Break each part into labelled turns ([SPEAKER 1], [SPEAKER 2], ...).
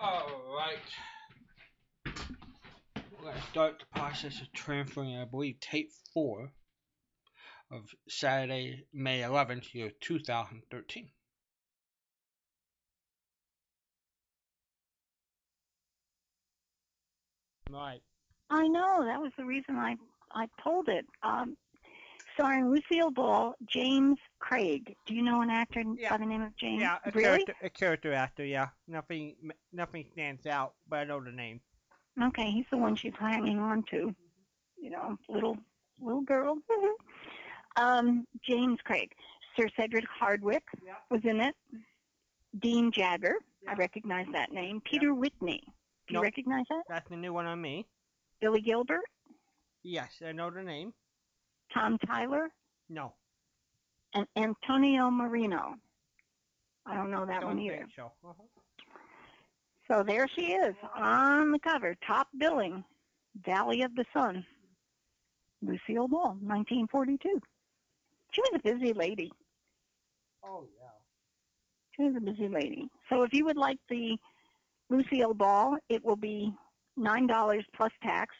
[SPEAKER 1] All right. We're going to start the process of transferring, I believe, tape four of Saturday, May 11th, year 2013. Right.
[SPEAKER 2] I know that was the reason I I pulled it. Um, starring Lucille Ball, James Craig. Do you know an actor
[SPEAKER 1] Yeah.
[SPEAKER 2] by the name of James?
[SPEAKER 1] Yeah, a,
[SPEAKER 2] really?
[SPEAKER 1] character, a character actor, yeah. Nothing nothing stands out, but I know the name.
[SPEAKER 2] Okay, he's the one she's hanging on to. You know, little little girl. Mhm. um, James Craig, Sir Cedric Hardwick
[SPEAKER 1] Yeah.
[SPEAKER 2] was in it. Dean Jagger,
[SPEAKER 1] Yeah.
[SPEAKER 2] I recognize that name. Peter Whitney, do you
[SPEAKER 1] Nope.
[SPEAKER 2] recognize that?
[SPEAKER 1] That's the new one on me.
[SPEAKER 2] Billy Gilbert,
[SPEAKER 1] Yes, I know the name.
[SPEAKER 2] Tom Tyler,
[SPEAKER 1] No,
[SPEAKER 2] and Antonio Marino. I don't know that
[SPEAKER 1] don't
[SPEAKER 2] one either.
[SPEAKER 1] think so. Uh-huh.
[SPEAKER 2] So there she is on the cover, top billing, Valley of the Sun. Lucille Ball, 1942. She was a busy lady.
[SPEAKER 1] Oh, yeah.
[SPEAKER 2] She was a busy lady. So if you would like the Lucille Ball, it will be $9 plus tax.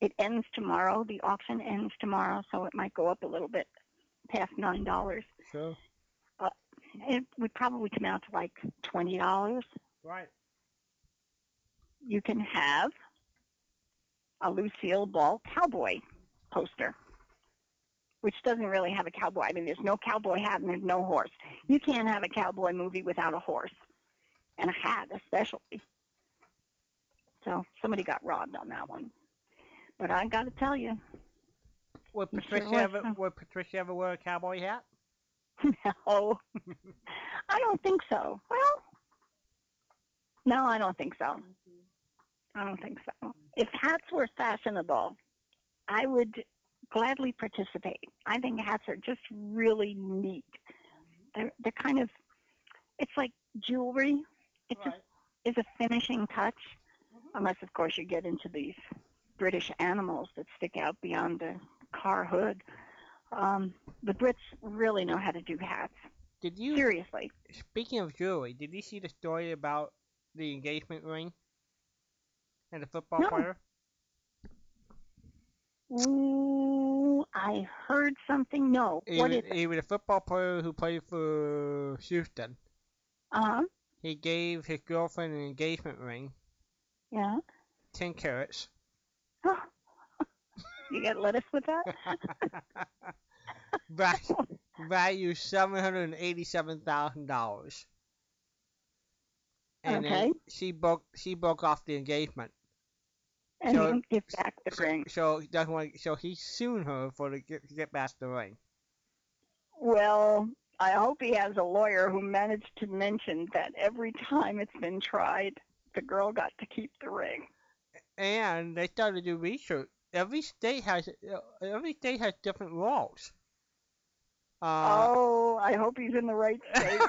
[SPEAKER 2] It ends tomorrow. The auction ends tomorrow, so it might go up a little bit past $9.
[SPEAKER 1] Sure.
[SPEAKER 2] It would probably come out to like $20.
[SPEAKER 1] Right.
[SPEAKER 2] you can have a Lucille Ball cowboy poster, which doesn't really have a cowboy. I mean, there's no cowboy hat and there's no horse. You can't have a cowboy movie without a horse and a hat, especially. So somebody got robbed on that one. But I got to tell you,
[SPEAKER 1] Would
[SPEAKER 2] You sure
[SPEAKER 1] Patricia,
[SPEAKER 2] was,
[SPEAKER 1] ever,
[SPEAKER 2] huh?
[SPEAKER 1] would Patricia ever wear a cowboy hat?
[SPEAKER 2] no, I don't think so. Well, no, I don't think so. I don't think so. If hats were fashionable, I would gladly participate. I think hats are just really neat. They're, they're kind of, it's like jewelry. It's a is a finishing touch, unless, of course, you get into these British animals that stick out beyond the car hood. Um, the Brits really know how to do hats.
[SPEAKER 1] Did you
[SPEAKER 2] Seriously.
[SPEAKER 1] Speaking of jewelry, did you see the story about the engagement ring and the football
[SPEAKER 2] No.
[SPEAKER 1] player?
[SPEAKER 2] Ooh, I heard something. No.
[SPEAKER 1] He
[SPEAKER 2] What
[SPEAKER 1] was,
[SPEAKER 2] is it?
[SPEAKER 1] he was a football player who played for Houston.
[SPEAKER 2] Uh-huh.
[SPEAKER 1] He gave his girlfriend an engagement ring,
[SPEAKER 2] Yeah.
[SPEAKER 1] ten carats.
[SPEAKER 2] you got lettuce with that?
[SPEAKER 1] Back, value seven hundred and eighty-seven thousand dollars. And then
[SPEAKER 2] Okay.
[SPEAKER 1] she broke she broke off the engagement.
[SPEAKER 2] And
[SPEAKER 1] So-
[SPEAKER 2] then give back the ring.
[SPEAKER 1] So he doesn't want so he sued her for the get, get back the ring.
[SPEAKER 2] Well, I hope he has a lawyer who managed to mention that every time it's been tried, the girl got to keep the ring.
[SPEAKER 1] and they started to do research. Every state has uh, every state has different laws. Uh,
[SPEAKER 2] oh, I hope he's in the right state.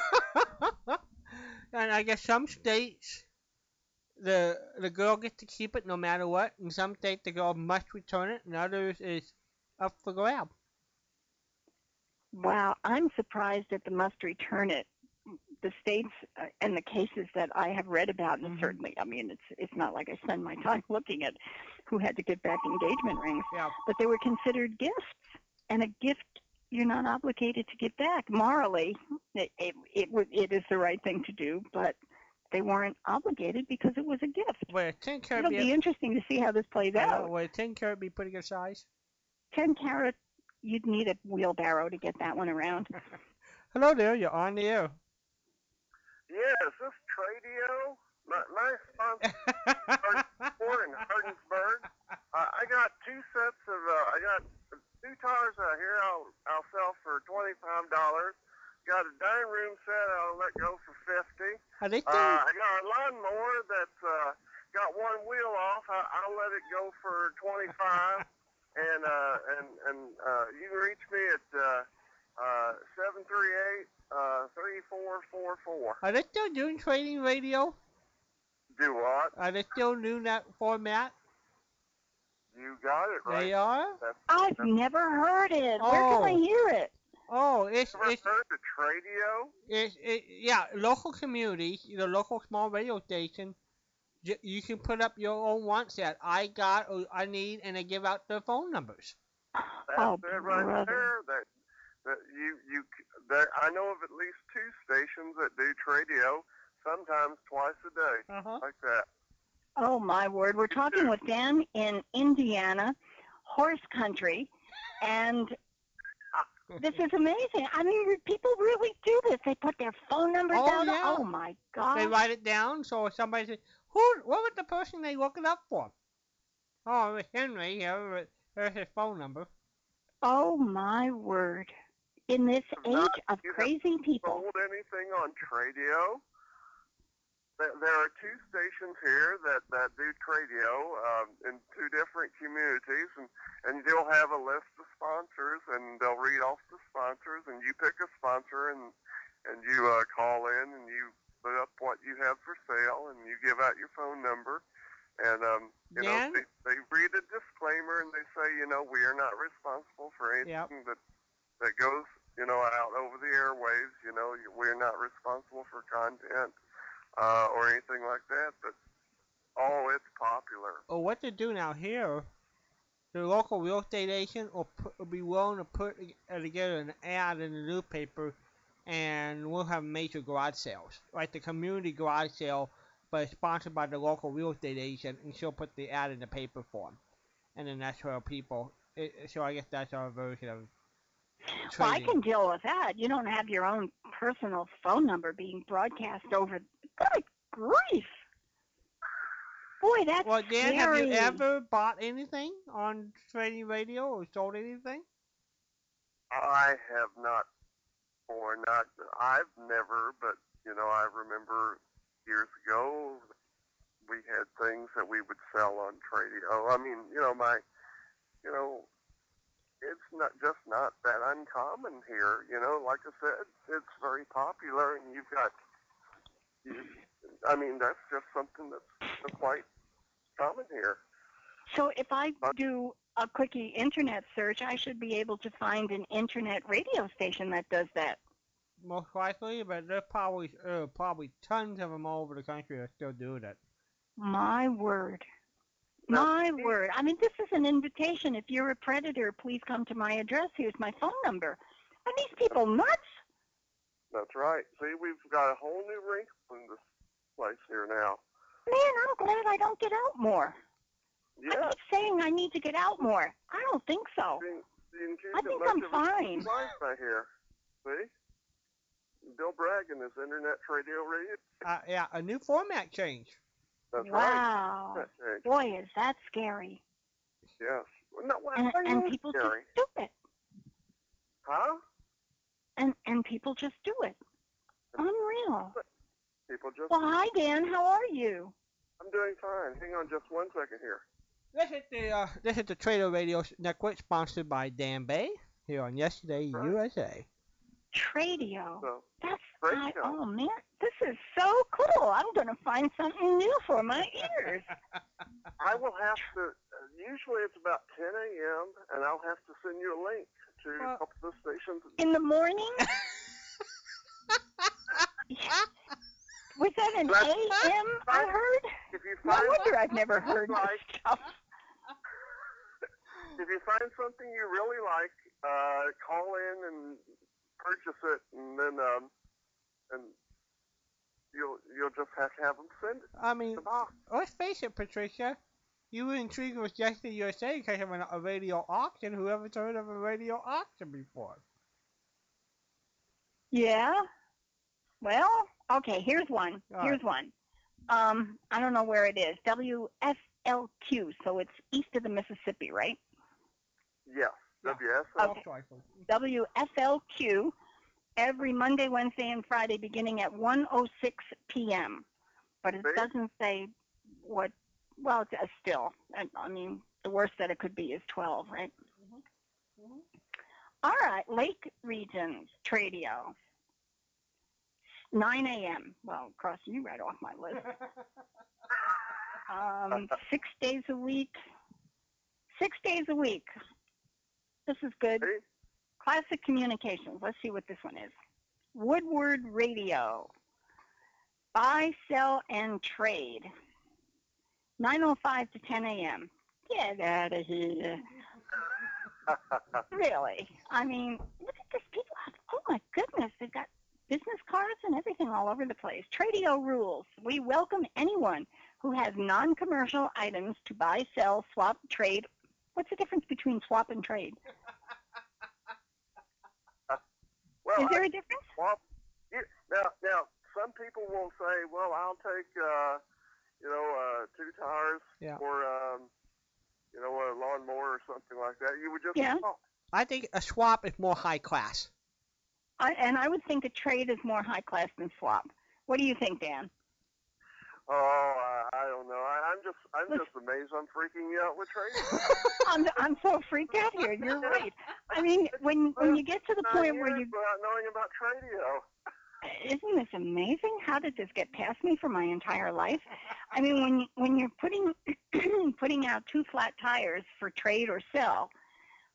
[SPEAKER 1] and I guess some states the the girl gets to keep it no matter what. In some states the girl must return it, and others is up for grab.
[SPEAKER 2] wow, I'm surprised at the must return it. The states uh, and the cases that I have read about, and
[SPEAKER 1] Mhm.
[SPEAKER 2] certainly, I mean, it's it's not like I spend my time looking at who had to give back engagement rings,
[SPEAKER 1] Yeah.
[SPEAKER 2] but they were considered gifts, and a gift you're not obligated to give back morally. It it it, would- it is the right thing to do, but they weren't obligated because it was a gift.
[SPEAKER 1] Would a uh, ten carat
[SPEAKER 2] It'll
[SPEAKER 1] be,
[SPEAKER 2] be interesting to see how this plays
[SPEAKER 1] a, I
[SPEAKER 2] out.
[SPEAKER 1] know, would a ten carat be pretty good size?
[SPEAKER 2] 10 carat, you'd need a wheelbarrow to get that one around.
[SPEAKER 1] Hello there, you're on the air.
[SPEAKER 3] Yeah, is this Tradio? My, my sponsor in Hardinsburg. Uh, I got two sets of uh, I got two tires out here. I'll I'll sell for twenty five dollars. Got a dining room set. I'll let go for fifty.
[SPEAKER 1] Are they
[SPEAKER 3] Uh,
[SPEAKER 1] still?
[SPEAKER 3] I got a lawnmower that's uh, got one wheel off. I, I'll let it go for twenty five. and uh, and and uh, you can reach me at uh, uh, seven three eight uh, three four four four.
[SPEAKER 1] are they still doing trading radio?
[SPEAKER 3] Do what?
[SPEAKER 1] Are they still doing that format?
[SPEAKER 3] You got it right.
[SPEAKER 1] They uh, are?
[SPEAKER 3] That's,
[SPEAKER 2] I've never heard it. Where can I
[SPEAKER 1] Oh.
[SPEAKER 2] hear it?
[SPEAKER 1] Oh, it's
[SPEAKER 3] Ever
[SPEAKER 1] it's
[SPEAKER 3] heard of Tradio?
[SPEAKER 1] it's it, Eh, yeah. Local communities, the local small radio station, j- you can put up your own wants that I got or I need, and they give out their phone numbers.
[SPEAKER 3] That's
[SPEAKER 2] Oh,
[SPEAKER 3] it right
[SPEAKER 2] brother.
[SPEAKER 3] there. That that you you c- there. I know of at least two stations that do Tradio, sometimes twice a day,
[SPEAKER 1] Uh huh.
[SPEAKER 3] like that.
[SPEAKER 2] Oh my word, we're talking with Dan in Indiana, horse country, and this is amazing. I mean, re- people really do this. They put their phone numbers
[SPEAKER 1] Oh,
[SPEAKER 2] out.
[SPEAKER 1] yeah.
[SPEAKER 2] Oh my God.
[SPEAKER 1] They write it down, so if somebody says, "Who? What was the person they looked it up for?" Oh, it was Henry. Here it- Here's his phone number.
[SPEAKER 2] Oh my word. In this
[SPEAKER 3] Have not-
[SPEAKER 2] age of
[SPEAKER 3] you have
[SPEAKER 2] crazy people.
[SPEAKER 3] Sold anything on Tradio? There there are two stations here that that do Tradio um, in two different communities, and and they'll have a list of sponsors, and they'll read off the sponsors, and you pick a sponsor, and and you uh, call in, and you put up what you have for sale, and you give out your phone number, and um, you
[SPEAKER 1] Dan?
[SPEAKER 3] know they, they read a disclaimer, and they say, you know, we are not responsible for
[SPEAKER 1] Yep.
[SPEAKER 3] anything that that goes, you know, out over the airwaves. You know, we're not responsible for content uh, or anything like that. But oh, it's popular.
[SPEAKER 1] Or what to do now here? The local real estate agent will, put, will be willing to put uh, together an ad in the newspaper, and we'll have major garage sales, like the community garage sale, but it's sponsored by the local real estate agent, and she'll put the ad in the paper form, and then that's where people. It, so I guess that's our version of.
[SPEAKER 2] Well, I can
[SPEAKER 1] trading.
[SPEAKER 2] deal with that. You don't have your own personal phone number being broadcast over. Good grief. Boy, that's
[SPEAKER 1] Well, Dan, have you
[SPEAKER 2] scary.
[SPEAKER 1] ever bought anything on trading radio or sold anything?
[SPEAKER 3] I have not, or not. I've never, but you know, I remember years ago we had things that we would sell on Tradio. I mean, you know, my, you know. It's not just not that uncommon here, you know. Like I said, it's very popular, and you've got I mean, that's just something that's quite common here.
[SPEAKER 2] So if I do a quickie internet search, I should be able to find an internet radio station that does that.
[SPEAKER 1] Most likely, but there's probably uh, probably tons of them all over the country that still do that.
[SPEAKER 2] My word.
[SPEAKER 3] Now-
[SPEAKER 2] My word. I mean, this is an invitation. If you're a predator, please come to my address. Here's my phone number. Are these people nuts?
[SPEAKER 3] That's right. See, we've got a whole new wrinkle in this place here now.
[SPEAKER 2] Man, I'm glad I don't get out more. I
[SPEAKER 3] Yeah,
[SPEAKER 2] keep saying I need to get out more. I don't think so.
[SPEAKER 3] you can- you can keep
[SPEAKER 2] I
[SPEAKER 3] it
[SPEAKER 2] think
[SPEAKER 3] much
[SPEAKER 2] I'm
[SPEAKER 3] of a
[SPEAKER 2] fine.
[SPEAKER 3] life right here. See? Bill Bragg and his internet radio radio.
[SPEAKER 1] Uh, yeah, a new format change.
[SPEAKER 3] That's right.
[SPEAKER 2] wow.
[SPEAKER 3] That changed.
[SPEAKER 2] Boy, is that scary.
[SPEAKER 3] Yes. Well, No, well,
[SPEAKER 2] And,
[SPEAKER 3] I
[SPEAKER 2] and
[SPEAKER 3] mean,
[SPEAKER 2] people
[SPEAKER 3] scary.
[SPEAKER 2] just do it.
[SPEAKER 3] Huh?
[SPEAKER 2] And, and people just do it. Unreal.
[SPEAKER 3] People just.
[SPEAKER 2] Well, hi, Dan. How are you?
[SPEAKER 3] I'm doing fine. Hang on just one second here.
[SPEAKER 1] This is the uh, this is the Trader Radio s- Network sponsored by Dan Bay here on Yesterday
[SPEAKER 3] Right.
[SPEAKER 1] USA.
[SPEAKER 2] Tradio.
[SPEAKER 3] So,
[SPEAKER 2] That's
[SPEAKER 3] great
[SPEAKER 2] I,
[SPEAKER 3] job.
[SPEAKER 2] oh man, this is so cool. I'm gonna find something new for my ears.
[SPEAKER 3] I will have to. Usually it's about 10 a.m. and I'll have to send you a link to
[SPEAKER 1] Well-
[SPEAKER 3] a couple of the stations.
[SPEAKER 2] In the morning. Was that an
[SPEAKER 3] That's-
[SPEAKER 2] AM I heard?
[SPEAKER 3] If you
[SPEAKER 2] No
[SPEAKER 3] find
[SPEAKER 2] wonder I've never heard this
[SPEAKER 1] um,
[SPEAKER 2] stuff.
[SPEAKER 3] if you find something you really like, uh, call in and purchase it, and then um, and you'll you'll just have to have them send it
[SPEAKER 1] I mean,
[SPEAKER 3] to the box.
[SPEAKER 1] let's face it, Patricia, you were intrigued with Yesterday USA because of an, a radio auction. Whoever's heard of a radio auction before?
[SPEAKER 2] Yeah. Well, okay. Here's one.
[SPEAKER 1] All right.
[SPEAKER 2] here's one. Um, I don't know where it is. WSLQ. So it's east of the Mississippi, right?
[SPEAKER 3] Yes.
[SPEAKER 1] Yeah.
[SPEAKER 3] WSL.
[SPEAKER 2] Okay.
[SPEAKER 1] Most likely.
[SPEAKER 2] WFLQ every Monday, Wednesday, and Friday beginning at 1.06 p.m. But it
[SPEAKER 3] Right.
[SPEAKER 2] doesn't say what, well, it's a still. I, I mean, the worst that it could be is 12, right? All right, Lake Regions Tradio, 9 a.m. Well, crossing you right off my list um, six days a week. Six days a week. This is good.
[SPEAKER 3] Hey.
[SPEAKER 2] Classic Communications. Let's see what this one is. Woodward Radio. Buy, sell, and trade. 9.05 to 10 a.m. Get out of here. really. I mean, look at this. People have, oh my goodness, they've got business cards and everything all over the place. Tradio rules. We welcome anyone who has non-commercial items to buy, sell, swap, trade. What's the difference between swap and trade?
[SPEAKER 3] Well,
[SPEAKER 2] Is
[SPEAKER 3] I-
[SPEAKER 2] there a difference?
[SPEAKER 3] Well, you, now, now, some people will say, "Well, I'll take, uh, you know, uh, two tires
[SPEAKER 1] Yeah.
[SPEAKER 3] or, um, you know, a lawnmower or something like that." You would just Oh,
[SPEAKER 2] Yeah.
[SPEAKER 3] swap.
[SPEAKER 1] I think a swap is more high class.
[SPEAKER 2] I, and I would think a trade is more high class than swap. What do you think, Dan?
[SPEAKER 3] Oh, I, I don't know. I, I'm just, I'm
[SPEAKER 2] Look.
[SPEAKER 3] just amazed. I'm freaking you out with trading.
[SPEAKER 2] I'm I'm so freaked out here. You're right. I mean, when when you get to the point where you
[SPEAKER 3] without knowing about tradio.
[SPEAKER 2] isn't this amazing? How did this get past me for my entire life? I mean, when when you're putting putting out two flat tires for trade or sell,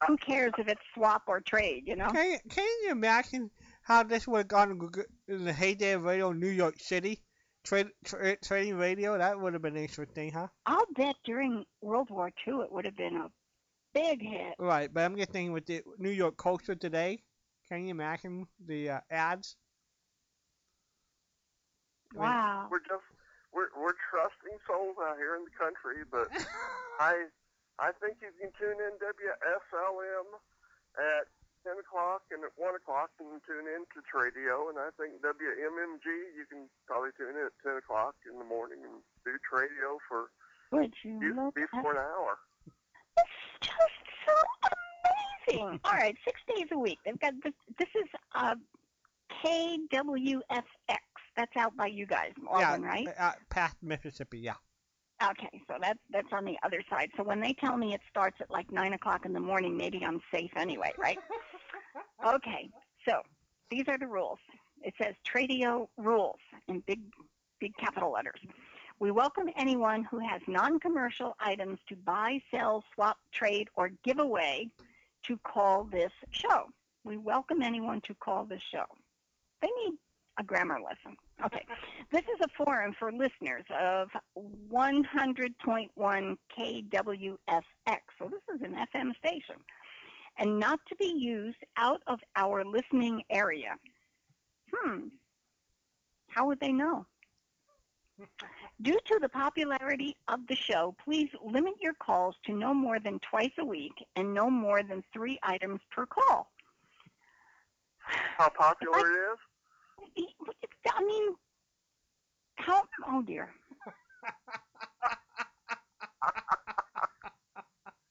[SPEAKER 2] who cares if it's swap or trade? You know?
[SPEAKER 1] Can, can you imagine how this would have gone in the heyday of radio in New York City? Trade, tra- trading radio, that would have been interesting, huh?
[SPEAKER 2] I'll bet during World War II it would have been a big hit.
[SPEAKER 1] Right, but I'm just thinking with the New York culture today, can you imagine the uh, ads? I mean-
[SPEAKER 2] Wow.
[SPEAKER 3] We're just, we're, we're trusting souls out here in the country, but I, I think you can tune in WSLM at 10 o'clock and at 1 o'clock you can tune in to Tradio, and I think WMMG you can probably tune in at 10 o'clock in the morning and do Tradio for
[SPEAKER 2] Would you
[SPEAKER 3] used to
[SPEAKER 2] look
[SPEAKER 3] be
[SPEAKER 2] at
[SPEAKER 3] for an hour.
[SPEAKER 2] It's just so amazing. All right, six days a week. They've got this. This is uh, KWFX. That's out by you guys, Auburn,
[SPEAKER 1] yeah,
[SPEAKER 2] right?
[SPEAKER 1] Uh, past Mississippi, yeah.
[SPEAKER 2] Okay, so that's that's on the other side. So when they tell me it starts at like nine o'clock in the morning, maybe I'm safe anyway, right? okay, so these are the rules. It says Tradio rules in big big capital letters. We welcome anyone who has non-commercial items to buy, sell, swap, trade, or give away to call this show. We welcome anyone to call this show. They need a grammar lesson. Okay. This is a forum for listeners of 100.1 KWSX. So this is an FM station. And not to be used out of our listening area. Hmm. How would they know? Due to the popularity of the show, please limit your calls to no more than twice a week and no more than three items per call.
[SPEAKER 3] How popular it is?
[SPEAKER 2] I mean, how? Oh dear. This-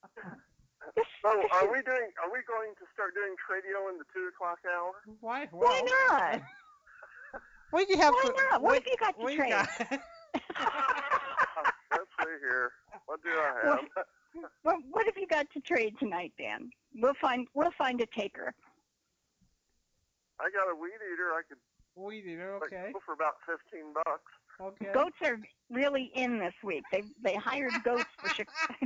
[SPEAKER 3] Oh,
[SPEAKER 2] this
[SPEAKER 3] are
[SPEAKER 2] is-
[SPEAKER 3] we doing? Are we going to start doing Tradio in the two o'clock hour?
[SPEAKER 1] Why?
[SPEAKER 2] why
[SPEAKER 1] well,
[SPEAKER 2] not?
[SPEAKER 1] What do you have
[SPEAKER 2] Why
[SPEAKER 1] for,
[SPEAKER 2] not? What have you got
[SPEAKER 1] what
[SPEAKER 2] to
[SPEAKER 1] do you
[SPEAKER 2] trade?
[SPEAKER 1] got?
[SPEAKER 3] Let's see here. What do I have?
[SPEAKER 2] What, what have you got to trade tonight, Dan? We'll find we'll find a taker.
[SPEAKER 3] I got a weed eater. I could
[SPEAKER 1] we did,
[SPEAKER 3] like,
[SPEAKER 1] okay.
[SPEAKER 3] go for about fifteen bucks.
[SPEAKER 1] Okay.
[SPEAKER 2] Goats are really in this week. They they hired goats for Chicago.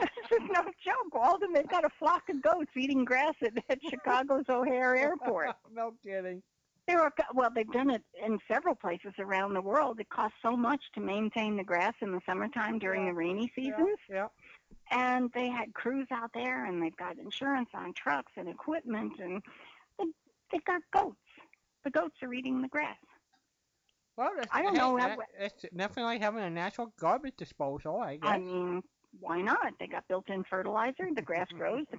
[SPEAKER 2] this is no joke, Walden. They've got a flock of goats eating grass at, at Chicago's O'Hare Airport.
[SPEAKER 1] no kidding.
[SPEAKER 2] There are go- well, they've done it in several places around the world. It costs so much to maintain the grass in the summertime during
[SPEAKER 1] Yeah.
[SPEAKER 2] the rainy
[SPEAKER 1] Yeah,
[SPEAKER 2] seasons,
[SPEAKER 1] yeah.
[SPEAKER 2] and they had crews out there, and they've got insurance on trucks and equipment, and they, they've got goats. The goats are eating the grass.
[SPEAKER 1] Well, that's,
[SPEAKER 2] I don't
[SPEAKER 1] hey,
[SPEAKER 2] know how-
[SPEAKER 1] That, it's nothing like having a natural garbage disposal, I guess.
[SPEAKER 2] I mean, why not? They got built-in fertilizer. The grass grows. The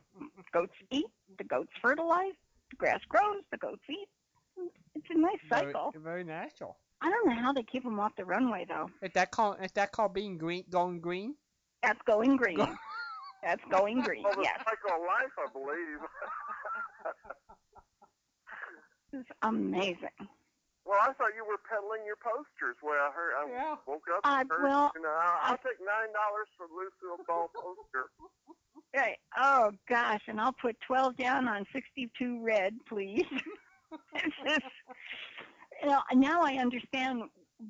[SPEAKER 2] goats eat. The goats fertilize. The grass grows. The goats eat. It's a nice
[SPEAKER 1] very,
[SPEAKER 2] cycle.
[SPEAKER 1] very natural.
[SPEAKER 2] I don't know how they keep them off the runway though.
[SPEAKER 1] Is that called is that called being green going green?
[SPEAKER 2] That's going green. That's going green.
[SPEAKER 3] Well, the
[SPEAKER 2] Yes,
[SPEAKER 3] cycle of life, I believe.
[SPEAKER 2] this is amazing.
[SPEAKER 3] Well, I thought you were peddling your posters. Well, I heard I
[SPEAKER 1] Yeah.
[SPEAKER 3] woke up
[SPEAKER 2] Uh,
[SPEAKER 3] and heard,
[SPEAKER 2] well,
[SPEAKER 3] you know, I'll, I'll take nine dollars for Lucille Ball poster.
[SPEAKER 2] Right. Oh gosh, and I'll put 12 down on 62 red, please. It's just- you know, now I understand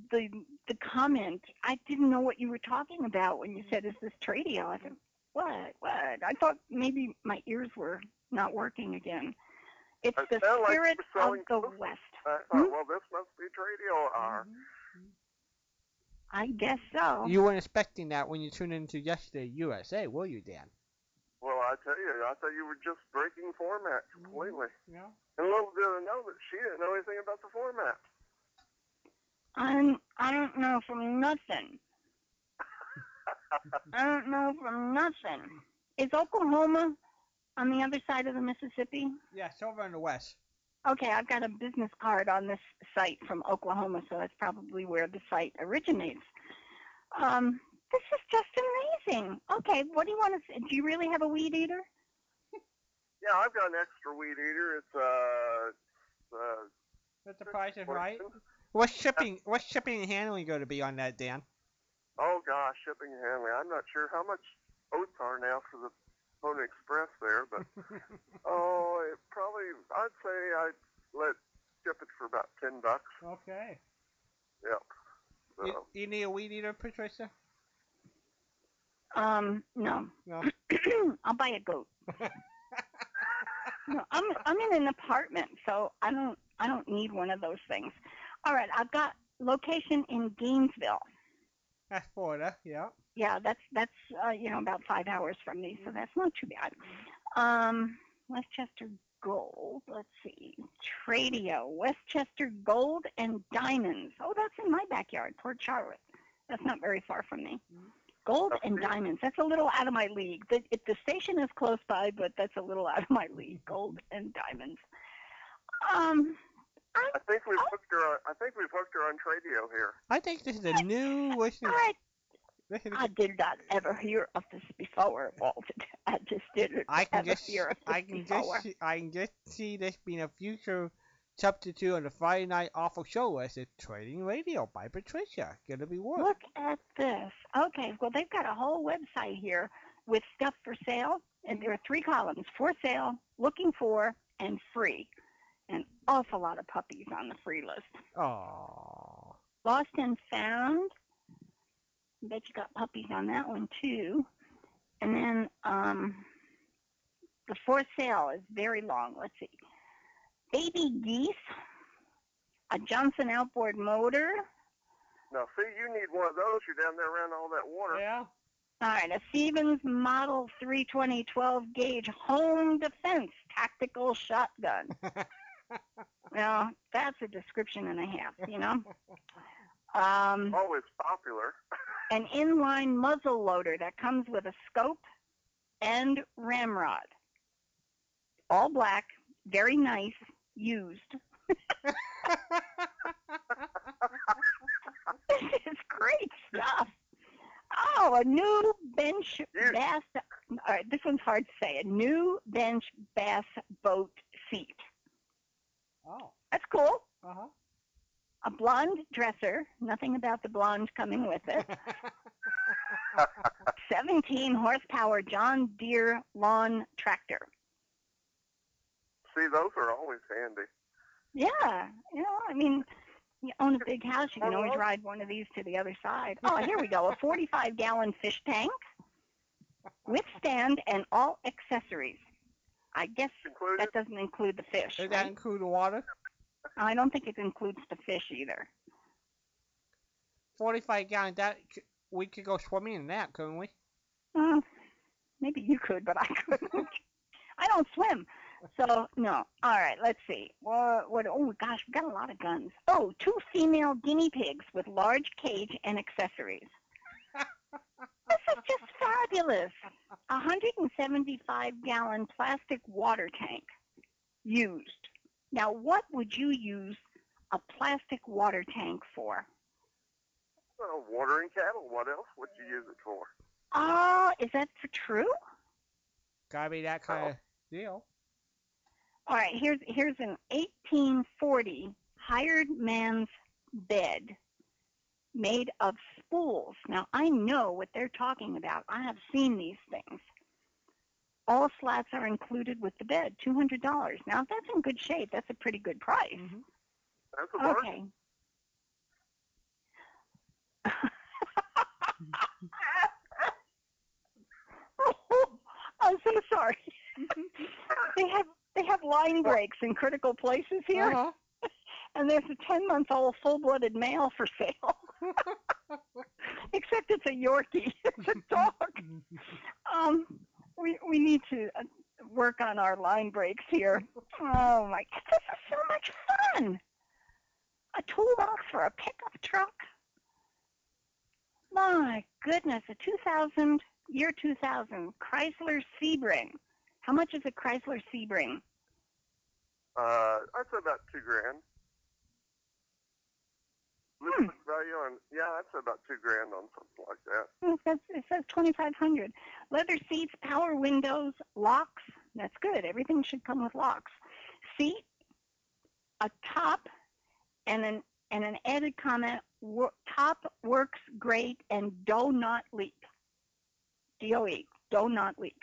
[SPEAKER 2] the the comment. I didn't know what you were talking about when you said, "Is this tradio?" I said, What? What? I thought maybe my ears were not working again. It's
[SPEAKER 3] It
[SPEAKER 2] the
[SPEAKER 3] sound like you
[SPEAKER 2] spirit
[SPEAKER 3] were
[SPEAKER 2] of
[SPEAKER 3] selling
[SPEAKER 2] the
[SPEAKER 3] clothes.
[SPEAKER 2] West.
[SPEAKER 3] I
[SPEAKER 2] Hmm?
[SPEAKER 3] thought, well, this must be Tradio hour.
[SPEAKER 2] I guess so.
[SPEAKER 1] Mm-hmm. You weren't expecting that when you tuned into Yesterday USA, were you, Dan?
[SPEAKER 2] Mm-hmm.
[SPEAKER 3] Well, I tell you, I thought you were just breaking format completely.
[SPEAKER 1] No.
[SPEAKER 3] And little did I know that she didn't know anything about the format.
[SPEAKER 2] I'm. I don't know from nothing. I don't know from nothing. Is Oklahoma on the other side of the Mississippi?
[SPEAKER 1] Yeah, it's over in the West.
[SPEAKER 2] Okay, I've got a business card on this site from Oklahoma, so that's probably where the site originates. Um, this is just amazing. Okay, what do you want to? Do you really have a weed eater?
[SPEAKER 3] Yeah, I've got an extra weed eater. It's uh, it's, uh
[SPEAKER 1] But the price is
[SPEAKER 3] Fortune.
[SPEAKER 1] right. What's shipping? What's shipping and handling going to be on that, Dan?
[SPEAKER 3] Oh gosh, shipping and handling. I'm not sure how much oats are now for the Pony Express there, but oh, it probably I'd say I'd let ship it for about ten bucks.
[SPEAKER 1] Okay.
[SPEAKER 3] Yep. So
[SPEAKER 1] You, you need a weed eater, Patricia?
[SPEAKER 2] Um, no.
[SPEAKER 1] No.
[SPEAKER 2] I'll buy a goat. no, I'm I'm in an apartment, so I don't I don't need one of those things. All right, I've got location in Gainesville.
[SPEAKER 1] That's Florida. Yeah.
[SPEAKER 2] Yeah, that's that's uh, you know about five hours from me, so that's not too bad. Um, Westchester Gold. Let's see, Tradio, Westchester Gold and Diamonds. Oh, that's in my backyard, Port Charlotte. That's not very far from me. Gold and Diamonds. That's a little out of my league. The, it, the station is close by, but that's a little out of my league. Gold and Diamonds. Um,
[SPEAKER 3] I think we've hooked her. On, I think we've hooked her on Tradio here.
[SPEAKER 1] I think this is a new listening.
[SPEAKER 2] I
[SPEAKER 1] listening
[SPEAKER 2] I did not ever hear of this before, Walt. I just didn't
[SPEAKER 1] I can
[SPEAKER 2] ever
[SPEAKER 1] just
[SPEAKER 2] hear of this
[SPEAKER 1] I can just
[SPEAKER 2] before.
[SPEAKER 1] see- I can just see this being a future substitute on the Friday night awful show list is Trading Radio by Patricia. Gonna be worth.
[SPEAKER 2] Look at this. Okay, well they've got a whole website here with stuff for sale, and there are three columns: for sale, looking for, and free. An awful lot of puppies on the free list.
[SPEAKER 1] Aww.
[SPEAKER 2] Lost and found. Bet you got puppies on that one too. And then um, the for sale is very long. Let's see. Baby geese, a Johnson outboard motor.
[SPEAKER 3] Now, see, you need one of those. You're down there around all that water.
[SPEAKER 1] Yeah.
[SPEAKER 2] All right, a Stevens Model 320 12 gauge home defense tactical shotgun. now, that's a description and a half, you know? Um,
[SPEAKER 3] Always popular.
[SPEAKER 2] an inline muzzle loader that comes with a scope and ramrod. All black, very nice, used. this is great stuff. Oh, a new bench
[SPEAKER 3] Yeah.
[SPEAKER 2] bass. All right, this one's hard to say. A new bench bass boat seat.
[SPEAKER 1] Oh.
[SPEAKER 2] That's cool.
[SPEAKER 1] Uh
[SPEAKER 2] A blonde dresser. Nothing about the blonde coming with it.
[SPEAKER 1] huh.
[SPEAKER 2] 17 horsepower John Deere lawn tractor.
[SPEAKER 3] See, those are always handy.
[SPEAKER 2] Yeah, you know, I mean, you own a big house, you can always
[SPEAKER 3] Hello?
[SPEAKER 2] ride one of these to the other side. Oh, here we go, a 45 gallon fish tank with stand and all accessories. I guess
[SPEAKER 3] Included.
[SPEAKER 2] that doesn't include the fish.
[SPEAKER 1] Does that
[SPEAKER 2] Right?
[SPEAKER 1] include water?
[SPEAKER 2] I don't think it includes the fish either.
[SPEAKER 1] Forty-five gallon. That c- we could go swimming in that, couldn't we?
[SPEAKER 2] Mm, maybe you could, but I couldn't. I don't swim. So, no. All right, let's see. What, what, oh, gosh, we've got a lot of guns. Oh, two female guinea pigs with large cage and accessories. this is just fabulous. A 175 gallon plastic water tank used. Now, what would you use a plastic water tank for?
[SPEAKER 3] Well, watering uh, cattle. What else would you use it for?
[SPEAKER 2] Oh, is that for true?
[SPEAKER 1] Gotta be that kind of deal.
[SPEAKER 2] All right, here's here's an 1840 hired man's bed made of spools. Now I know what they're talking about. I have seen these things. All slats are included with the bed, $200. Now if that's in good shape, that's a pretty good price.
[SPEAKER 1] Mm-hmm.
[SPEAKER 3] That's a bargain.
[SPEAKER 2] Okay. they have they have line breaks in critical places here,
[SPEAKER 1] Uh-huh.
[SPEAKER 2] and there's a ten month old full blooded male for sale. Except it's a Yorkie. It's a dog. Um, we we need to uh, work on our line breaks here. Oh my, this is so much fun! A toolbox for a pickup truck. My goodness, a 2000 year 2000 Chrysler Sebring. How much is a Chrysler Sebring?
[SPEAKER 3] Uh, I'd say about two grand.
[SPEAKER 2] Hmm.
[SPEAKER 3] Listed Value on yeah, I'd say about two grand on something like that.
[SPEAKER 2] It says, it says 2500 Leather seats, power windows, locks. That's good. Everything should come with locks. Seat, a top, and an and an added comment: wo- top works great and do not leak. D O E. Do not leak.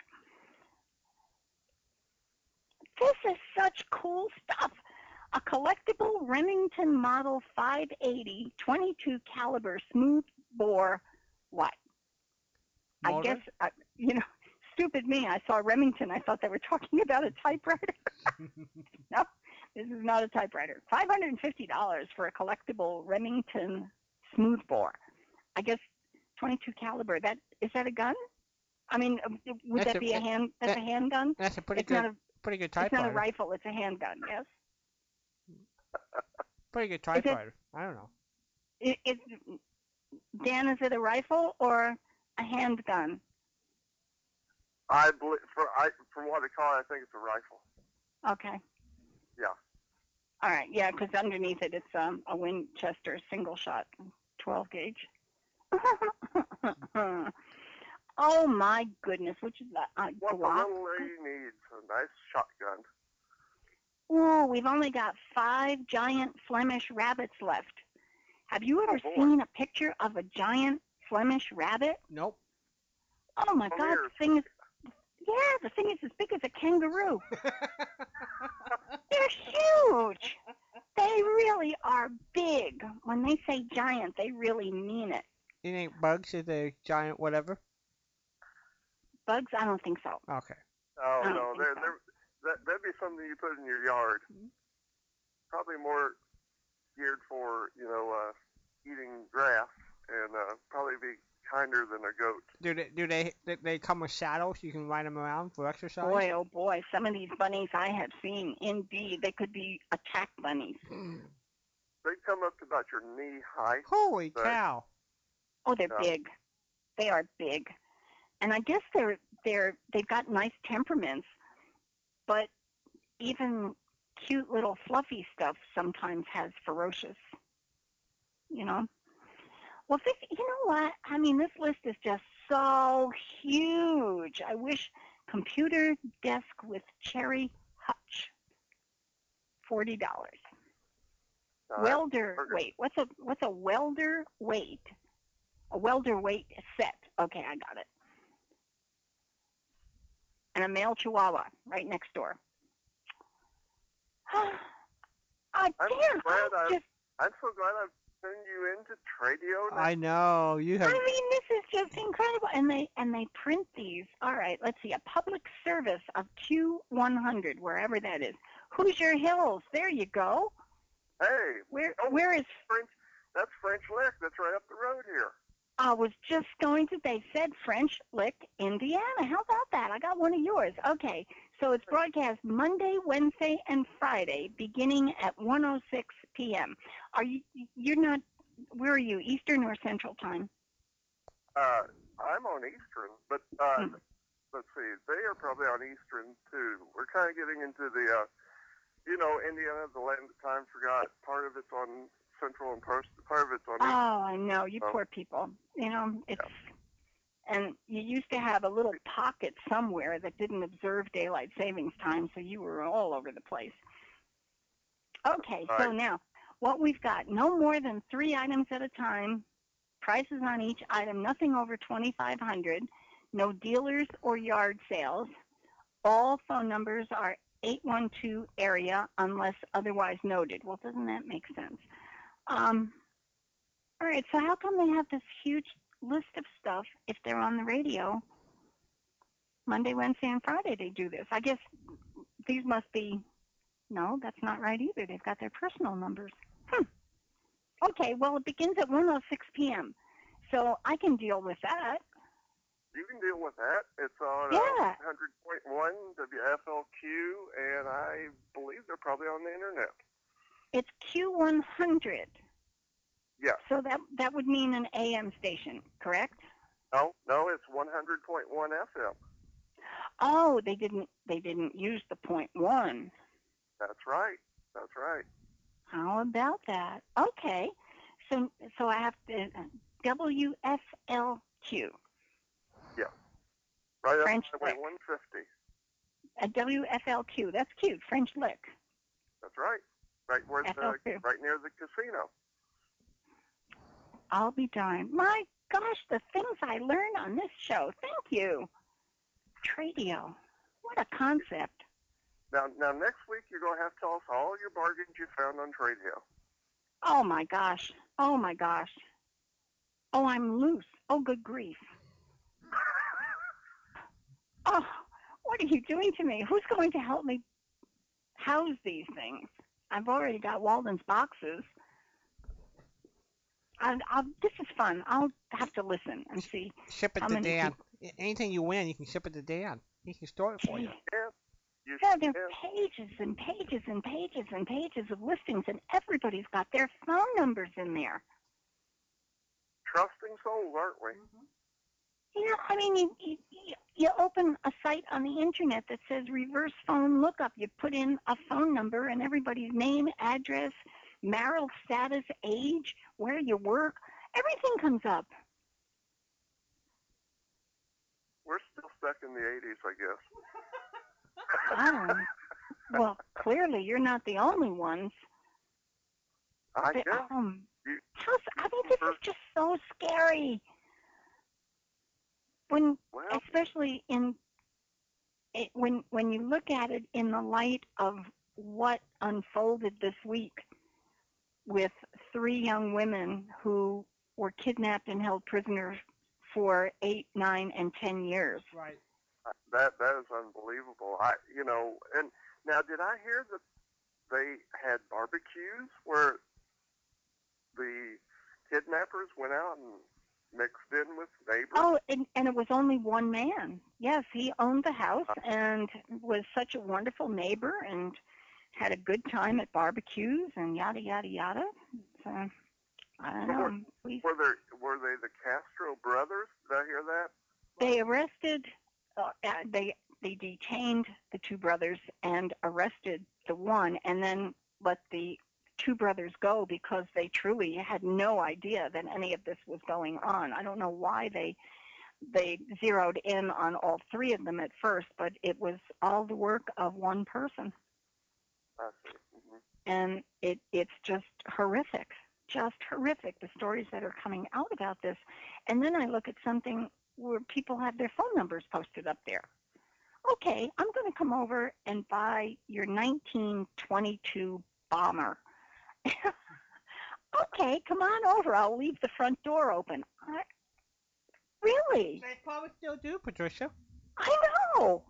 [SPEAKER 2] This is such cool stuff. A collectible Remington Model 580 22 caliber smooth bore what? I
[SPEAKER 1] Motor?
[SPEAKER 2] guess, I, you know, stupid me. I saw Remington. I thought they were talking about a typewriter. no, this is not a typewriter. $550 for a collectible Remington smoothbore. I guess 22 caliber. That is that a gun? I mean, uh, would
[SPEAKER 1] That's
[SPEAKER 2] that
[SPEAKER 1] a-
[SPEAKER 2] be a hand? That's a handgun.
[SPEAKER 1] That's a pretty
[SPEAKER 2] It's not
[SPEAKER 1] good,
[SPEAKER 2] a.
[SPEAKER 1] pretty good
[SPEAKER 2] It's not a
[SPEAKER 1] typewriter.
[SPEAKER 2] rifle. It's a handgun. Yes.
[SPEAKER 1] Pretty good
[SPEAKER 2] it-
[SPEAKER 1] typewriter. I don't know.
[SPEAKER 2] It, it, Dan, is it a rifle or a handgun?
[SPEAKER 3] I believe for I from what they call it, I think it's a rifle.
[SPEAKER 2] Okay.
[SPEAKER 3] Yeah.
[SPEAKER 2] All right. Yeah, because underneath it, it's um, a Winchester single shot, 12 gauge. oh my goodness, which is that? Uh,
[SPEAKER 3] What the
[SPEAKER 2] Glock?
[SPEAKER 3] little lady needs a nice shotgun.
[SPEAKER 2] Ooh, we've only got five giant Flemish rabbits left. Have you ever
[SPEAKER 3] Oh, boy.
[SPEAKER 2] seen a picture of a giant Flemish rabbit?
[SPEAKER 1] Nope.
[SPEAKER 2] Oh my
[SPEAKER 3] Oh,
[SPEAKER 2] God,
[SPEAKER 3] here.
[SPEAKER 2] the thing is, yeah, the thing is as big as a kangaroo. They're huge. They really are big. When they say giant, they really mean it.
[SPEAKER 1] It ain't bugs. It's a giant whatever.
[SPEAKER 2] Bugs, I don't think so.
[SPEAKER 1] Okay.
[SPEAKER 3] Oh
[SPEAKER 2] I don't
[SPEAKER 3] no,
[SPEAKER 2] think
[SPEAKER 3] there
[SPEAKER 2] so.
[SPEAKER 3] there that that'd be something you put in your yard. Probably more geared for you know uh, eating grass and uh, probably be kinder than a goat.
[SPEAKER 1] Do they do they they- they come with saddles? You can ride them around for exercise.
[SPEAKER 2] Boy, oh boy, some of these bunnies I have seen, indeed, they could be attack bunnies.
[SPEAKER 3] They come up to about your knee height.
[SPEAKER 1] Holy
[SPEAKER 3] Right.
[SPEAKER 1] cow!
[SPEAKER 2] Oh, they're
[SPEAKER 3] Yeah.
[SPEAKER 2] big. They are big, and I guess they're they're they've got nice temperaments, but even cute little fluffy stuff sometimes has ferocious. You know. Well, this, you know what? I mean, this list is just so huge. I wish computer desk with cherry hutch. Forty dollars.
[SPEAKER 3] Uh,
[SPEAKER 2] Welder
[SPEAKER 3] burger.
[SPEAKER 2] wait, what's a what's a welder weight? A welder weight set. Okay, I got it. And a male chihuahua right next door. oh, damn, I
[SPEAKER 3] glad I-
[SPEAKER 2] just
[SPEAKER 3] I'm so glad I've turned you into Tradio. now.
[SPEAKER 1] I know you
[SPEAKER 2] I
[SPEAKER 1] have.
[SPEAKER 2] mean, this is just incredible. And they and they print these. All right, let's see. A public service of Q100, wherever that is. Hoosier Hills. There you go.
[SPEAKER 3] hey,
[SPEAKER 2] Where
[SPEAKER 3] Oh.
[SPEAKER 2] where is
[SPEAKER 3] French. That's French Lick. That's right up the road here.
[SPEAKER 2] I was just going to. They said French Lick, Indiana. How about that? I got one of yours. Okay, so it's broadcast Monday, Wednesday, and Friday, beginning at 1:06 p.m. Are you? You're not. Where are you? Eastern or Central time?
[SPEAKER 3] Uh, I'm on Eastern, but uh,
[SPEAKER 2] Hmm.
[SPEAKER 3] let's see, they are probably on Eastern too. We're kind of getting into the, uh, you know, Indiana, the land that time forgot. Part of it's on Central and part part of it's on.
[SPEAKER 2] Oh, I
[SPEAKER 3] Eastern.
[SPEAKER 2] know. You
[SPEAKER 3] Oh.
[SPEAKER 2] poor people. You know it's. And you used to have a little pocket somewhere that didn't observe daylight savings time, so you were all over the place. Okay, so
[SPEAKER 3] Right.
[SPEAKER 2] now what we've got no more than three items at a time, prices on each item, nothing over 2500 no dealers or yard sales. All phone numbers are 812 area unless otherwise noted. Well, doesn't that make sense? Um, all right, so how come they have this huge list of stuff if they're on the radio? Monday, Wednesday, and Friday they do this. I guess these must be, no, that's not right either. They've got their personal numbers. Hmm. Okay, well, it begins at 1.06 p.m., so I can deal with that.
[SPEAKER 3] You can deal with that. It's on
[SPEAKER 2] Yeah.
[SPEAKER 3] uh, 100.1 WFLQ, and I believe they're probably on the internet.
[SPEAKER 2] It's Q100.
[SPEAKER 3] Yeah.
[SPEAKER 2] So that, that would mean an AM station, correct?
[SPEAKER 3] No, no, it's 100.1 FM.
[SPEAKER 2] Oh, they didn't, they didn't use the point one.
[SPEAKER 3] That's right. That's right.
[SPEAKER 2] How about that? Okay. So so I have to uh, WFLQ.
[SPEAKER 3] Right up
[SPEAKER 2] French
[SPEAKER 3] Highway
[SPEAKER 2] lick.
[SPEAKER 3] 150.
[SPEAKER 2] A WFLQ. That's cute. French lick.
[SPEAKER 3] That's right. Right where the,
[SPEAKER 2] FLQ.
[SPEAKER 3] right near the casino.
[SPEAKER 2] I'll be darned. My gosh, the things I learn on this show. Thank you. Tradio. What a concept.
[SPEAKER 3] Now, now next week you're gonna have to tell us all your bargains you found on Trade Hill.
[SPEAKER 2] Oh my gosh. Oh my gosh. Oh, I'm loose. Oh, good grief. Oh, what are you doing to me? Who's going to help me house these things? I've already got Walden's boxes. And I'll, this is fun. I'll have to listen and see.
[SPEAKER 1] Ship it
[SPEAKER 2] How
[SPEAKER 1] to
[SPEAKER 2] many
[SPEAKER 1] Dad. A- Anything you win, you can ship it to Dad. He can store it for you.
[SPEAKER 3] You
[SPEAKER 2] Yeah, there
[SPEAKER 3] should-
[SPEAKER 2] are pages and pages and pages and pages of listings, and everybody's got their phone numbers in there.
[SPEAKER 3] trusting souls, aren't we?
[SPEAKER 2] Mm-hmm. Yeah, I mean, you, you, you open a site on the internet that says reverse phone lookup. You put in a phone number and everybody's name, address, marital status, age, where you work. Everything comes up.
[SPEAKER 3] We're still stuck in the 80s, I
[SPEAKER 2] I
[SPEAKER 3] guess.
[SPEAKER 2] don't know. Um, Well, clearly you're not the only ones.
[SPEAKER 3] I
[SPEAKER 2] But,
[SPEAKER 3] guess.
[SPEAKER 2] um,
[SPEAKER 3] You-
[SPEAKER 2] how, s- I mean, this is just so scary. When
[SPEAKER 3] Well,
[SPEAKER 2] especially in it, when when you look at it in the light of what unfolded this week with three young women who were kidnapped and held prisoners for eight, nine, and ten years.
[SPEAKER 1] Right.
[SPEAKER 3] that that is unbelievable. I, you know, and now did I hear that they had barbecues where the kidnappers went out and mixed in with neighbors?
[SPEAKER 2] Oh, and, and it was only one man. Yes, he owned the house and was such a wonderful neighbor and had a good time at barbecues and yada yada yada. So I don't know. We-
[SPEAKER 3] Were they were they the Castro brothers? Did I hear that?
[SPEAKER 2] they arrested uh, uh, they they detained the two brothers and arrested the one and then let the two brothers go because they truly had no idea that any of this was going on i don't know why they they zeroed in on all three of them at first but it was all the work of one person
[SPEAKER 3] I see. hmm
[SPEAKER 2] and it it's just horrific just horrific the stories that are coming out about this and then i look at something where people have their phone numbers posted up there okay i'm going to come over and buy your 1922 bomber okay come on over i'll leave the front door open I, really
[SPEAKER 1] They probably still do, Patricia.
[SPEAKER 2] i know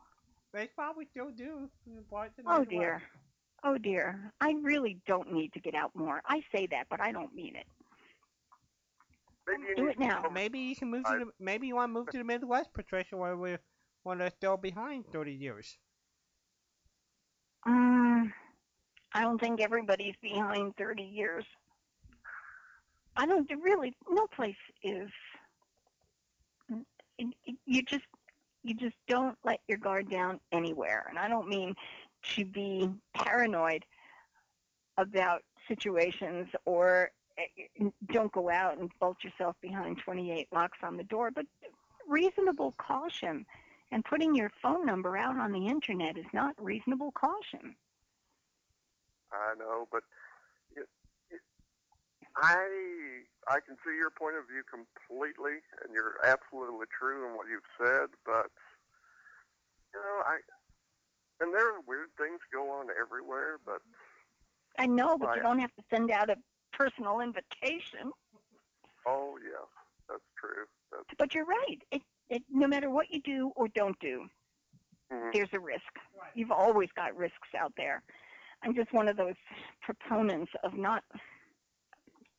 [SPEAKER 1] They probably still do. Brought to
[SPEAKER 2] Oh
[SPEAKER 1] Midwest.
[SPEAKER 2] dear. Oh dear. I really don't need to get out more. I say that, but I don't mean it.
[SPEAKER 3] Maybe you
[SPEAKER 2] Do
[SPEAKER 3] need
[SPEAKER 2] it now.
[SPEAKER 1] Maybe you can move to the. Maybe you want to move to the Midwest, Patricia, where we're when they're still behind 30 years.
[SPEAKER 2] Um, I don't think everybody's behind 30 years. I don't really. No place is. You just you just don't let your guard down anywhere, and I don't mean to be paranoid about situations or eh, don't go out and bolt yourself behind 28 locks on the door, but reasonable caution and putting your phone number out on the internet is not reasonable caution.
[SPEAKER 3] I know, but it, it, I I can see your point of view completely, and you're absolutely true in what you've said. But you know, I and there are weird things go on everywhere. But
[SPEAKER 2] I know, but you
[SPEAKER 3] Right.
[SPEAKER 2] don't have to send out a personal invitation.
[SPEAKER 3] oh yeah, that's true. That's
[SPEAKER 2] But you're right. It, it, no matter what you do or don't do,
[SPEAKER 3] Mhm.
[SPEAKER 2] there's a risk. You've always got risks out there. I'm just one of those proponents of not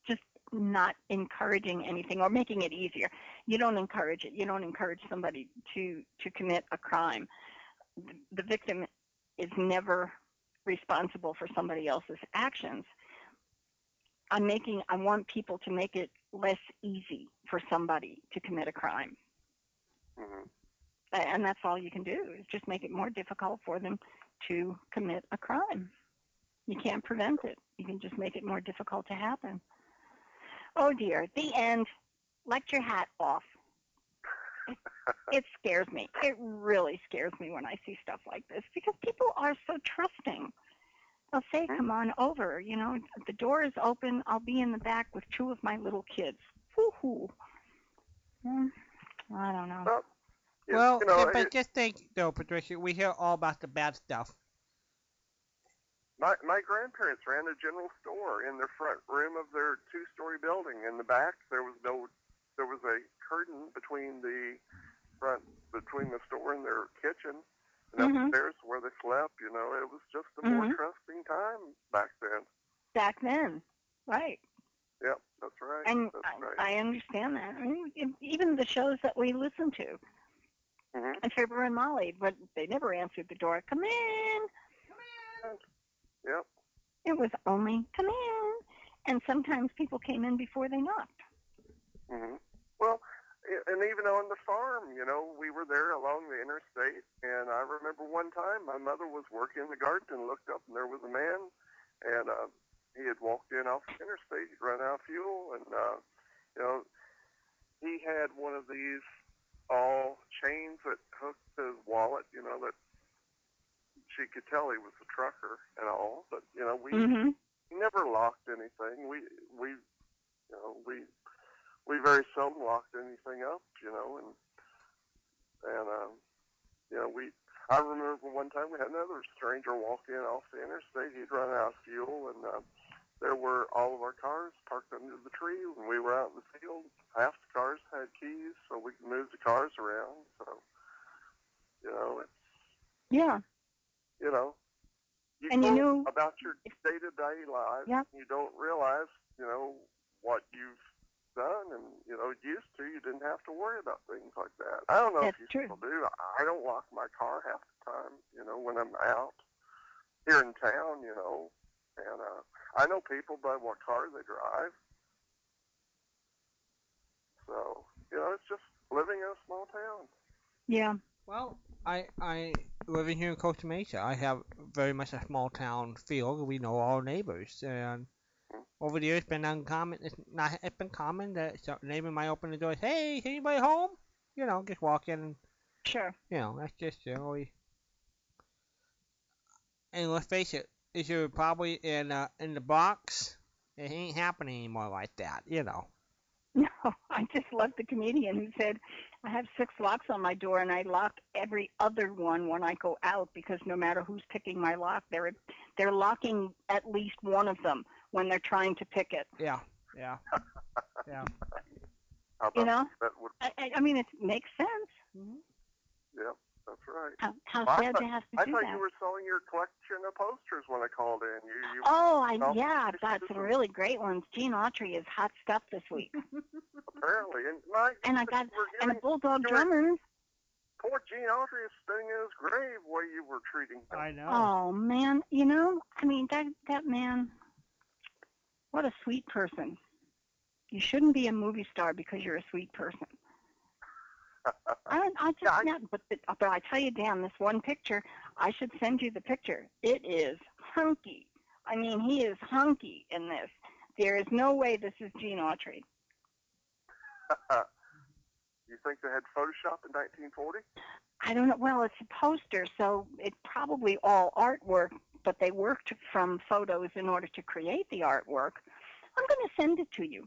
[SPEAKER 2] just not encouraging anything or making it easier. You don't encourage it. You don't encourage somebody to to commit a crime. The, the victim is never responsible for somebody else's actions. I'm making I want people to make it less easy for somebody to commit a crime.
[SPEAKER 3] Mhm.
[SPEAKER 2] A- And that's all you can do is just make it more difficult for them to commit a crime. You can't prevent it. You can just make it more difficult to happen. Oh dear, the end. Let your hat off. It, it scares me. It really scares me when I see stuff like this because people are so trusting. They'll say, come on over. You know, the door is open. I'll be in the back with two of my little kids. Woo-hoo. Hmm, I don't know.
[SPEAKER 3] Well, Yeah,
[SPEAKER 1] Well,
[SPEAKER 3] you know,
[SPEAKER 1] yeah, but
[SPEAKER 3] it-
[SPEAKER 1] just think, though, Patricia, we hear all about the bad stuff.
[SPEAKER 3] My my grandparents ran a general store in their front room of their two story building. In the back there was no there was a curtain between the front between the store and their kitchen. And
[SPEAKER 2] Mhm.
[SPEAKER 3] upstairs where they slept, you know, it was just a more
[SPEAKER 2] Mhm.
[SPEAKER 3] trusting time back then.
[SPEAKER 2] Back then, right.
[SPEAKER 3] Yep, that's right.
[SPEAKER 2] And
[SPEAKER 3] that's right.
[SPEAKER 2] I, I understand that. I mean, e- even the shows that we listen to,
[SPEAKER 3] Mhm.
[SPEAKER 2] and Fibber and Molly, but they never answered the door. Come in.
[SPEAKER 3] Yep.
[SPEAKER 2] It was only come in. And sometimes people came in before they knocked.
[SPEAKER 3] hmm Well, i- and even on the farm, you know, we were there along the interstate, and I remember one time my mother was working in the garden and looked up, and there was a man, and uh, he had walked in off the interstate, he'd run out of fuel, and uh, you know, he had one of these all chains that hooked to his wallet, you know, that she could tell he was a trucker and all, but you know, we
[SPEAKER 2] Mm-hmm.
[SPEAKER 3] never locked anything. We we you know we we very seldom locked anything up, you know, and and um, you know we. I remember one time we had another stranger walk in off the interstate. He'd run out of fuel, and uh, there were all of our cars parked under the tree when we were out in the field. Half the cars had keys, so we could move the cars around. So, you know, it's
[SPEAKER 2] Yeah.
[SPEAKER 3] you know. You
[SPEAKER 2] And you
[SPEAKER 3] go
[SPEAKER 2] knew-
[SPEAKER 3] about your day to day life.
[SPEAKER 2] Yep.
[SPEAKER 3] You don't realize, you know, what you've done, and you know, used to you didn't have to worry about things like that. I don't know
[SPEAKER 2] That's
[SPEAKER 3] if you
[SPEAKER 2] true.
[SPEAKER 3] still do. I don't lock my car half the time, you know, when I'm out here in town, you know, and uh, I know people by what car they drive. So you know, it's just living in a small town.
[SPEAKER 2] Yeah.
[SPEAKER 1] Well, I I living here in Costa Mesa, I have very much a small town feel. We know all neighbors, and over the years, it's been uncommon. It's not it's been common that some neighbor might open the door, "Hey, is anybody home?" You know, just walk in, and
[SPEAKER 2] Sure.
[SPEAKER 1] you know, that's just generally. And let's face it, if you're probably in uh, in the box, it ain't happening anymore like that. You know.
[SPEAKER 2] No, I just love the comedian who said, I have six locks on my door and I lock every other one when I go out because no matter who's picking my lock, they're they're locking at least one of them when they're trying to pick it.
[SPEAKER 1] Yeah. Yeah. Yeah.
[SPEAKER 3] How about
[SPEAKER 2] You know?
[SPEAKER 3] that would
[SPEAKER 2] I, I, I mean, it makes sense.
[SPEAKER 3] yeah, that's right.
[SPEAKER 2] How, how
[SPEAKER 3] Well, I
[SPEAKER 2] sad
[SPEAKER 3] thought-
[SPEAKER 2] to have to
[SPEAKER 3] I
[SPEAKER 2] do
[SPEAKER 3] thought
[SPEAKER 2] that.
[SPEAKER 3] you were selling your collection of posters when I called in. You, you
[SPEAKER 2] Oh, I,
[SPEAKER 3] Oh.
[SPEAKER 2] yeah, I've got some really great ones. Gene Autry is hot stuff this week,
[SPEAKER 3] apparently, and my
[SPEAKER 2] and I got
[SPEAKER 3] you were
[SPEAKER 2] and a
[SPEAKER 3] giving,
[SPEAKER 2] Bulldog
[SPEAKER 3] you were-
[SPEAKER 2] Drummond.
[SPEAKER 3] poor Gene Autry is sitting in his grave while you were treating him.
[SPEAKER 1] I know.
[SPEAKER 2] Oh man, you know, I mean that that man, what a sweet person. You shouldn't be a movie star because you're a sweet person. I don't, I just
[SPEAKER 3] Yeah, I-
[SPEAKER 2] not, but the, but I tell you, Dan, this one picture, I should send you the picture. It is hunky. I mean, he is hunky in this. There is no way this is Gene Autry.
[SPEAKER 3] you think they had Photoshop in 1940?
[SPEAKER 2] I don't know. Well, it's a poster, so it's probably all artwork, but they worked from photos in order to create the artwork. I'm going to send it to you.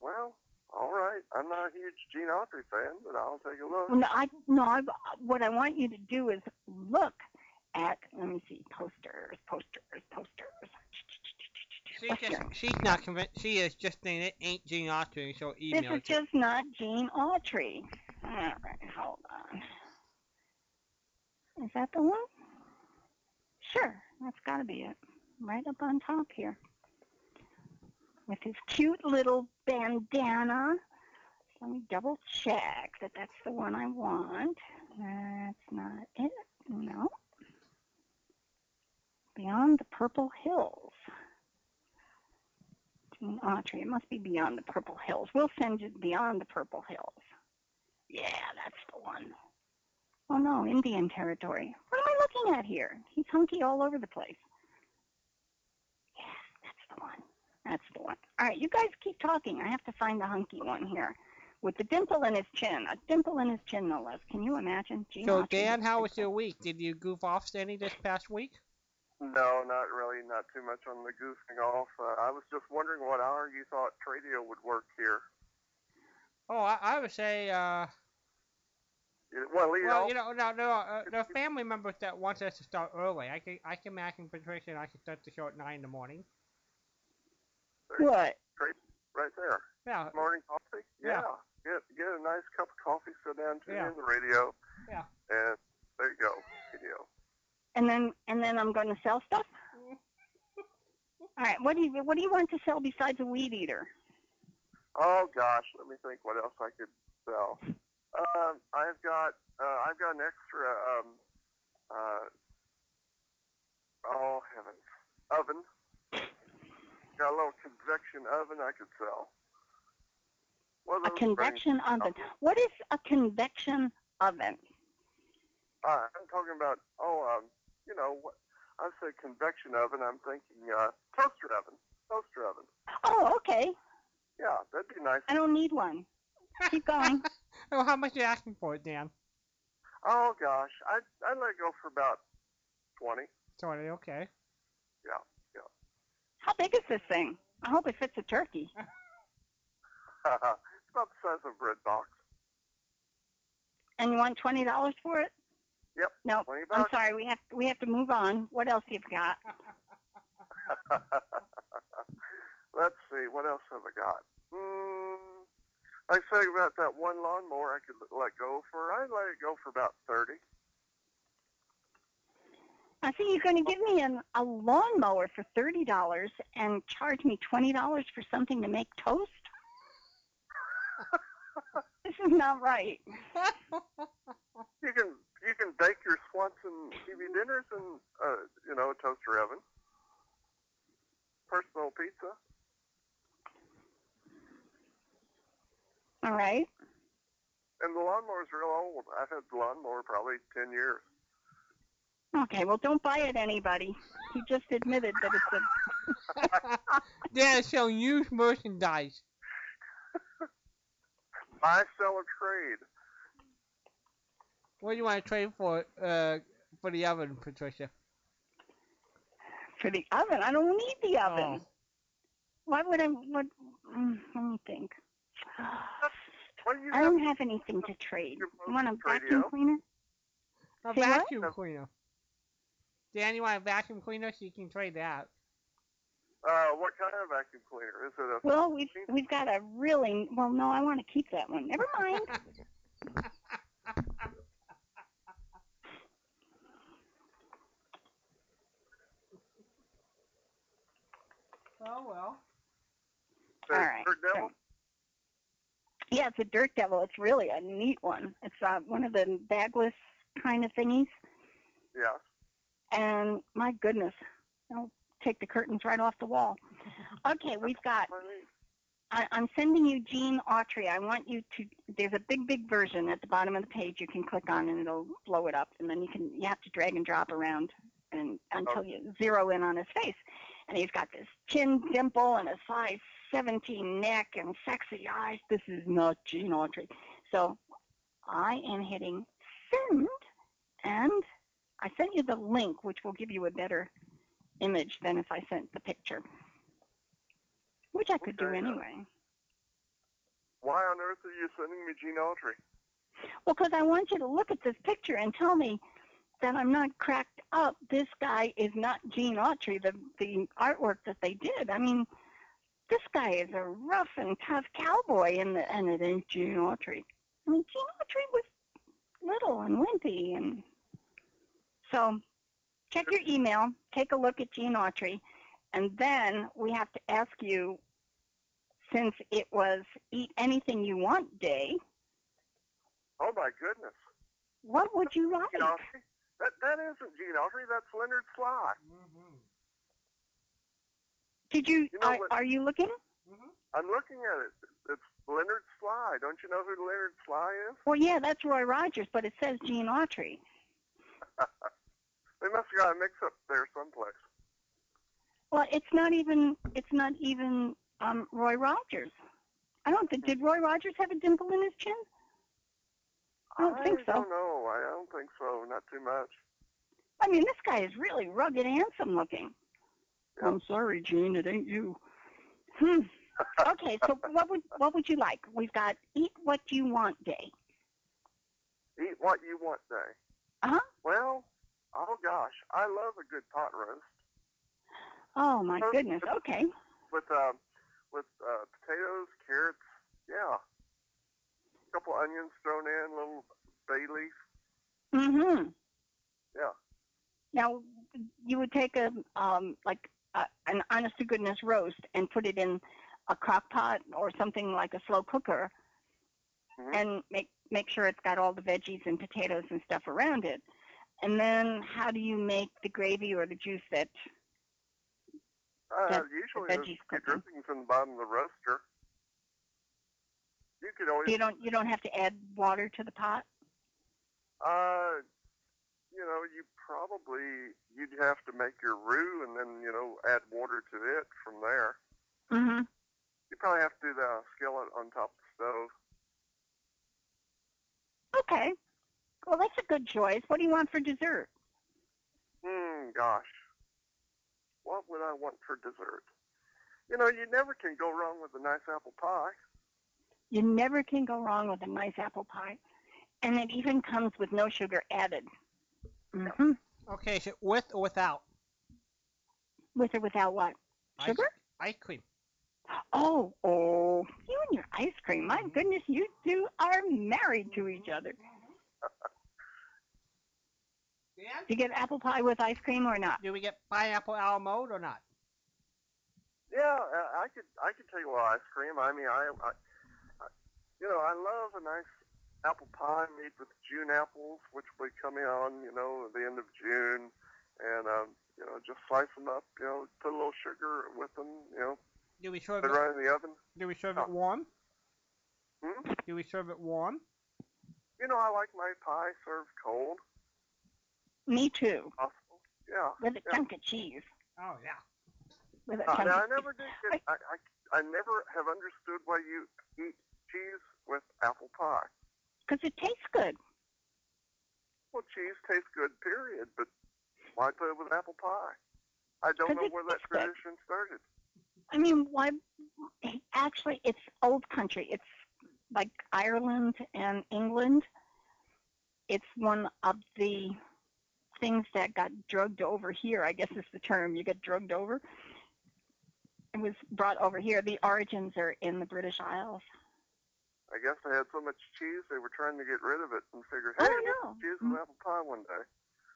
[SPEAKER 3] Well, all right. I'm not a huge Gene Autry fan, but I'll take a look.
[SPEAKER 2] No, I no. I, what I want you to do is look at. Let me see. Posters, posters, posters.
[SPEAKER 1] She
[SPEAKER 2] What's
[SPEAKER 1] just,
[SPEAKER 2] your-
[SPEAKER 1] she's not convinced. She is just saying it ain't Gene Autry, so
[SPEAKER 2] This
[SPEAKER 1] email
[SPEAKER 2] is
[SPEAKER 1] it. to-
[SPEAKER 2] just not Gene Autry. All right, hold on. Is that the one? Sure, that's got to be it. Right up on top here. With his cute little bandana. Let me double check that that's the one I want. That's not it. No. Beyond the Purple Hills. Gene Autry. It must be Beyond the Purple Hills. We'll send you Beyond the Purple Hills. Yeah, that's the one. Oh no, Indian territory. What am I looking at here? He's hunky all over the place. Yeah, that's the one. That's the one. All right, you guys keep talking. I have to find the hunky one here. With the dimple in his chin. A dimple in his chin, no less. Can you imagine? Gene
[SPEAKER 1] So
[SPEAKER 2] Autry
[SPEAKER 1] Dan,
[SPEAKER 2] with a
[SPEAKER 1] how was
[SPEAKER 2] dimple.
[SPEAKER 1] your week? Did you goof off any this past week?
[SPEAKER 3] No, not really. Not too much on the goofing off. Uh, I was just wondering what hour you thought Tradio would work here.
[SPEAKER 1] Oh, I, I would say, uh,
[SPEAKER 3] You- Well, you
[SPEAKER 1] well,
[SPEAKER 3] know,
[SPEAKER 1] you know, no, no, uh, there are family members that want us to start early. I can, I can, Mac and Patricia, and I can start the show at nine in the morning.
[SPEAKER 2] What?
[SPEAKER 3] right there.
[SPEAKER 1] Yeah,
[SPEAKER 3] Morning coffee.
[SPEAKER 1] Yeah.
[SPEAKER 3] Get get a nice cup of coffee. Sit down, tune
[SPEAKER 1] Yeah.
[SPEAKER 3] in the radio.
[SPEAKER 1] Yeah.
[SPEAKER 3] And there you go. Radio.
[SPEAKER 2] And then and then I'm going to sell stuff. All right. What do you What do you want to sell besides a weed eater?
[SPEAKER 3] Oh gosh, let me think. What else I could sell? Um, I've got uh, I've got an extra um, uh, oh heavens, oven. Got a little convection oven I could sell. One of
[SPEAKER 2] A
[SPEAKER 3] those things.
[SPEAKER 2] convection oven. What is a convection oven?
[SPEAKER 3] Uh, I'm talking about oh um, you know what I say convection oven. I'm thinking uh, toaster oven. Toaster oven.
[SPEAKER 2] Oh, okay.
[SPEAKER 3] Yeah, that'd be nice.
[SPEAKER 2] I don't need one. Keep going.
[SPEAKER 1] Oh, how much are you asking for it, Dan?
[SPEAKER 3] Oh gosh, I I'd let it go for about twenty.
[SPEAKER 1] Sorry, okay.
[SPEAKER 2] How big is this thing? I hope it fits a turkey.
[SPEAKER 3] it's about the size of a bread box.
[SPEAKER 2] And you want twenty dollars for it?
[SPEAKER 3] Yep.
[SPEAKER 2] No.
[SPEAKER 3] Twenty
[SPEAKER 2] I'm
[SPEAKER 3] bucks.
[SPEAKER 2] sorry. We have we have to move on. What else you've got?
[SPEAKER 3] Let's see, what else have I got? Mm, I say about that one lawnmower I could l- let go for. I'd let it go for about thirty.
[SPEAKER 2] I see you're going to give me an, a lawnmower for thirty dollars and charge me twenty dollars for something to make toast. this is not right.
[SPEAKER 3] You can you can bake your Swanson TV dinners in uh, you know a toaster oven. Personal pizza.
[SPEAKER 2] All right.
[SPEAKER 3] And the lawnmower's real old. I've had the lawnmower probably ten years.
[SPEAKER 2] Okay. Well, don't buy it, anybody. He just admitted that it's a.
[SPEAKER 1] Dan is selling used merchandise.
[SPEAKER 3] I sell or trade.
[SPEAKER 1] What do you want to trade for, uh, for the oven, Patricia?
[SPEAKER 2] For the oven, I don't need the
[SPEAKER 1] Oh.
[SPEAKER 2] oven. Why would I? What? mm, Let me think.
[SPEAKER 3] What do you
[SPEAKER 2] I
[SPEAKER 3] have?
[SPEAKER 2] don't have anything to trade.
[SPEAKER 3] Your
[SPEAKER 2] You want a vacuum
[SPEAKER 3] radio?
[SPEAKER 2] cleaner?
[SPEAKER 1] A
[SPEAKER 2] Say what?
[SPEAKER 1] vacuum cleaner. Dan, you want a vacuum cleaner? So you can trade that.
[SPEAKER 3] Uh, what kind of vacuum cleaner? Is it a
[SPEAKER 2] Well, we've we've got a really. Well, no, I want to keep that one. Never mind.
[SPEAKER 1] Oh, well.
[SPEAKER 3] Say,
[SPEAKER 2] All right.
[SPEAKER 3] Dirt Devil?
[SPEAKER 2] Yeah, it's a dirt devil. It's really a neat one. It's uh, one of the bagless kind of thingies.
[SPEAKER 3] Yes.
[SPEAKER 2] And my goodness, I'll take the curtains right off the wall. Okay, we've got. I, I'm sending you Gene Autry. I want you to. There's a big, big version at the bottom of the page. You can click on and it'll blow it up, and then you can. You have to drag and drop around, and until you zero in on his face. And he's got this chin dimple and a size 17 neck and sexy eyes. This is not Gene Autry. So I am hitting send, and I sent you the link, which will give you a better image than if I sent the picture, which I could do
[SPEAKER 3] Okay.
[SPEAKER 2] anyway.
[SPEAKER 3] Why on earth are you sending me Gene Autry?
[SPEAKER 2] Well, 'cause I want you to look at this picture and tell me that I'm not cracked up. This guy is not Gene Autry. The the artwork that they did. I mean, this guy is a rough and tough cowboy, and the, and it ain't Gene Autry. I mean, Gene Autry was little and wimpy, and So check your email, take a look at Gene Autry, and then we have to ask you, since it was Eat Anything You Want Day,
[SPEAKER 3] Oh my goodness.
[SPEAKER 2] what would you like?
[SPEAKER 3] Gene Autry? That that isn't Gene Autry. That's Leonard Sly.
[SPEAKER 2] Did you,
[SPEAKER 3] You know
[SPEAKER 2] are,
[SPEAKER 3] what-
[SPEAKER 2] are you looking?
[SPEAKER 3] I'm looking at it. It's Leonard Sly. Don't you know who Leonard Sly is?
[SPEAKER 2] Well, yeah, that's Roy Rogers, but it says Gene Autry.
[SPEAKER 3] They must have got a mix-up there someplace.
[SPEAKER 2] Well, it's not even, it's not even um, Roy Rogers. I don't think, did Roy Rogers have a dimple in his chin? I don't think so.
[SPEAKER 3] don't know. I don't think so. Not too much.
[SPEAKER 2] I mean, this guy is really rugged, handsome looking.
[SPEAKER 3] Yeah.
[SPEAKER 2] I'm sorry, Gene, it ain't you. Hmm. Okay, so what would what would you like? We've got Eat What You Want Day.
[SPEAKER 3] Eat what you want day.
[SPEAKER 2] Uh-huh.
[SPEAKER 3] Well, oh gosh, I love a good pot roast
[SPEAKER 2] Oh my
[SPEAKER 3] Sure.
[SPEAKER 2] goodness. Okay.
[SPEAKER 3] with um, with uh, potatoes, carrots, yeah, a couple onions thrown in, little bay leaf.
[SPEAKER 2] Mm-hmm.
[SPEAKER 3] Yeah.
[SPEAKER 2] Now you would take a um like a, an honest to goodness roast and put it in a crock pot or something like a slow cooker,
[SPEAKER 3] Mhm.
[SPEAKER 2] and make make sure it's got all the veggies and potatoes and stuff around it. And then how do you make the gravy or the juice that?
[SPEAKER 3] Uh,
[SPEAKER 2] That's the
[SPEAKER 3] usually there's
[SPEAKER 2] veggies
[SPEAKER 3] two
[SPEAKER 2] cooking.
[SPEAKER 3] drippings in the bottom of the roaster. You could always
[SPEAKER 2] You don't you don't have to add water to the pot.
[SPEAKER 3] Uh, you know, you probably you'd have to make your roux and then you know add water to it from there.
[SPEAKER 2] Mm-hmm.
[SPEAKER 3] You probably have to do the skillet on top of the stove.
[SPEAKER 2] Okay. Well, that's a good choice. What do you want for dessert?
[SPEAKER 3] Hmm, gosh, what would I want for dessert? You know, you never can go wrong with a nice apple pie.
[SPEAKER 2] You never can go wrong with a nice apple pie, and it even comes with no sugar added. Mm-hmm.
[SPEAKER 1] Okay, so with or without
[SPEAKER 2] With or without what?
[SPEAKER 1] ice-
[SPEAKER 2] Sugar?
[SPEAKER 1] ice cream?
[SPEAKER 2] Oh, oh, you and your ice cream. My
[SPEAKER 1] Mhm.
[SPEAKER 2] goodness, you two are married to each other.
[SPEAKER 1] Dan,
[SPEAKER 2] Do you get apple pie with ice cream or not?
[SPEAKER 1] do we get pineapple al mode or not?
[SPEAKER 3] Yeah, uh, I- I could I could take a little ice cream. I mean, I, I I- you know, I love a nice apple pie made with June apples, which will be coming on, you know, at the end of June, and um, you know, just slice them up, you know, put a little sugar with them, you know,
[SPEAKER 1] Do we serve
[SPEAKER 3] put it
[SPEAKER 1] it?
[SPEAKER 3] right in the oven.
[SPEAKER 1] Do we serve
[SPEAKER 3] Oh.
[SPEAKER 1] it warm?
[SPEAKER 3] Hmm?
[SPEAKER 1] Do we serve it warm?
[SPEAKER 3] You know, I like my pie served cold,
[SPEAKER 2] Me too.
[SPEAKER 3] possible. Yeah.
[SPEAKER 2] With a
[SPEAKER 3] Yeah.
[SPEAKER 2] chunk of cheese.
[SPEAKER 1] Oh yeah.
[SPEAKER 2] With a
[SPEAKER 3] Uh,
[SPEAKER 2] chunk.
[SPEAKER 3] now, I
[SPEAKER 2] of cheese.
[SPEAKER 3] never did get. I, I I never have understood why you eat cheese with apple pie.
[SPEAKER 2] 'Cause it tastes good.
[SPEAKER 3] Well, cheese tastes good, period. But why put it with apple pie? I don't
[SPEAKER 2] 'Cause
[SPEAKER 3] know
[SPEAKER 2] it
[SPEAKER 3] where that
[SPEAKER 2] tastes good.
[SPEAKER 3] tradition started.
[SPEAKER 2] I mean, why? Actually, it's old country. It's like Ireland and England. It's one of the things that got drugged over here. I guess is the term. You get drugged over. It was brought over here. The origins are in the British Isles.
[SPEAKER 3] I guess they had so much cheese they were trying to get rid of it and figured,
[SPEAKER 2] I
[SPEAKER 3] hey,
[SPEAKER 2] don't
[SPEAKER 3] let's
[SPEAKER 2] know.
[SPEAKER 3] cheese with apple pie one day.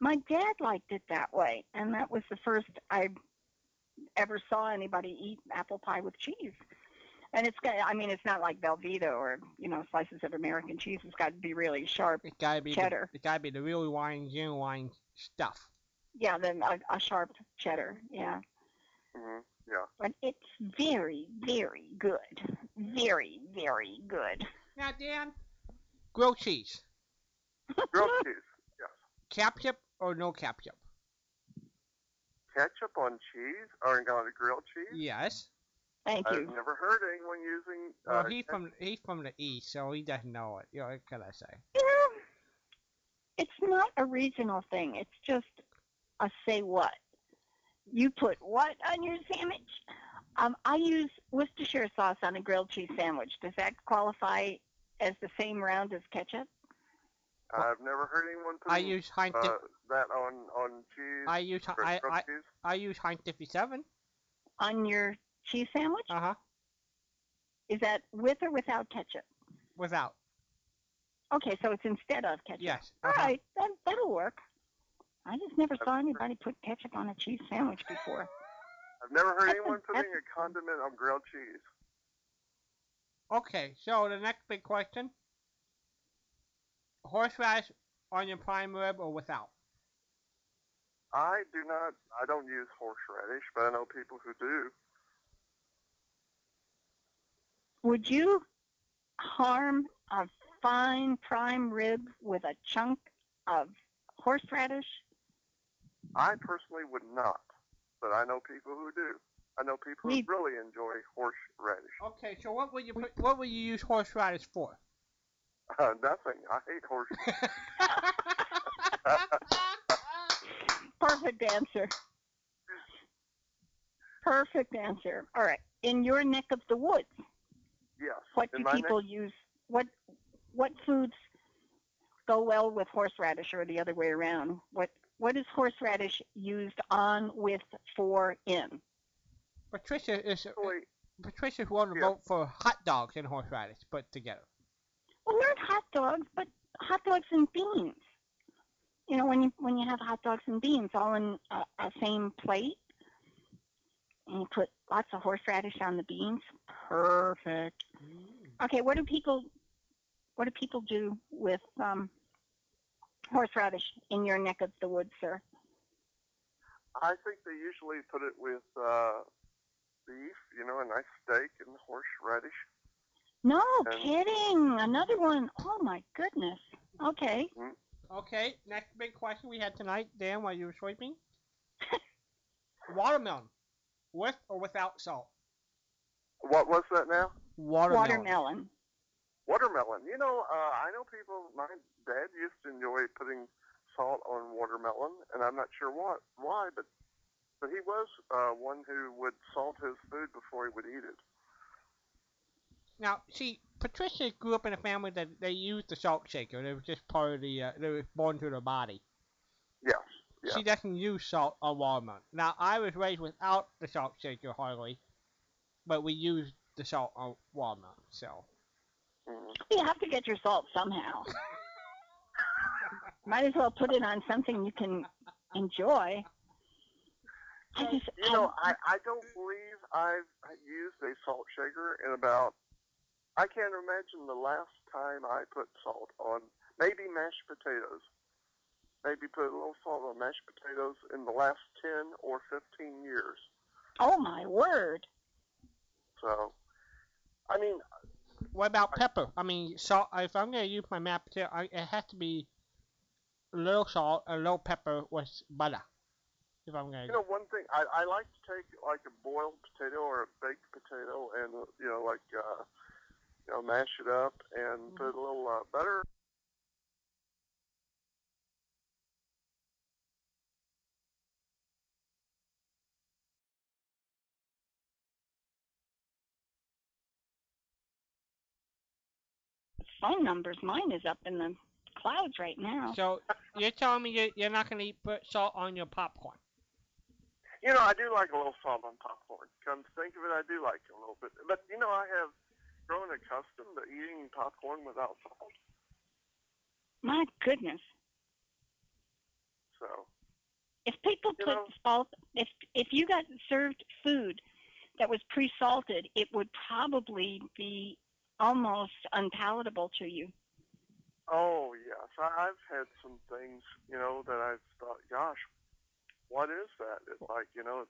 [SPEAKER 2] My dad liked it that way, and that was the first I ever saw anybody eat apple pie with cheese. And it's got—I mean, it's not like Velveeta or you know slices of American cheese. It's got to be really sharp.
[SPEAKER 1] It gotta be
[SPEAKER 2] Cheddar.
[SPEAKER 1] The, it gotta be the real wine, genuine stuff.
[SPEAKER 2] Yeah, then a, a sharp cheddar. Yeah,
[SPEAKER 3] hmm Yeah.
[SPEAKER 2] but it's very, very good. Very, very good.
[SPEAKER 1] Now Dan, grilled cheese,
[SPEAKER 3] Grilled cheese.
[SPEAKER 1] ketchup or no ketchup?
[SPEAKER 3] Ketchup on cheese or on grilled cheese?
[SPEAKER 1] Yes.
[SPEAKER 2] Thank
[SPEAKER 3] I've
[SPEAKER 2] you.
[SPEAKER 3] never heard anyone using.
[SPEAKER 1] Well,
[SPEAKER 3] uh,
[SPEAKER 1] he's from he's from the east, so he doesn't know it. You know, what can I say?
[SPEAKER 2] You know, it's not a regional thing. It's just a say what. You put what on your sandwich? Um, I use Worcestershire sauce on a grilled cheese sandwich. Does that qualify as the same round as ketchup?
[SPEAKER 3] I've never heard anyone put
[SPEAKER 1] I use Heinz.
[SPEAKER 3] uh, that on on cheese.
[SPEAKER 1] I use
[SPEAKER 3] or
[SPEAKER 1] I,
[SPEAKER 3] grilled
[SPEAKER 1] I
[SPEAKER 3] cheese.
[SPEAKER 1] I use Heinz 57.
[SPEAKER 2] On your cheese sandwich?
[SPEAKER 1] Uh huh.
[SPEAKER 2] Is that with or without ketchup?
[SPEAKER 1] Without.
[SPEAKER 2] Okay, so it's instead of ketchup.
[SPEAKER 1] Yes.
[SPEAKER 2] All
[SPEAKER 1] uh-huh.
[SPEAKER 2] right, that, that'll work. I just never saw anybody put ketchup on a cheese sandwich before.
[SPEAKER 3] I've never heard
[SPEAKER 2] That's a-
[SPEAKER 3] anyone putting
[SPEAKER 2] that's-
[SPEAKER 3] a condiment on grilled cheese.
[SPEAKER 1] Uh-huh. Okay, so the next big question: horseradish on your prime rib or without?
[SPEAKER 3] I do not. I don't use horseradish, but I know people who do.
[SPEAKER 2] Would you harm a fine prime rib with a chunk of horseradish?
[SPEAKER 3] I personally would not, but I know people who do. I know people
[SPEAKER 2] We-
[SPEAKER 3] who really enjoy horseradish.
[SPEAKER 1] Okay, so what would you put, what would you use horseradish for?
[SPEAKER 3] Uh, nothing. I hate horseradish.
[SPEAKER 2] Perfect answer. Perfect answer. All right. In your neck of the woods,
[SPEAKER 3] yes.
[SPEAKER 2] what
[SPEAKER 3] In
[SPEAKER 2] do
[SPEAKER 3] my neck-
[SPEAKER 2] people use? What what foods go well with horseradish, or the other way around? What what is horseradish used on, with, for, in?
[SPEAKER 1] Patricia is
[SPEAKER 3] Actually,
[SPEAKER 1] Patricia's willing to
[SPEAKER 3] Yeah.
[SPEAKER 1] vote for hot dogs and horseradish put together.
[SPEAKER 2] Well, not hot dogs, but hot dogs and beans. You know, when you when you have hot dogs and beans all in a, a same plate, and you put lots of horseradish on the beans, perfect. Okay, what do people what do people do with um, horseradish in your neck of the woods, sir?
[SPEAKER 3] I think they usually put it with uh, beef, you know, a nice steak and horseradish.
[SPEAKER 2] No
[SPEAKER 3] Um,
[SPEAKER 2] kidding. Another one. Oh my goodness. Okay.
[SPEAKER 1] Okay, next big question we had tonight, Dan, while you were sleeping. Watermelon, with or without salt?
[SPEAKER 3] What was that now?
[SPEAKER 1] Watermelon.
[SPEAKER 2] Watermelon.
[SPEAKER 3] Watermelon. You know, uh, I know people. My dad used to enjoy putting salt on watermelon, and I'm not sure what, why, but but he was uh, one who would salt his food before he would eat it.
[SPEAKER 1] Now, see, Patricia grew up in a family that they used the salt shaker. They were just part of the, uh, they were born to their body.
[SPEAKER 3] Yes. Yeah.
[SPEAKER 1] She doesn't use salt on watermelon. Now, I was raised without the salt shaker hardly, but we used the salt on watermelon, so.
[SPEAKER 3] Mm.
[SPEAKER 2] You have to get your salt somehow. Might as well put it on something you can enjoy. I just,
[SPEAKER 3] You know, I, I don't believe I've used a salt shaker in about. I can't imagine the last time I put salt on maybe mashed potatoes. Maybe put a little salt on mashed potatoes in the last ten or fifteen years.
[SPEAKER 2] oh my word.
[SPEAKER 3] So, I mean,
[SPEAKER 1] What about pepper? I mean, salt. If I'm gonna use my map, here, I, it has to be a little salt, a little pepper with butter. If I'm gonna,
[SPEAKER 3] you know, one thing I, I like to take like a boiled potato or a baked potato, and you know, like uh, you know, mash it up and
[SPEAKER 1] Mm-hmm.
[SPEAKER 3] put a little uh, butter.
[SPEAKER 2] Phone numbers. Mine is up in the clouds right now.
[SPEAKER 1] so you're telling me you're, you're not gonna eat, put salt on your popcorn?
[SPEAKER 3] You know, I do like a little salt on popcorn. Come to think of it, I do like it a little bit. But you know, I have grown accustomed to eating popcorn without salt.
[SPEAKER 2] My goodness.
[SPEAKER 3] So
[SPEAKER 2] If people
[SPEAKER 3] You
[SPEAKER 2] put
[SPEAKER 3] know-
[SPEAKER 2] salt, if if you got served food that was pre-salted, it would probably be almost unpalatable to you.
[SPEAKER 3] Oh yes, I, I've had some things, you know, that I've thought, gosh, what is that? It's like, you know,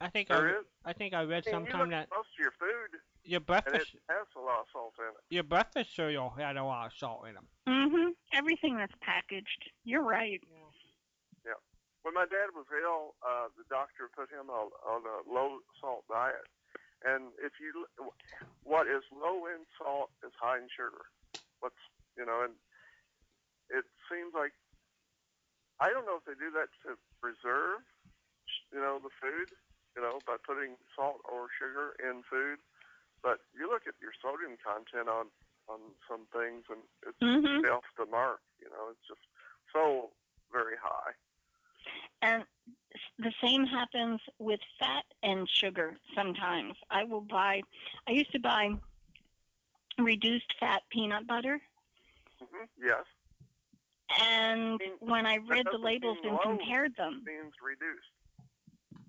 [SPEAKER 1] I think I,
[SPEAKER 3] there is.
[SPEAKER 1] I think I read
[SPEAKER 3] I mean, you
[SPEAKER 1] sometime
[SPEAKER 3] look
[SPEAKER 1] that
[SPEAKER 3] close to your food,
[SPEAKER 1] your
[SPEAKER 3] and it
[SPEAKER 1] breakfast
[SPEAKER 3] has a lot of salt in it.
[SPEAKER 1] your breakfast cereal had a lot of salt in them.
[SPEAKER 2] Mhm. Everything that's packaged. You're right.
[SPEAKER 3] When my dad was ill, uh, the doctor put him on, on a low salt diet, and if you, l- what is low in salt is high in sugar. What's you know, and it seems like I don't know if they do that to preserve, you know, the food, you know, by putting salt or sugar in food. But you look at your sodium content on on some things, and it's
[SPEAKER 2] Mhm.
[SPEAKER 3] off the mark. You know, it's just so very high.
[SPEAKER 2] And the same happens with fat and sugar sometimes. I will buy, I used to buy reduced fat peanut butter,
[SPEAKER 3] Mm-hmm. hmm Yes.
[SPEAKER 2] And when I read the labels and compared them,
[SPEAKER 3] Seems reduced.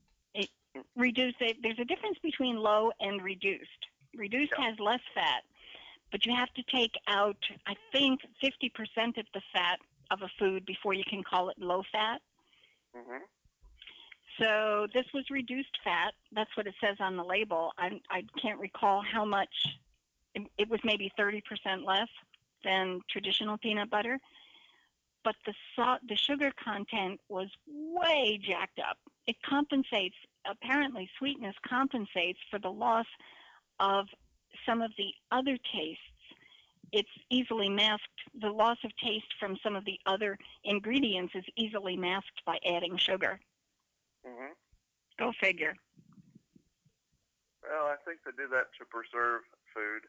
[SPEAKER 2] reduce it. There's a difference between low and reduced. Reduced
[SPEAKER 3] Yeah.
[SPEAKER 2] has less fat, but you have to take out, I think, 50% of the fat of a food before you can call it low fat.
[SPEAKER 3] hmm
[SPEAKER 2] So this was reduced fat. That's what it says on the label. I, I can't recall how much. It, it was maybe 30% less than traditional peanut butter, but the salt, the sugar content was way jacked up. It compensates. Apparently, sweetness compensates for the loss of some of the other tastes. It's easily masked. The loss of taste from some of the other ingredients is easily masked by adding sugar.
[SPEAKER 3] hmm
[SPEAKER 2] Go figure.
[SPEAKER 3] Well, I think they do that to preserve food,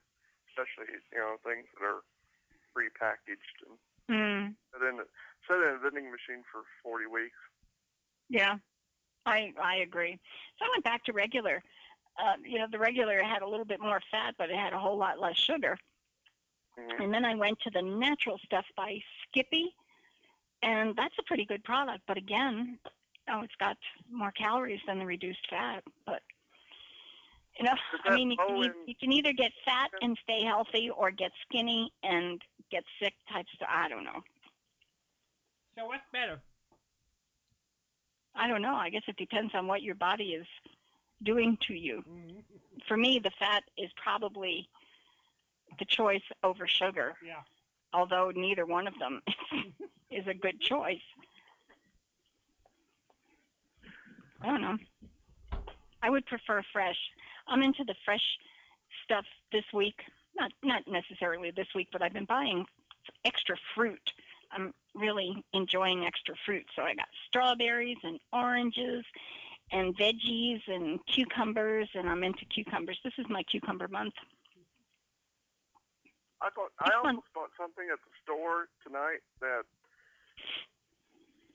[SPEAKER 3] especially you know things that are prepackaged and
[SPEAKER 2] Mm,
[SPEAKER 3] set in set in a vending machine for 40 weeks.
[SPEAKER 2] yeah, I I agree. So I went back to regular. Uh, you know, the regular had a little bit more fat, but it had a whole lot less sugar.
[SPEAKER 3] hmm
[SPEAKER 2] And then I went to the natural stuff by Skippy, and that's a pretty good product. But again, oh, it's got more calories than the reduced fat. But you know,
[SPEAKER 3] Is
[SPEAKER 2] I
[SPEAKER 3] that
[SPEAKER 2] mean, you can,
[SPEAKER 3] low
[SPEAKER 2] you,
[SPEAKER 3] in-
[SPEAKER 2] you can either get fat and stay healthy, or get skinny and get sick. Type stuff. I don't know.
[SPEAKER 1] So what's better?
[SPEAKER 2] I don't know. I guess it depends on what your body is doing to you.
[SPEAKER 1] Mhm.
[SPEAKER 2] For me, the fat is probably the choice over sugar,
[SPEAKER 1] Yeah.
[SPEAKER 2] although neither one of them is a good choice. I don't know. I would prefer fresh. I'm into the fresh stuff this week. Not not necessarily this week, but I've been buying extra fruit. I'm really enjoying extra fruit. So I got strawberries and oranges and veggies and cucumbers and I'm into cucumbers. This is my cucumber month.
[SPEAKER 3] I bought. I
[SPEAKER 2] Excellent.
[SPEAKER 3] almost bought something at the store tonight that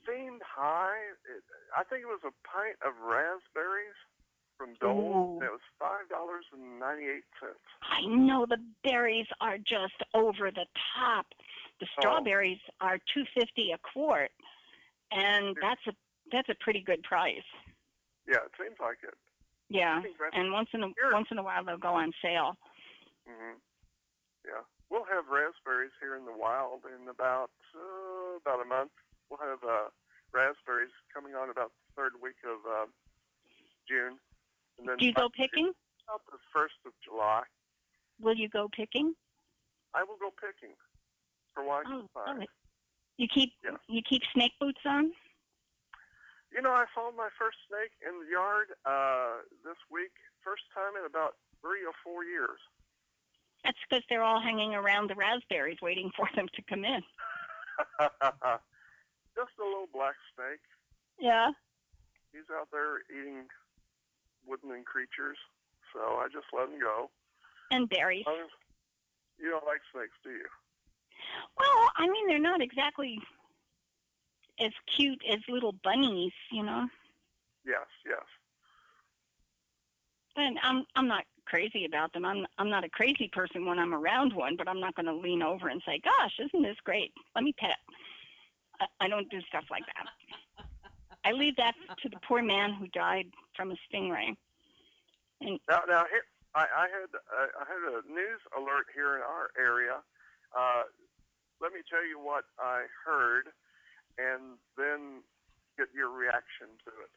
[SPEAKER 3] seemed high. It, I think it was a pint of raspberries from Dole.
[SPEAKER 2] Ooh.
[SPEAKER 3] and It was five dollars and ninety-eight cents.
[SPEAKER 2] I know the berries are just over the top. The
[SPEAKER 3] Oh.
[SPEAKER 2] strawberries are 250 a quart and that's a that's a pretty good price.
[SPEAKER 3] Yeah, it seems like it.
[SPEAKER 2] Yeah.
[SPEAKER 3] I think rasp-
[SPEAKER 2] And once in a
[SPEAKER 3] Sure.
[SPEAKER 2] once in a while they'll go on sale.
[SPEAKER 3] hmm Yeah, we'll have raspberries here in the wild in about uh, about a month. We'll have uh, raspberries coming on about the third week of uh, June, and then
[SPEAKER 2] Do you go picking?
[SPEAKER 3] about the first of July.
[SPEAKER 2] Will you go picking?
[SPEAKER 3] I will go picking for
[SPEAKER 2] Oh,
[SPEAKER 3] Washington.
[SPEAKER 2] all right. You keep
[SPEAKER 3] Yeah.
[SPEAKER 2] you keep snake boots on?
[SPEAKER 3] You know, I saw my first snake in the yard uh, this week, first time in about three or four years.
[SPEAKER 2] That's because they're all hanging around the raspberries waiting for them to come in.
[SPEAKER 3] Just a little black snake.
[SPEAKER 2] Yeah.
[SPEAKER 3] he's out there eating woodland creatures, so I just let him go.
[SPEAKER 2] And berries.
[SPEAKER 3] I was- You don't like snakes, do you?
[SPEAKER 2] Well, I mean, they're not exactly as cute as little bunnies, you know.
[SPEAKER 3] Yes, yes.
[SPEAKER 2] But I'm I'm not crazy about them. I'm I'm not a crazy person when I'm around one, but I'm not going to lean over and say, "Gosh, isn't this great? Let me pet." it." I, I don't do stuff like that. I leave that to the poor man who died from a stingray. And
[SPEAKER 3] Now, now here, I, I had uh, I had a news alert here in our area. Uh, let me tell you what I heard, and then get your reaction to it.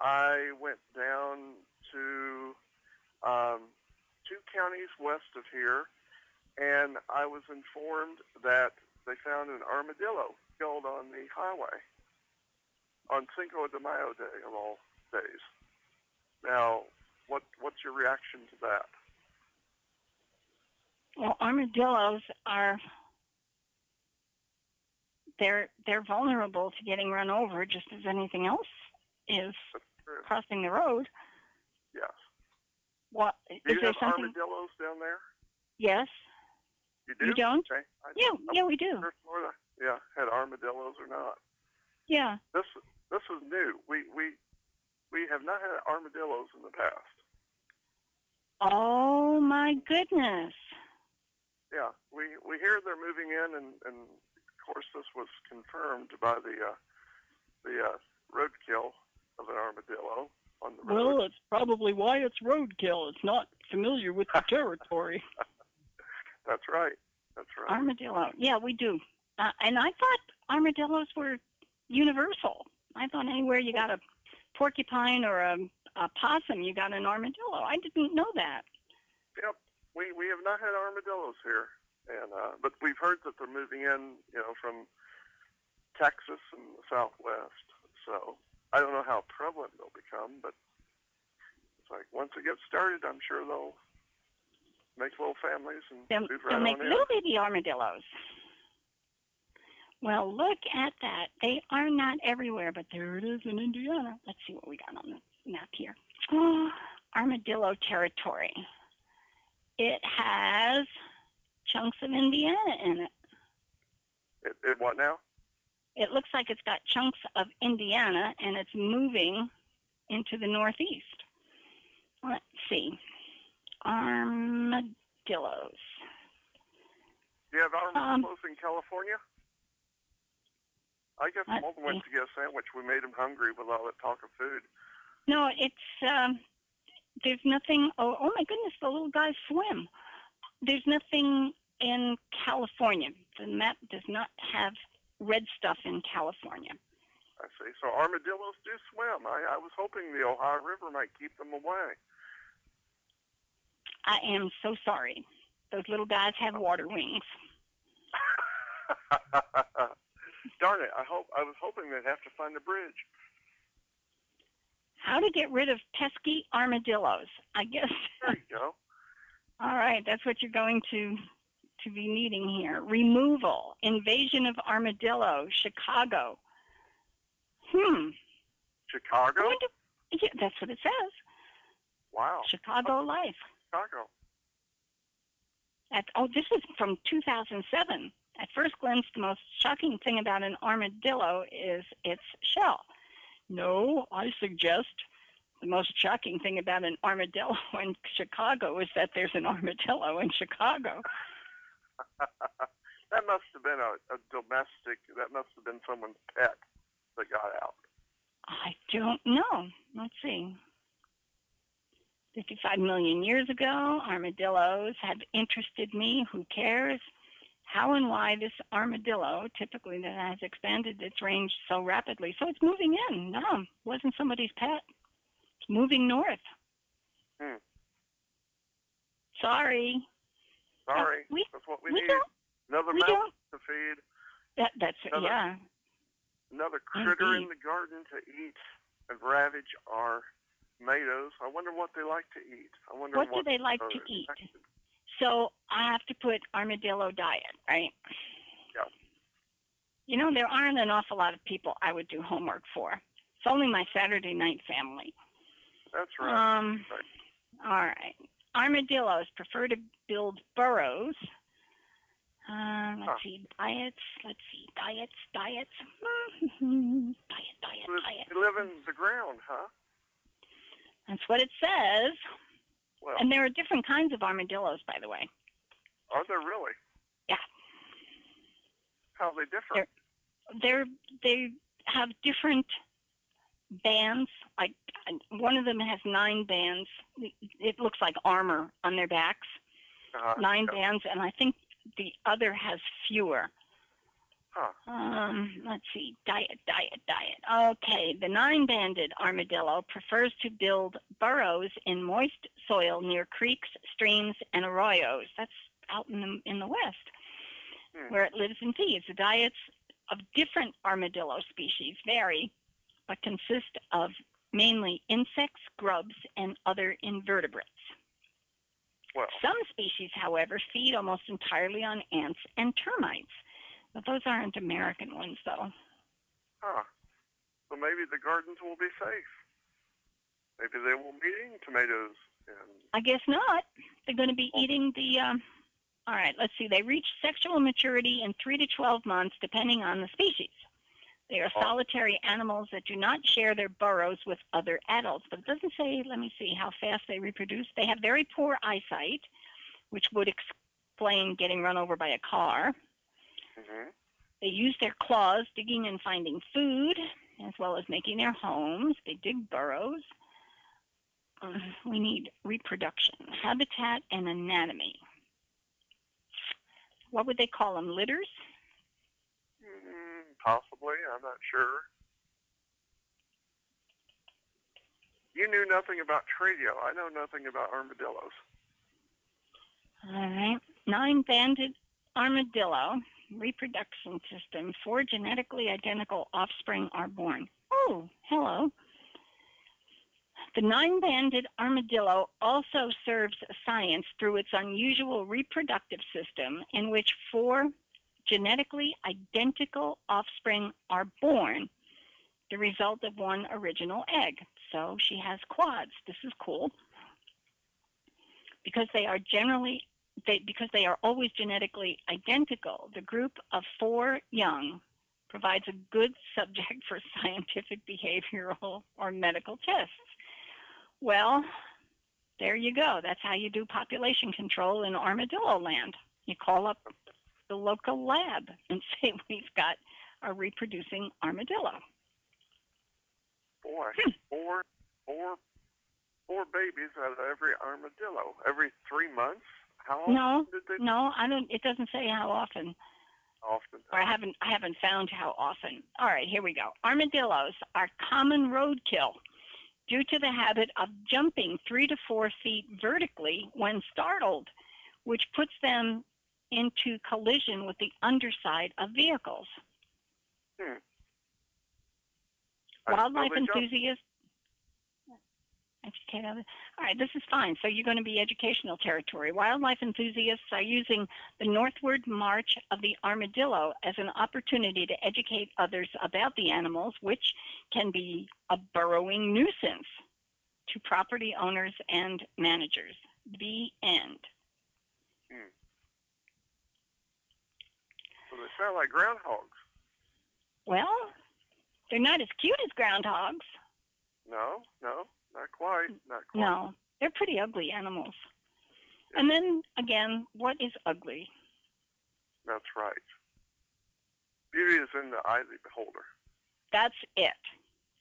[SPEAKER 3] I went down to um, two counties west of here, and I was informed that they found an armadillo killed on the highway on Cinco de Mayo Day of all days. Now, what what's your reaction to that?
[SPEAKER 2] Well, armadillos are they're they're vulnerable to getting run over just as anything else is
[SPEAKER 3] True.
[SPEAKER 2] crossing the road.
[SPEAKER 3] Yes.
[SPEAKER 2] What
[SPEAKER 3] Do
[SPEAKER 2] is
[SPEAKER 3] you
[SPEAKER 2] there
[SPEAKER 3] have
[SPEAKER 2] something?
[SPEAKER 3] armadillos down there?
[SPEAKER 2] Yes,
[SPEAKER 3] You do?
[SPEAKER 2] you don't?
[SPEAKER 3] Okay. I
[SPEAKER 2] Yeah,
[SPEAKER 3] didn't know
[SPEAKER 2] yeah, we do.
[SPEAKER 3] whether Florida, yeah, had armadillos or not.
[SPEAKER 2] Yeah,
[SPEAKER 3] This this is new. We we we have not had armadillos in the past.
[SPEAKER 2] Oh my goodness.
[SPEAKER 3] Yeah. We we hear they're moving in and and course, this was confirmed by the uh, the uh, roadkill of an armadillo on the road.
[SPEAKER 4] Well, it's probably why it's roadkill. It's not familiar with the territory.
[SPEAKER 3] That's right. That's right.
[SPEAKER 2] Armadillo. Yeah, we do. Uh, and I thought armadillos were universal. I thought anywhere you got a porcupine or a, a possum, you got an armadillo. I didn't know that.
[SPEAKER 3] we we have not had armadillos here, and uh, but we've heard that they're moving in, you know, from Texas and the Southwest. So I don't know how prevalent they'll become, but it's like once it gets started, I'm sure they'll make little families and
[SPEAKER 2] They'll,
[SPEAKER 3] move
[SPEAKER 2] they'll
[SPEAKER 3] right
[SPEAKER 2] make
[SPEAKER 3] on in.
[SPEAKER 2] little baby armadillos. Well, look at that. They are not everywhere, but there it is in Indiana. Let's see what we got on the map here. Oh, armadillo territory. It has chunks of Indiana in it.
[SPEAKER 3] It, it what now?
[SPEAKER 2] It looks like it's got chunks of Indiana and it's moving into the northeast. Let's see. Armadillos.
[SPEAKER 3] Do you have
[SPEAKER 2] Um,
[SPEAKER 3] armadillos in California? I guess
[SPEAKER 2] let's
[SPEAKER 3] Walton went to get a sandwich. We made him hungry with all that talk of food.
[SPEAKER 2] No, it's um, there's nothing. Oh, oh my goodness, the little guys swim. There's nothing in California. The map does not have red stuff in California.
[SPEAKER 3] I see. So armadillos do swim. I, I was hoping the Ohio River might keep them away.
[SPEAKER 2] I am so sorry. Those little guys have water wings.
[SPEAKER 3] Darn it! I hope I was hoping they'd have to find a bridge.
[SPEAKER 2] How to get rid of pesky armadillos? I guess.
[SPEAKER 3] There you go.
[SPEAKER 2] All right, that's what you're going to to be needing here. Removal, invasion of armadillo, Chicago. Hmm. I
[SPEAKER 3] Chicago.
[SPEAKER 2] wonder, yeah, that's what it says.
[SPEAKER 3] Wow.
[SPEAKER 2] Chicago Life.
[SPEAKER 3] Chicago.
[SPEAKER 2] At, oh, this is from 2007. At first glance, the most shocking thing about an armadillo is its shell.
[SPEAKER 4] No, I suggest.
[SPEAKER 2] The most shocking thing about an armadillo in Chicago is that there's an armadillo in Chicago.
[SPEAKER 3] that must have been a, a domestic. That must have been someone's pet that got out.
[SPEAKER 2] I don't know. Let's see. 55 million years ago, armadillos have interested me. Who cares? How and why this armadillo, typically that has expanded its range so rapidly. So it's moving in. No, wasn't somebody's pet. It's moving north.
[SPEAKER 3] Hmm.
[SPEAKER 2] Sorry.
[SPEAKER 3] Sorry.
[SPEAKER 2] we-
[SPEAKER 3] That's what we,
[SPEAKER 2] we
[SPEAKER 3] need.
[SPEAKER 2] don't-
[SPEAKER 3] Another
[SPEAKER 2] we
[SPEAKER 3] mouse
[SPEAKER 2] don't.
[SPEAKER 3] to feed.
[SPEAKER 2] That, that's,
[SPEAKER 3] No, no.
[SPEAKER 2] yeah.
[SPEAKER 3] Another critter in the garden to eat and ravage our tomatoes. I wonder what they like to eat. I wonder
[SPEAKER 2] What
[SPEAKER 3] what,
[SPEAKER 2] do they like to
[SPEAKER 3] are
[SPEAKER 2] eat?
[SPEAKER 3] affected.
[SPEAKER 2] So I have to put armadillo diet, right?
[SPEAKER 3] Yeah.
[SPEAKER 2] You know, there aren't an awful lot of people I would do homework for. It's only my Saturday night family.
[SPEAKER 3] That's right.
[SPEAKER 2] Um,
[SPEAKER 3] Right.
[SPEAKER 2] All right. Armadillos prefer to build burrows. Uh, let's
[SPEAKER 3] Huh.
[SPEAKER 2] see, diets. Let's see, diets, diets. diet, diet,
[SPEAKER 3] They-
[SPEAKER 2] diet.
[SPEAKER 3] they live in the ground, huh?
[SPEAKER 2] That's what it says.
[SPEAKER 3] Well,
[SPEAKER 2] And there are different kinds of armadillos, by the way.
[SPEAKER 3] are they really?
[SPEAKER 2] Yeah.
[SPEAKER 3] How they differ?
[SPEAKER 2] they're they have different bands like one of them has nine bands it looks like armor on their backs
[SPEAKER 3] Uh,
[SPEAKER 2] nine
[SPEAKER 3] yeah.
[SPEAKER 2] bands and i think the other has fewer
[SPEAKER 3] Huh.
[SPEAKER 2] um, let's see diet diet diet okay the nine banded armadillo prefers to build burrows in moist soil near creeks streams and arroyos that's out in the in the west
[SPEAKER 3] Hmm.
[SPEAKER 2] where it lives and feeds. The diets of different armadillo species vary, but consist of mainly insects, grubs, and other invertebrates.
[SPEAKER 3] Well,
[SPEAKER 2] Some species, however, feed almost entirely on ants and termites. But those aren't American ones, though.
[SPEAKER 3] huh. So maybe the gardens will be safe. Maybe they will be eating tomatoes and
[SPEAKER 2] I guess not. They're going to be eating the. Um, all right, let's see. They reach sexual maturity in 3 to 12 months, depending on the species. They are
[SPEAKER 3] Oh.
[SPEAKER 2] solitary animals that do not share their burrows with other adults. But it doesn't say, let me see, how fast they reproduce. They have very poor eyesight, which would explain getting run over by a car.
[SPEAKER 3] hmm
[SPEAKER 2] They use their claws digging and finding food, as well as making their homes. They dig burrows. Uh, We need reproduction, habitat, and anatomy. What would they call them? Litters?
[SPEAKER 3] Mm, possibly, I'm not sure. You knew nothing about Tradio. I know nothing about armadillos.
[SPEAKER 2] All right. Nine banded armadillo reproduction system. Four genetically identical offspring are born. Oh, hello. The nine banded armadillo also serves science through its unusual reproductive system, in which four genetically identical offspring are born, the result of one original egg. So she has quads. This is cool because they are generally they because they are always genetically identical the group of four young provides a good subject for scientific behavioral or medical tests well there you go that's how you do population control in armadillo land you call up the local lab and say we've got a reproducing armadillo
[SPEAKER 3] Boy,
[SPEAKER 2] Hmm.
[SPEAKER 3] four, four, four babies out of every armadillo every three months. How often
[SPEAKER 2] no
[SPEAKER 3] did they?
[SPEAKER 2] no i don't it doesn't say how often
[SPEAKER 3] Often.
[SPEAKER 2] or I haven't I haven't found how often. All right, here we go. Armadillos are common roadkill due to the habit of jumping three to four feet vertically when startled, which puts them into collision with the underside of vehicles.
[SPEAKER 3] Hmm. I still
[SPEAKER 2] Wildlife
[SPEAKER 3] think I'm-
[SPEAKER 2] enthusiasts. Educate others. All right, this is fine. So you're going to be educational territory. Wildlife enthusiasts are using the northward march of the armadillo as an opportunity to educate others about the animals, which can be a burrowing nuisance to property owners and managers. The end.
[SPEAKER 3] Well, they sound like groundhogs.
[SPEAKER 2] Well, they're not as cute as groundhogs.
[SPEAKER 3] No, no, not quite, not quite.
[SPEAKER 2] No, they're pretty ugly animals. And then again, what is ugly?
[SPEAKER 3] That's right. Beauty is in the eye of the beholder.
[SPEAKER 2] That's it.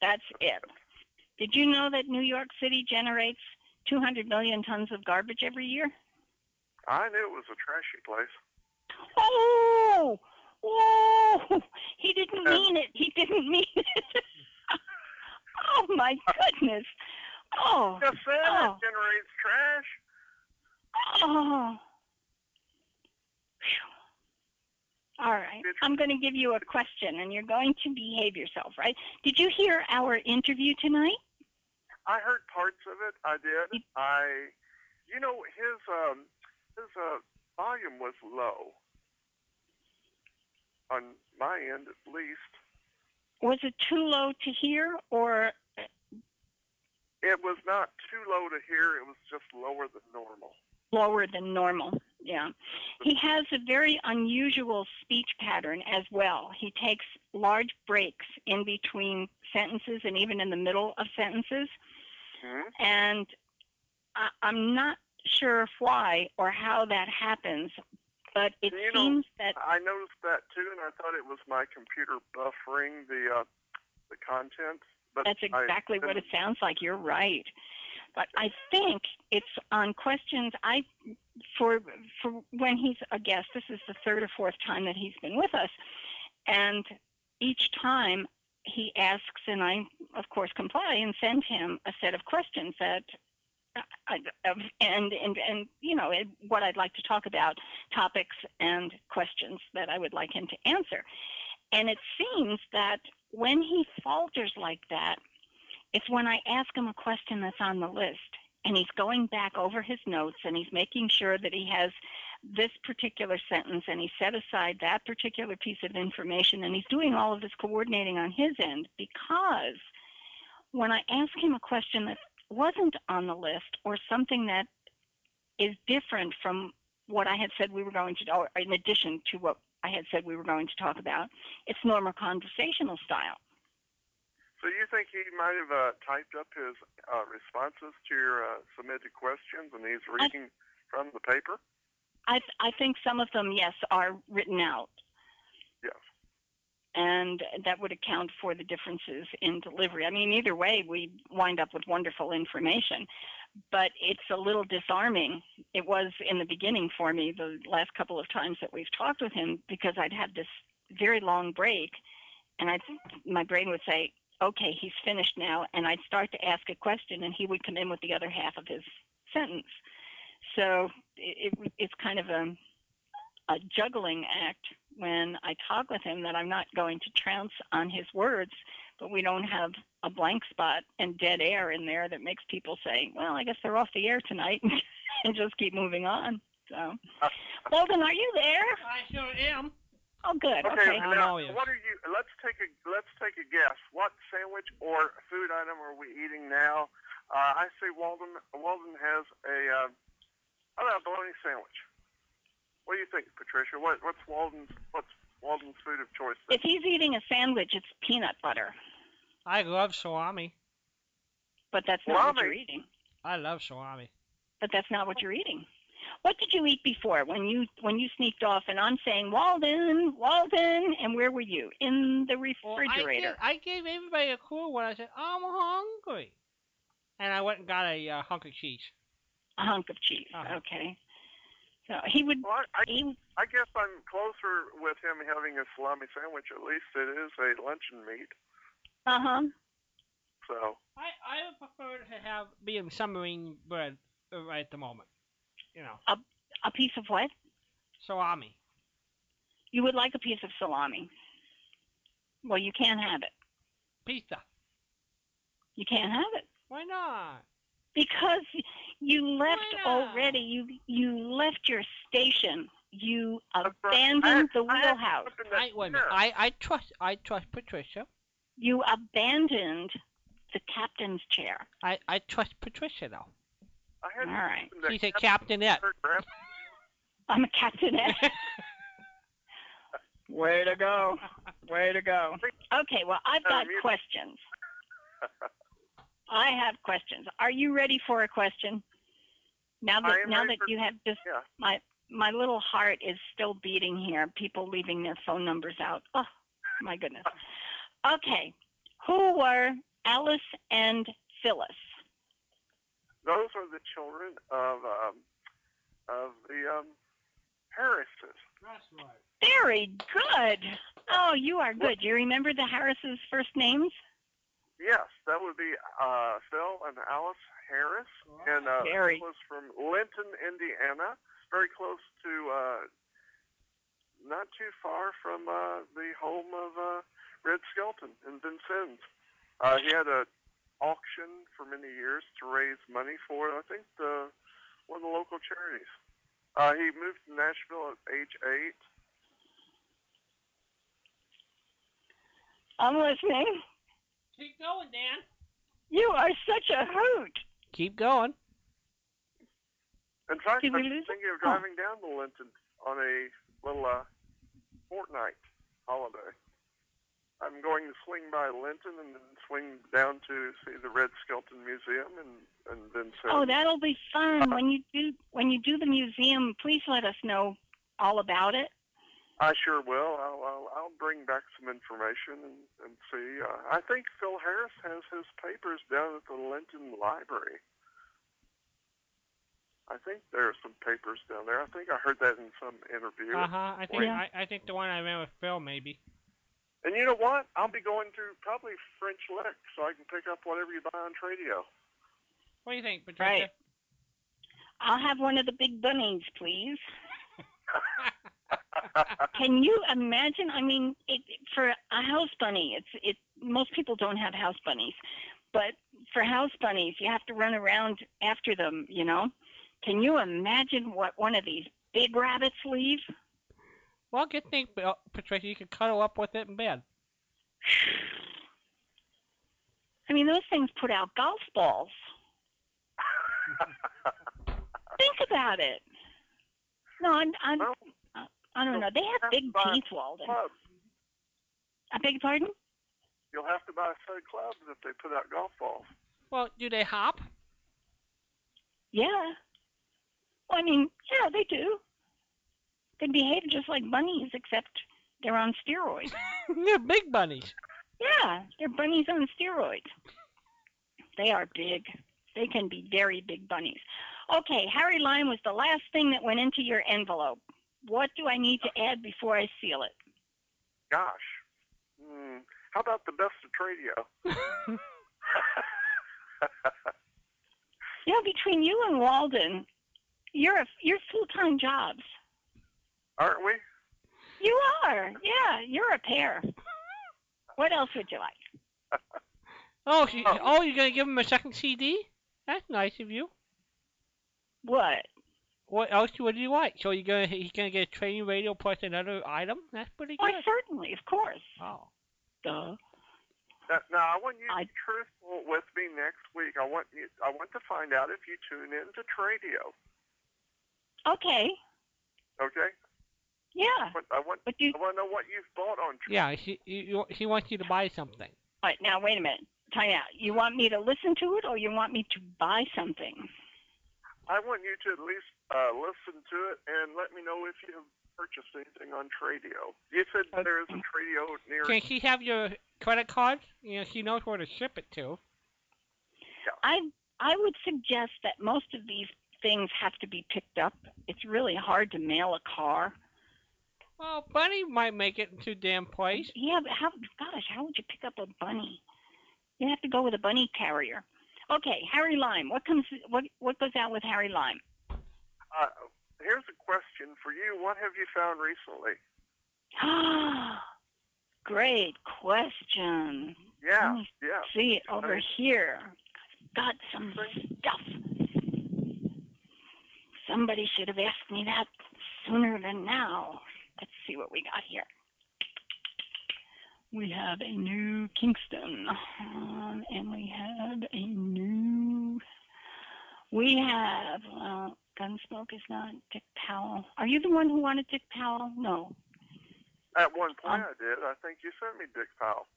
[SPEAKER 2] That's it. Did you know that New York City generates 200 million tons of garbage every year?
[SPEAKER 3] I knew it was a trashy place.
[SPEAKER 2] Oh, whoa! He didn't
[SPEAKER 3] Yeah.
[SPEAKER 2] mean it. He didn't mean it. oh my goodness. Oh,
[SPEAKER 3] Just said
[SPEAKER 2] Oh.
[SPEAKER 3] it generates trash.
[SPEAKER 2] oh. Phew. All right. I'm going to give you a question, and you're going to behave yourself, right? Did you hear our interview tonight?
[SPEAKER 3] I heard parts of it. I did.
[SPEAKER 2] You-
[SPEAKER 3] I, you know, his um, his uh, volume was low. On my end, at least,
[SPEAKER 2] was it too low to hear or
[SPEAKER 3] it was not too low to hear. It was just lower than normal.
[SPEAKER 2] lower than normal? Yeah. He has a very unusual speech pattern as well. He takes large breaks in between sentences and even in the middle of sentences.
[SPEAKER 3] Hmm?
[SPEAKER 2] And I, I'm not sure why or how that happens, but it
[SPEAKER 3] You know,
[SPEAKER 2] seems that
[SPEAKER 3] I noticed that too, and I thought it was my computer buffering the uh, the content. But
[SPEAKER 2] That's
[SPEAKER 3] I-
[SPEAKER 2] exactly what it
[SPEAKER 3] didn't-
[SPEAKER 2] sounds like. You're right. But I think it's on questions I for for when he's a guest. This is the third or fourth time that he's been with us, and each time he asks, and I of course comply and send him a set of questions that. I- of- And and and you know and what I'd like to talk about, topics and questions that I would like him to answer, and it seems that when he falters like that, it's when I ask him a question that's on the list and he's going back over his notes and he's making sure that he has this particular sentence and he set aside that particular piece of information and he's doing all of this coordinating on his end because when I ask him a question that wasn't on the list or something that is different from what I had said we were going to, or in addition to what I had said we were going to talk about, it's normal conversational style.
[SPEAKER 3] So you think he might have uh, typed up his uh, responses to your uh, submitted questions, and he's reading from the paper?
[SPEAKER 2] I I think some of them, yes, are written out.
[SPEAKER 3] Yes.
[SPEAKER 2] and that would account for the differences in delivery. I mean, either way, we wind up with wonderful information, but it's a little disarming. It was in the beginning for me the last couple of times that we've talked with him because I'd have this very long break, and I my brain would say, "Okay, he's finished now," and I'd start to ask a question, and he would come in with the other half of his sentence. So it, it it's kind of a a juggling act when I talk with him that I'm not going to trounce on his words, but we don't have a blank spot and dead air in there that makes people say, well, I guess they're off the air tonight and just keep moving on. So, Logan, are you there?
[SPEAKER 1] I sure am.
[SPEAKER 2] Oh, good.
[SPEAKER 3] Okay,
[SPEAKER 2] Okay.
[SPEAKER 1] I
[SPEAKER 3] now
[SPEAKER 1] know you.
[SPEAKER 3] what are you? Let's take a let's take a guess. What sandwich or food item are we eating now? Uh, I see Walden. Walden has a uh, I don't know bologna sandwich. What do you think, Patricia? What what's Walden's what's Walden's food of choice?
[SPEAKER 2] If he's eating a sandwich, it's peanut butter,
[SPEAKER 1] I love salami.
[SPEAKER 2] but that's not what
[SPEAKER 3] Mommy.
[SPEAKER 2] you're eating.
[SPEAKER 1] I love salami.
[SPEAKER 2] But that's not what you're eating. What did you eat before when you when you sneaked off? And I'm saying Walden, Walden, and where were you? In the refrigerator.
[SPEAKER 1] I, gave, I gave everybody a clue when I said I'm hungry, and I went and got a uh, hunk of cheese.
[SPEAKER 2] a hunk of cheese.
[SPEAKER 1] Uh-huh.
[SPEAKER 2] Okay. So he would.
[SPEAKER 3] Well, I, I,
[SPEAKER 2] He,
[SPEAKER 3] I guess I'm closer with him having a salami sandwich. At least it is a luncheon meat.
[SPEAKER 2] uh huh.
[SPEAKER 3] So
[SPEAKER 1] I I would prefer to have be in submarine bread uh, right at the moment. You know,
[SPEAKER 2] A piece of what?
[SPEAKER 1] salami.
[SPEAKER 2] You would like a piece of salami. Well, you can't have it.
[SPEAKER 1] Pizza.
[SPEAKER 2] You can't have it
[SPEAKER 1] Why not?
[SPEAKER 2] because you left
[SPEAKER 1] Why not?
[SPEAKER 2] already. You you left your station. You
[SPEAKER 3] That's right.
[SPEAKER 2] abandoned
[SPEAKER 3] I-
[SPEAKER 2] the
[SPEAKER 3] I had
[SPEAKER 2] wheelhouse.
[SPEAKER 3] something that-
[SPEAKER 1] I wait a minute.
[SPEAKER 3] yeah.
[SPEAKER 1] I, I trust I trust Patricia.
[SPEAKER 2] You abandoned the captain's chair.
[SPEAKER 1] I, I trust Patricia though.
[SPEAKER 3] I had
[SPEAKER 2] All right.
[SPEAKER 3] something that
[SPEAKER 1] She's a
[SPEAKER 3] kept-
[SPEAKER 1] captainette.
[SPEAKER 2] I'm a captainess. Way to go. Way to go. Okay, well, I've got
[SPEAKER 3] Um, you-
[SPEAKER 2] questions. I have questions. Are you ready for a question? Now
[SPEAKER 3] I
[SPEAKER 2] that
[SPEAKER 3] am
[SPEAKER 2] now
[SPEAKER 3] ready
[SPEAKER 2] that
[SPEAKER 3] for-
[SPEAKER 2] you have just
[SPEAKER 3] Yeah.
[SPEAKER 2] my my little heart is still beating here. People leaving their phone numbers out. Oh, my goodness. Okay. Who were Alice and Phyllis?
[SPEAKER 3] Those are the children of um, of the um, Harrises.
[SPEAKER 2] Very good. Oh, you are good. You remember the Harris's first names?
[SPEAKER 3] Yes, that would be uh, Phil and Alice Harris, and uh,
[SPEAKER 2] Very.
[SPEAKER 3] was from Linton, Indiana, very close to, uh, not too far from uh, the home of uh, Red Skelton in Vincennes. Uh, he had a auction for many years to raise money for, I think, the, one of the local charities. Uh, he moved to Nashville at age eight.
[SPEAKER 2] I'm listening.
[SPEAKER 1] Keep going, Dan.
[SPEAKER 2] You are such a hoot.
[SPEAKER 1] Keep going.
[SPEAKER 3] In fact,
[SPEAKER 2] Did we
[SPEAKER 3] I'm
[SPEAKER 2] lose it?
[SPEAKER 3] thinking of
[SPEAKER 2] Oh.
[SPEAKER 3] driving down to Linton on a little uh, fortnight holiday. I'm going to swing by Linton and then swing down to see the Red Skelton Museum and and then say,
[SPEAKER 2] Oh, that'll be fun. When you do when you do the museum, please let us know all about it.
[SPEAKER 3] I sure will. I'll, I'll I'll bring back some information and and see. Uh, I think Phil Harris has his papers down at the Linton Library. I think there are some papers down there. I think I heard that in some interview.
[SPEAKER 2] Uh-huh.
[SPEAKER 1] Uh huh. I think
[SPEAKER 2] Yeah.
[SPEAKER 1] I, I think the one I ran with Phil maybe.
[SPEAKER 3] And you know what? I'll be going to probably French Lick, so I can pick up whatever you buy on Tradio.
[SPEAKER 1] What do you think, Patricia?
[SPEAKER 2] Right. I'll have one of the big bunnies, please. Can you imagine? I mean, it, for a house bunny, it's it. Most people don't have house bunnies, but for house bunnies, you have to run around after them. You know? Can you imagine what one of these big rabbits leave?
[SPEAKER 1] Well, good thing, Bill- Patricia, you could cuddle up with it in bed.
[SPEAKER 2] I mean, those things put out golf balls. Think about it. No, I'm, I'm,
[SPEAKER 3] Well,
[SPEAKER 2] I don't know. They have big
[SPEAKER 3] but-
[SPEAKER 2] teeth, Walden.
[SPEAKER 3] club.
[SPEAKER 2] I beg your pardon?
[SPEAKER 3] You'll have to buy a set of clubs if they put out golf balls.
[SPEAKER 1] Well, do they hop?
[SPEAKER 2] Yeah. Well, I mean, yeah, they do. They behave just like bunnies, except They're on steroids.
[SPEAKER 1] They're big bunnies.
[SPEAKER 2] Yeah, they're bunnies on steroids. They are big. They can be very big bunnies. Okay, Harry Lime was the last thing that went into your envelope. What do I need to add before I seal it?
[SPEAKER 3] Gosh. Hmm. How about the best of Tradio?
[SPEAKER 2] You know, between you and Walden, you're a, you're full-time jobs.
[SPEAKER 3] Aren't we?
[SPEAKER 2] You are. Yeah, you're a pair. What else would you like?
[SPEAKER 1] Oh, she,
[SPEAKER 3] Oh.
[SPEAKER 1] oh, you're gonna give him a second CD? That's nice of you.
[SPEAKER 2] What?
[SPEAKER 1] What else would you like? So you're gonna he's gonna get a training radio plus another item? That's pretty
[SPEAKER 2] Why,
[SPEAKER 1] good.
[SPEAKER 2] certainly, of course.
[SPEAKER 1] Oh.
[SPEAKER 2] Duh.
[SPEAKER 3] Now, now I want you to
[SPEAKER 2] I-
[SPEAKER 3] be truthful with me next week. I want you. I want to find out if you tune in to Tradio.
[SPEAKER 2] Okay.
[SPEAKER 3] Okay.
[SPEAKER 2] Yeah.
[SPEAKER 3] I want. I want,
[SPEAKER 2] But you
[SPEAKER 3] I want to know what you've bought on. Tra-
[SPEAKER 1] Yeah, she you, you, she wants you to buy something.
[SPEAKER 2] All right, now wait a minute. Time out. You want me to listen to it or you want me to buy something?
[SPEAKER 3] I want you to at least uh, listen to it and let me know if you have purchased anything on Tradio. You said
[SPEAKER 2] Okay.
[SPEAKER 3] there is a Tradio near.
[SPEAKER 1] Can she have your credit card? You know, she knows where to ship it to.
[SPEAKER 2] I I would suggest that most of these things have to be picked up. It's really hard to mail a car.
[SPEAKER 1] Well, Bunny might make it into damn place.
[SPEAKER 2] Yeah, but how gosh, how would you pick up a bunny? You have to go with a bunny carrier. Okay, Harry Lime. What comes what what goes out with Harry Lime?
[SPEAKER 3] Uh, here's a question for you. What have you found recently?
[SPEAKER 2] Great question.
[SPEAKER 3] Yeah.
[SPEAKER 2] Mm.
[SPEAKER 3] Yeah.
[SPEAKER 2] See it over here. Got some stuff. Somebody should have asked me that sooner than now. Let's see what we got here. We have a new Kingston, um, and we have a new. We have well, Gunsmoke is not Dick Powell. Are you the one who wanted Dick Powell? No,
[SPEAKER 3] At one point,
[SPEAKER 2] Um,
[SPEAKER 3] I did. I think you sent me Dick Powell.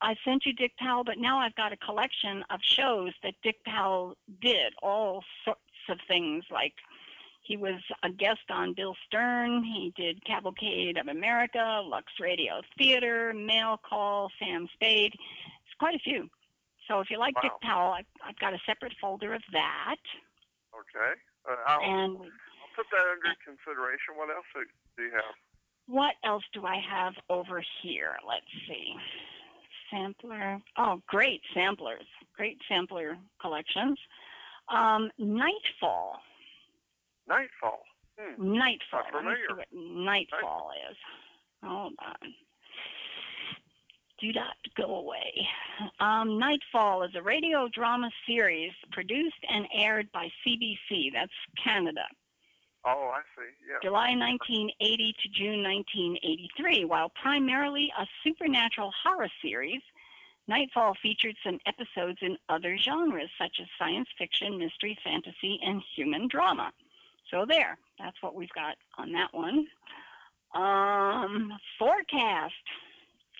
[SPEAKER 2] I sent you Dick Powell, but now I've got a collection of shows that Dick Powell did, all sorts of things like he was a guest on Bill Stern, he did Cavalcade of America, Lux Radio Theater, Mail Call, Sam Spade. It's quite a few. So if you like Dick
[SPEAKER 3] Wow.
[SPEAKER 2] Powell, I've, I've got a separate folder of that.
[SPEAKER 3] Okay. Uh, I'll,
[SPEAKER 2] And
[SPEAKER 3] I'll put that under consideration. What else do you have?
[SPEAKER 2] what else do I have over here? Let's see. Sampler. Oh, great samplers. Great sampler collections. Um, Nightfall.
[SPEAKER 3] Nightfall. Hmm.
[SPEAKER 2] Nightfall. Let
[SPEAKER 3] Not
[SPEAKER 2] me see
[SPEAKER 3] familiar.
[SPEAKER 2] what Nightfall is. Hold on. Do not go away. Um, Nightfall is a radio drama series produced and aired by CBC. That's Canada.
[SPEAKER 3] Oh, I see. Yeah.
[SPEAKER 2] July 1980 to June 1983. While primarily a supernatural horror series, Nightfall featured some episodes in other genres such as science fiction, mystery, fantasy, and human drama. So there, that's what we've got on that one. Um, forecast.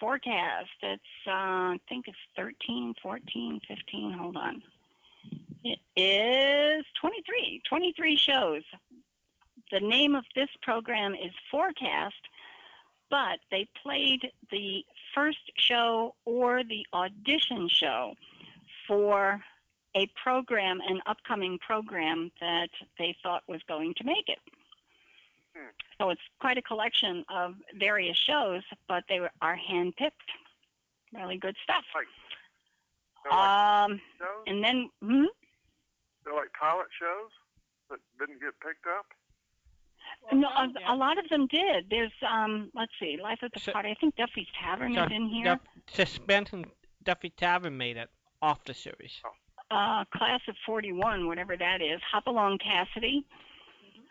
[SPEAKER 2] Forecast. It's, uh, I think it's 13, 14, 15. Hold on. It is 23. 23 shows the name of this program is Forecast, but they played the first show or the audition show for a program, an upcoming program that they thought was going to make it.
[SPEAKER 3] Hmm.
[SPEAKER 2] So it's quite a collection of various shows, but they were, are handpicked. Really good stuff.
[SPEAKER 3] They're like,
[SPEAKER 2] Um,
[SPEAKER 3] shows?
[SPEAKER 2] and then, hmm?
[SPEAKER 3] They're like pilot shows that didn't get picked up.
[SPEAKER 2] no, a, a lot of them did. There's, um, let's see, Life at the
[SPEAKER 1] So-
[SPEAKER 2] Party. I think Duffy's Tavern
[SPEAKER 1] so
[SPEAKER 2] is in here.
[SPEAKER 1] Duff, Suspense and Duffy Tavern made it off the series.
[SPEAKER 2] uh, class of 41, whatever that is, Hopalong Cassidy,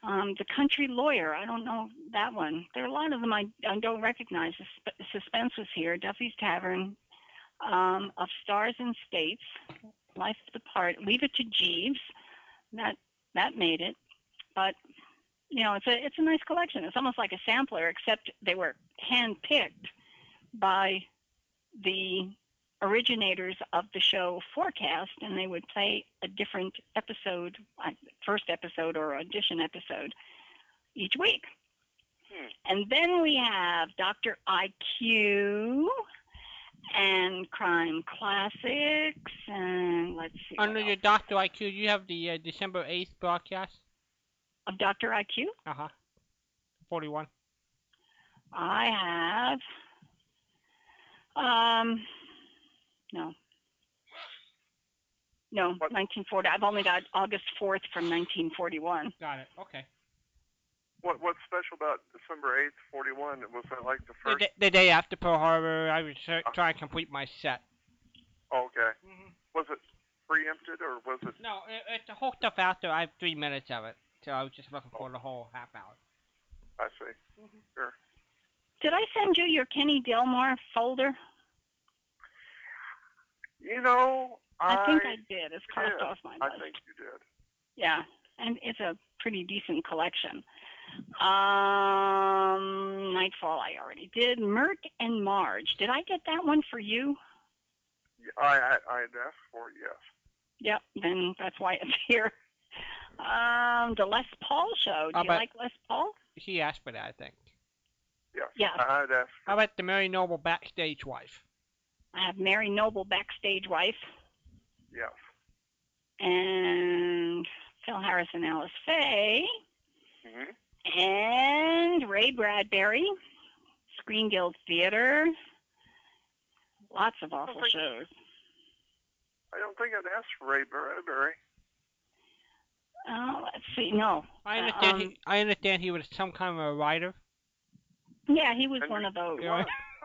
[SPEAKER 1] Mm-hmm.
[SPEAKER 2] um, the country lawyer. I don't know that one. There are a lot of them I, I don't recognize. Sus- Suspense was here, Duffy's Tavern, um, of Stars and States, Life of the Part, Leave It to Jeeves. That that made it, but you know it's a it's a nice collection. It's almost like a sampler, except they were hand picked by the originators of the show Forecast, and they would play a different episode, uh, first episode or audition episode, each week.
[SPEAKER 3] Hmm.
[SPEAKER 2] And then we have Dr. IQ and Crime Classics and let's see. what
[SPEAKER 1] Under your
[SPEAKER 2] else.
[SPEAKER 1] Doctor IQ, you have the uh, December eighth broadcast.
[SPEAKER 2] Of Dr. IQ,
[SPEAKER 1] Uh huh. Forty-one.
[SPEAKER 2] I have um no. No,
[SPEAKER 3] What?
[SPEAKER 2] 1940. I've only got August 4th from 1941.
[SPEAKER 1] Got it. Okay.
[SPEAKER 3] What what's special about December eighth, forty one? Was that like the
[SPEAKER 1] The,
[SPEAKER 3] first?
[SPEAKER 1] d- the day after Pearl Harbor, I was try- trying to complete my set.
[SPEAKER 3] Oh, okay.
[SPEAKER 1] Mm-hmm.
[SPEAKER 3] Was it preempted or was it?
[SPEAKER 1] No, it, it's the whole stuff after. I have three minutes of it, so I was just looking for the whole half hour.
[SPEAKER 3] I see. Sure.
[SPEAKER 2] Did I send you your Kenny Delmar folder?
[SPEAKER 3] You know, I
[SPEAKER 2] I think I did. It's crossed
[SPEAKER 3] yeah,
[SPEAKER 2] off my
[SPEAKER 3] I
[SPEAKER 2] list.
[SPEAKER 3] think you did.
[SPEAKER 2] Yeah, and it's a pretty decent collection. Um, Nightfall I already did. Merc and Marge. Did I get that one for you?
[SPEAKER 3] Yeah, I I I had asked for it, yes.
[SPEAKER 2] Yep, then that's why it's here. Um, the Les Paul show. Do
[SPEAKER 1] How
[SPEAKER 2] you
[SPEAKER 1] about-
[SPEAKER 2] like Les Paul?
[SPEAKER 1] She asked for that, I think.
[SPEAKER 3] Yes.
[SPEAKER 2] Yeah.
[SPEAKER 3] I had asked.
[SPEAKER 1] How about the Mary Noble backstage wife?
[SPEAKER 2] I have Mary Noble backstage wife
[SPEAKER 3] Yes.
[SPEAKER 2] and Phil Harris and Alice Faye
[SPEAKER 3] hmm
[SPEAKER 2] and Ray Bradbury, Screen Guild Theater. Lots of awful
[SPEAKER 3] Okay.
[SPEAKER 2] shows.
[SPEAKER 3] I don't think I'd asked for Ray Bradbury.
[SPEAKER 2] Oh, let's see. No,
[SPEAKER 1] I understand.
[SPEAKER 2] Um,
[SPEAKER 1] he, I understand he was some kind of a writer.
[SPEAKER 2] Yeah, he was
[SPEAKER 3] And
[SPEAKER 2] one of those.
[SPEAKER 1] you know?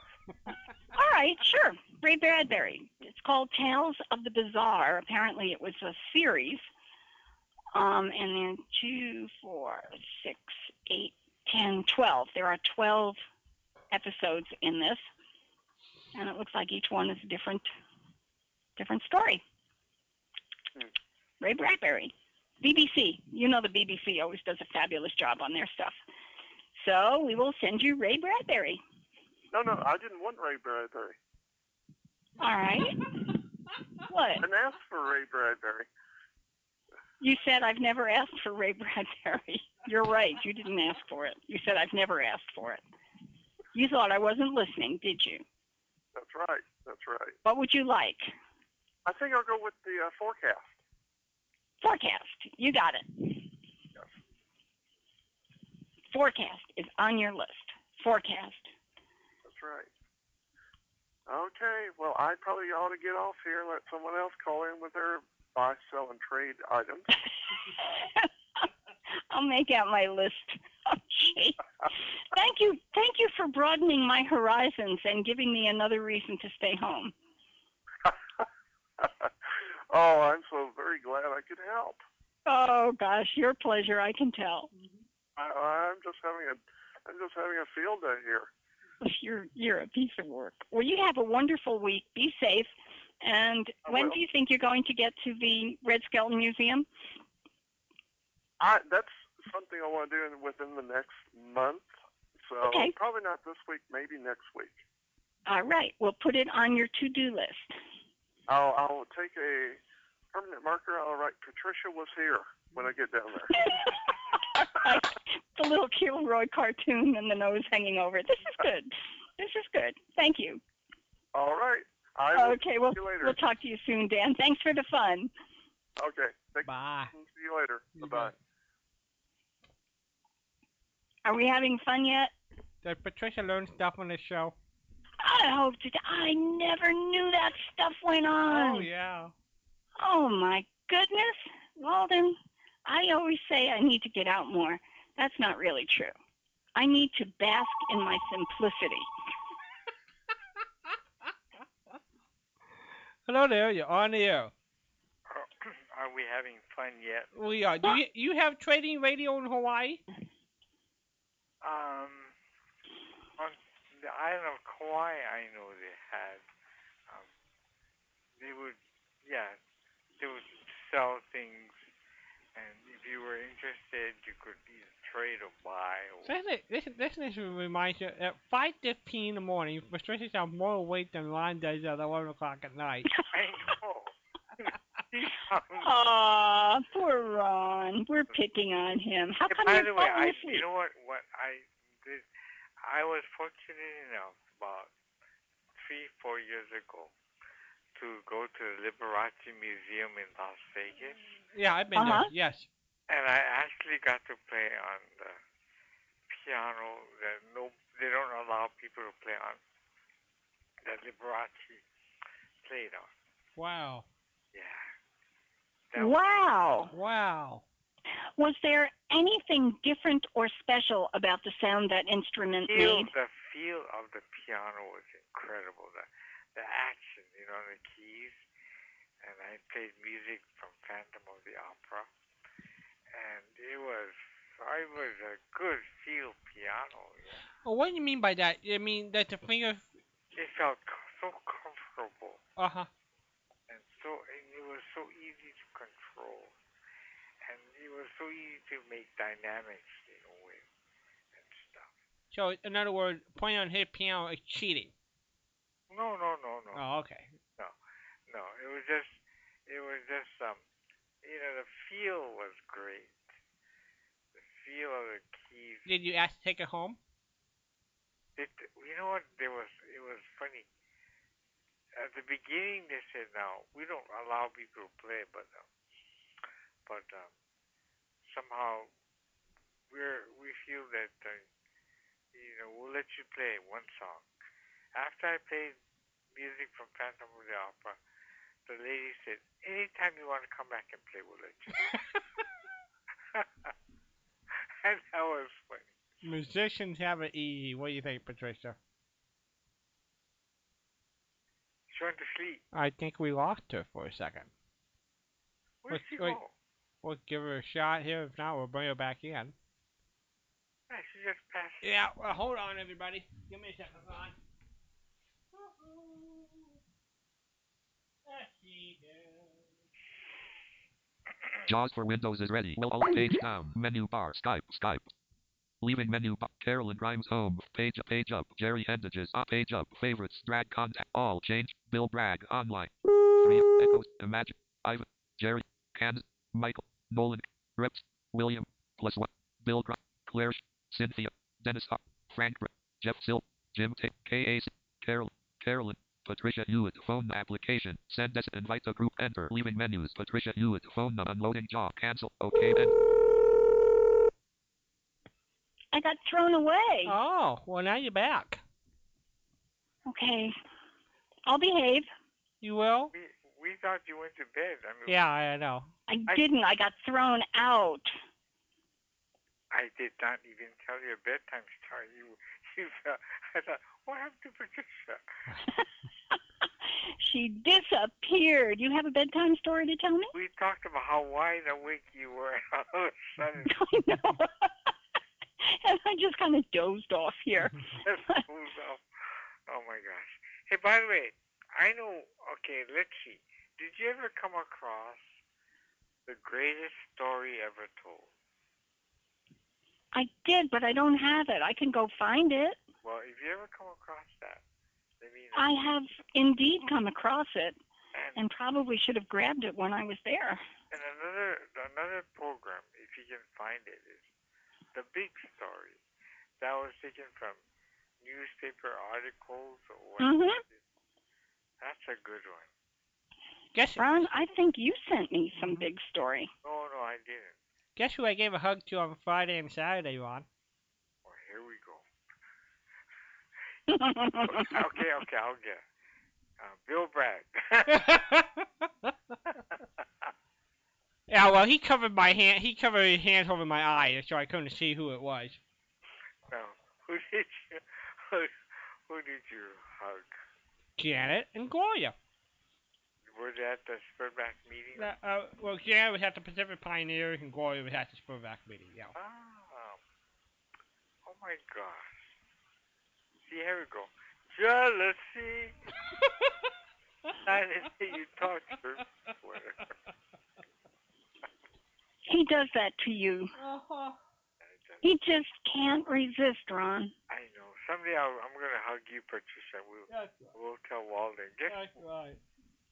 [SPEAKER 2] All right, sure. Ray Bradbury. It's called Tales of the Bizarre. Apparently, it was a series. Um, and then two, four, six, eight, ten, twelve. There are twelve episodes in this, and it looks like each one is a different, different story.
[SPEAKER 3] Hmm.
[SPEAKER 2] Ray Bradbury, BBC. You know the BBC always does a fabulous job on their stuff. So we will send you Ray Bradbury.
[SPEAKER 3] No, no, I didn't want Ray Bradbury.
[SPEAKER 2] All right. What?
[SPEAKER 3] I didn't ask for Ray Bradbury.
[SPEAKER 2] You said I've never asked for Ray Bradbury. You're right. You didn't ask for it. You said I've never asked for it. You thought I wasn't listening, did you?
[SPEAKER 3] That's right. That's right.
[SPEAKER 2] What would you like?
[SPEAKER 3] I think I'll go with the uh, forecast.
[SPEAKER 2] Forecast. You got it. Forecast is on your list. Forecast.
[SPEAKER 3] That's right. Okay, well, I probably ought to get off here and let someone else call in with their buy, sell, and trade items.
[SPEAKER 2] I'll make out my list. Okay. Thank you. Thank you for broadening my horizons and giving me another reason to stay home.
[SPEAKER 3] oh, I'm so very glad I could help.
[SPEAKER 2] Oh gosh, your pleasure, I can tell.
[SPEAKER 3] I, I'm just having a, I'm just having a field day here.
[SPEAKER 2] You're you're a piece of work. Well, you have a wonderful week. Be safe. And
[SPEAKER 3] I
[SPEAKER 2] when
[SPEAKER 3] will.
[SPEAKER 2] do you think you're going to get to the Red Skeleton Museum?
[SPEAKER 3] I that's something I want to do in, within the next month. So
[SPEAKER 2] Okay.
[SPEAKER 3] probably not this week, maybe next week.
[SPEAKER 2] All right, we'll put it on your to-do list.
[SPEAKER 3] I'll I'll take a permanent marker. I'll write Patricia was here when I get down there.
[SPEAKER 2] All right. The little Kilroy cartoon and the nose hanging over. it. This is good. This is good. Thank you.
[SPEAKER 3] All right. I will
[SPEAKER 2] Okay, well,
[SPEAKER 3] see you later.
[SPEAKER 2] we'll talk to you soon, Dan. Thanks for the fun.
[SPEAKER 3] Okay. Thank you.
[SPEAKER 1] Bye.
[SPEAKER 3] See you later.
[SPEAKER 1] You
[SPEAKER 3] Bye bye.
[SPEAKER 2] Are we having fun yet?
[SPEAKER 1] Does Patricia learn stuff on this show?
[SPEAKER 2] I hope to. I never knew that stuff went on.
[SPEAKER 1] Oh yeah.
[SPEAKER 2] Oh my goodness, Walden. I always say I need to get out more. That's not really true. I need to bask in my simplicity.
[SPEAKER 1] Hello there. You're on the air.
[SPEAKER 5] Are we having fun yet?
[SPEAKER 1] We are. Do you, you have trading radio in Hawaii?
[SPEAKER 5] Um, on the island of Kauai, I know they had. Um, they would, yeah, they would sell things, and if you were interested, you could either trade or buy. Or,
[SPEAKER 1] Doesn't it- This this this reminds you at 5:15 in the morning, Patricia sounds more awake than Ron does at 11 o'clock at night.
[SPEAKER 5] I know. He sounds-
[SPEAKER 2] Aw, poor Ron. We're picking on him. How
[SPEAKER 5] Hey,
[SPEAKER 2] come
[SPEAKER 5] by
[SPEAKER 2] you're
[SPEAKER 5] the way,
[SPEAKER 2] falling
[SPEAKER 5] I
[SPEAKER 2] asleep?
[SPEAKER 5] you know what what I did I was fortunate enough about three, four years ago to go to the Liberace Museum in Las Vegas,
[SPEAKER 1] Yeah, I've been
[SPEAKER 2] Uh-huh.
[SPEAKER 1] there. Yes.
[SPEAKER 5] and I actually got to play on the piano that no, they don't allow people to play on that Liberace played on.
[SPEAKER 1] Wow.
[SPEAKER 5] Yeah.
[SPEAKER 2] Wow.
[SPEAKER 1] Wow.
[SPEAKER 2] Was there anything different or special about the sound that instrument
[SPEAKER 5] feel,
[SPEAKER 2] made?
[SPEAKER 5] the feel of the piano was incredible. The the action, you know, the keys. And I played music from Phantom of the Opera, and it was I was a good feel piano. yeah.
[SPEAKER 1] Well, what do you mean by that? I mean that the finger.
[SPEAKER 5] It felt co- so comfortable
[SPEAKER 1] Uh huh.
[SPEAKER 5] and so and it was so easy to control, and it was so easy to make dynamics you know with and stuff.
[SPEAKER 1] So in other words, playing on his piano is cheating.
[SPEAKER 5] No, no, no, no.
[SPEAKER 1] Oh, okay.
[SPEAKER 5] No, it was just, it was just um, you know, the feel was great. The feel of the keys.
[SPEAKER 1] Did you ask to take it home?
[SPEAKER 5] It, you know what? There was, it was funny. At the beginning, they said, "Now we don't allow people to play," but, um, but um, somehow we're we feel that uh, you know we'll let you play one song. After I played music from Phantom of the Opera, the lady said, "Anytime you want to come back and play, we'll let you." and that was funny.
[SPEAKER 1] Musicians have it easy. What do you think, Patricia?
[SPEAKER 5] She went to sleep.
[SPEAKER 1] I think we lost her for a second.
[SPEAKER 5] Where'd
[SPEAKER 1] Wait,
[SPEAKER 5] she
[SPEAKER 1] wait.
[SPEAKER 5] go?
[SPEAKER 1] We'll give her a shot here. If not, we'll bring her back in.
[SPEAKER 5] Yeah, she just passed.
[SPEAKER 1] Yeah, well, hold on, everybody. Give me a second. Hold on. Yes, she did.
[SPEAKER 6] JAWS for Windows is ready. Will all page down. Menu bar. Skype. Skype. Leaving menu bar. Carolyn Grimes home. Page up. Page up. Jerry Hendages. Up. Page up. Favorites. Drag contact. All change. Bill Bragg. Online. Free. Echoes. Imagine. Ivan. Jerry. Kansas. Michael. Nolan. Rips. William. Plus one. Bill Grimes. Claire. Sh- Cynthia. Dennis. Up. Frank. Br- Jeff Sil. Jim T. K.A. Carol. Carolyn. Patricia Hewitt phone application. Send us invite the group. Enter. Leaving menus. Patricia Hewitt phone number. Unloading job. Cancel. Okay. And
[SPEAKER 2] I got thrown away.
[SPEAKER 1] Oh, well, now you're back.
[SPEAKER 2] Okay. I'll behave.
[SPEAKER 1] You will?
[SPEAKER 5] We we thought you went to bed. I mean,
[SPEAKER 1] Yeah, I know.
[SPEAKER 2] I
[SPEAKER 5] I-
[SPEAKER 2] didn't. I got thrown out.
[SPEAKER 5] I did not even tell you a bedtime story. You you felt, I thought what happened to Patricia?
[SPEAKER 2] she disappeared. You have a bedtime story to tell me?
[SPEAKER 5] We talked about how wide awake you were, and all of a sudden
[SPEAKER 2] I know. and I just kind of dozed off here.
[SPEAKER 5] just goes off. Oh my gosh! Hey, by the way, I know. Okay, let's see. Did you ever come across the greatest story ever told?
[SPEAKER 2] I did, but I don't have it. I can go find it.
[SPEAKER 5] Well, if you ever come across that, let me know.
[SPEAKER 2] I have indeed come across it
[SPEAKER 5] and
[SPEAKER 2] and probably should have grabbed it when I was there.
[SPEAKER 5] And another another program, if you can find it, is the Big Story. That was taken from newspaper articles or what.
[SPEAKER 2] Mhm.
[SPEAKER 5] That's a good one.
[SPEAKER 1] Guess
[SPEAKER 2] Ron, I think you sent me some big story.
[SPEAKER 5] No, no, I didn't.
[SPEAKER 1] guess who I gave a hug to on Friday and Saturday, Ron?
[SPEAKER 5] Well, here we go.
[SPEAKER 2] okay.
[SPEAKER 5] okay, okay, I'll get. it. Uh, Bill Bragg.
[SPEAKER 1] yeah, well, he covered my hand. He covered his hands over my eyes, so I couldn't see who it was.
[SPEAKER 5] no, who did you? Who, who did you hug?
[SPEAKER 1] Janet and Gloria.
[SPEAKER 5] Were they at the Spurback meeting?
[SPEAKER 1] Uh, uh, well, Janet was at the Pacific Pioneers, and Gloria was at the Spurback meeting. Yeah.
[SPEAKER 5] Ah. Oh my gosh. See, here we go. Jealousy. I didn't say you talked to her. Whatever.
[SPEAKER 2] He does that to you.
[SPEAKER 1] Uh-huh.
[SPEAKER 5] I just-
[SPEAKER 2] He just can't resist, Ron.
[SPEAKER 5] I know. Someday I'll, I'm going to hug you, Patricia. We'll,
[SPEAKER 1] That's
[SPEAKER 5] we'll tell Walden. Get,
[SPEAKER 1] right.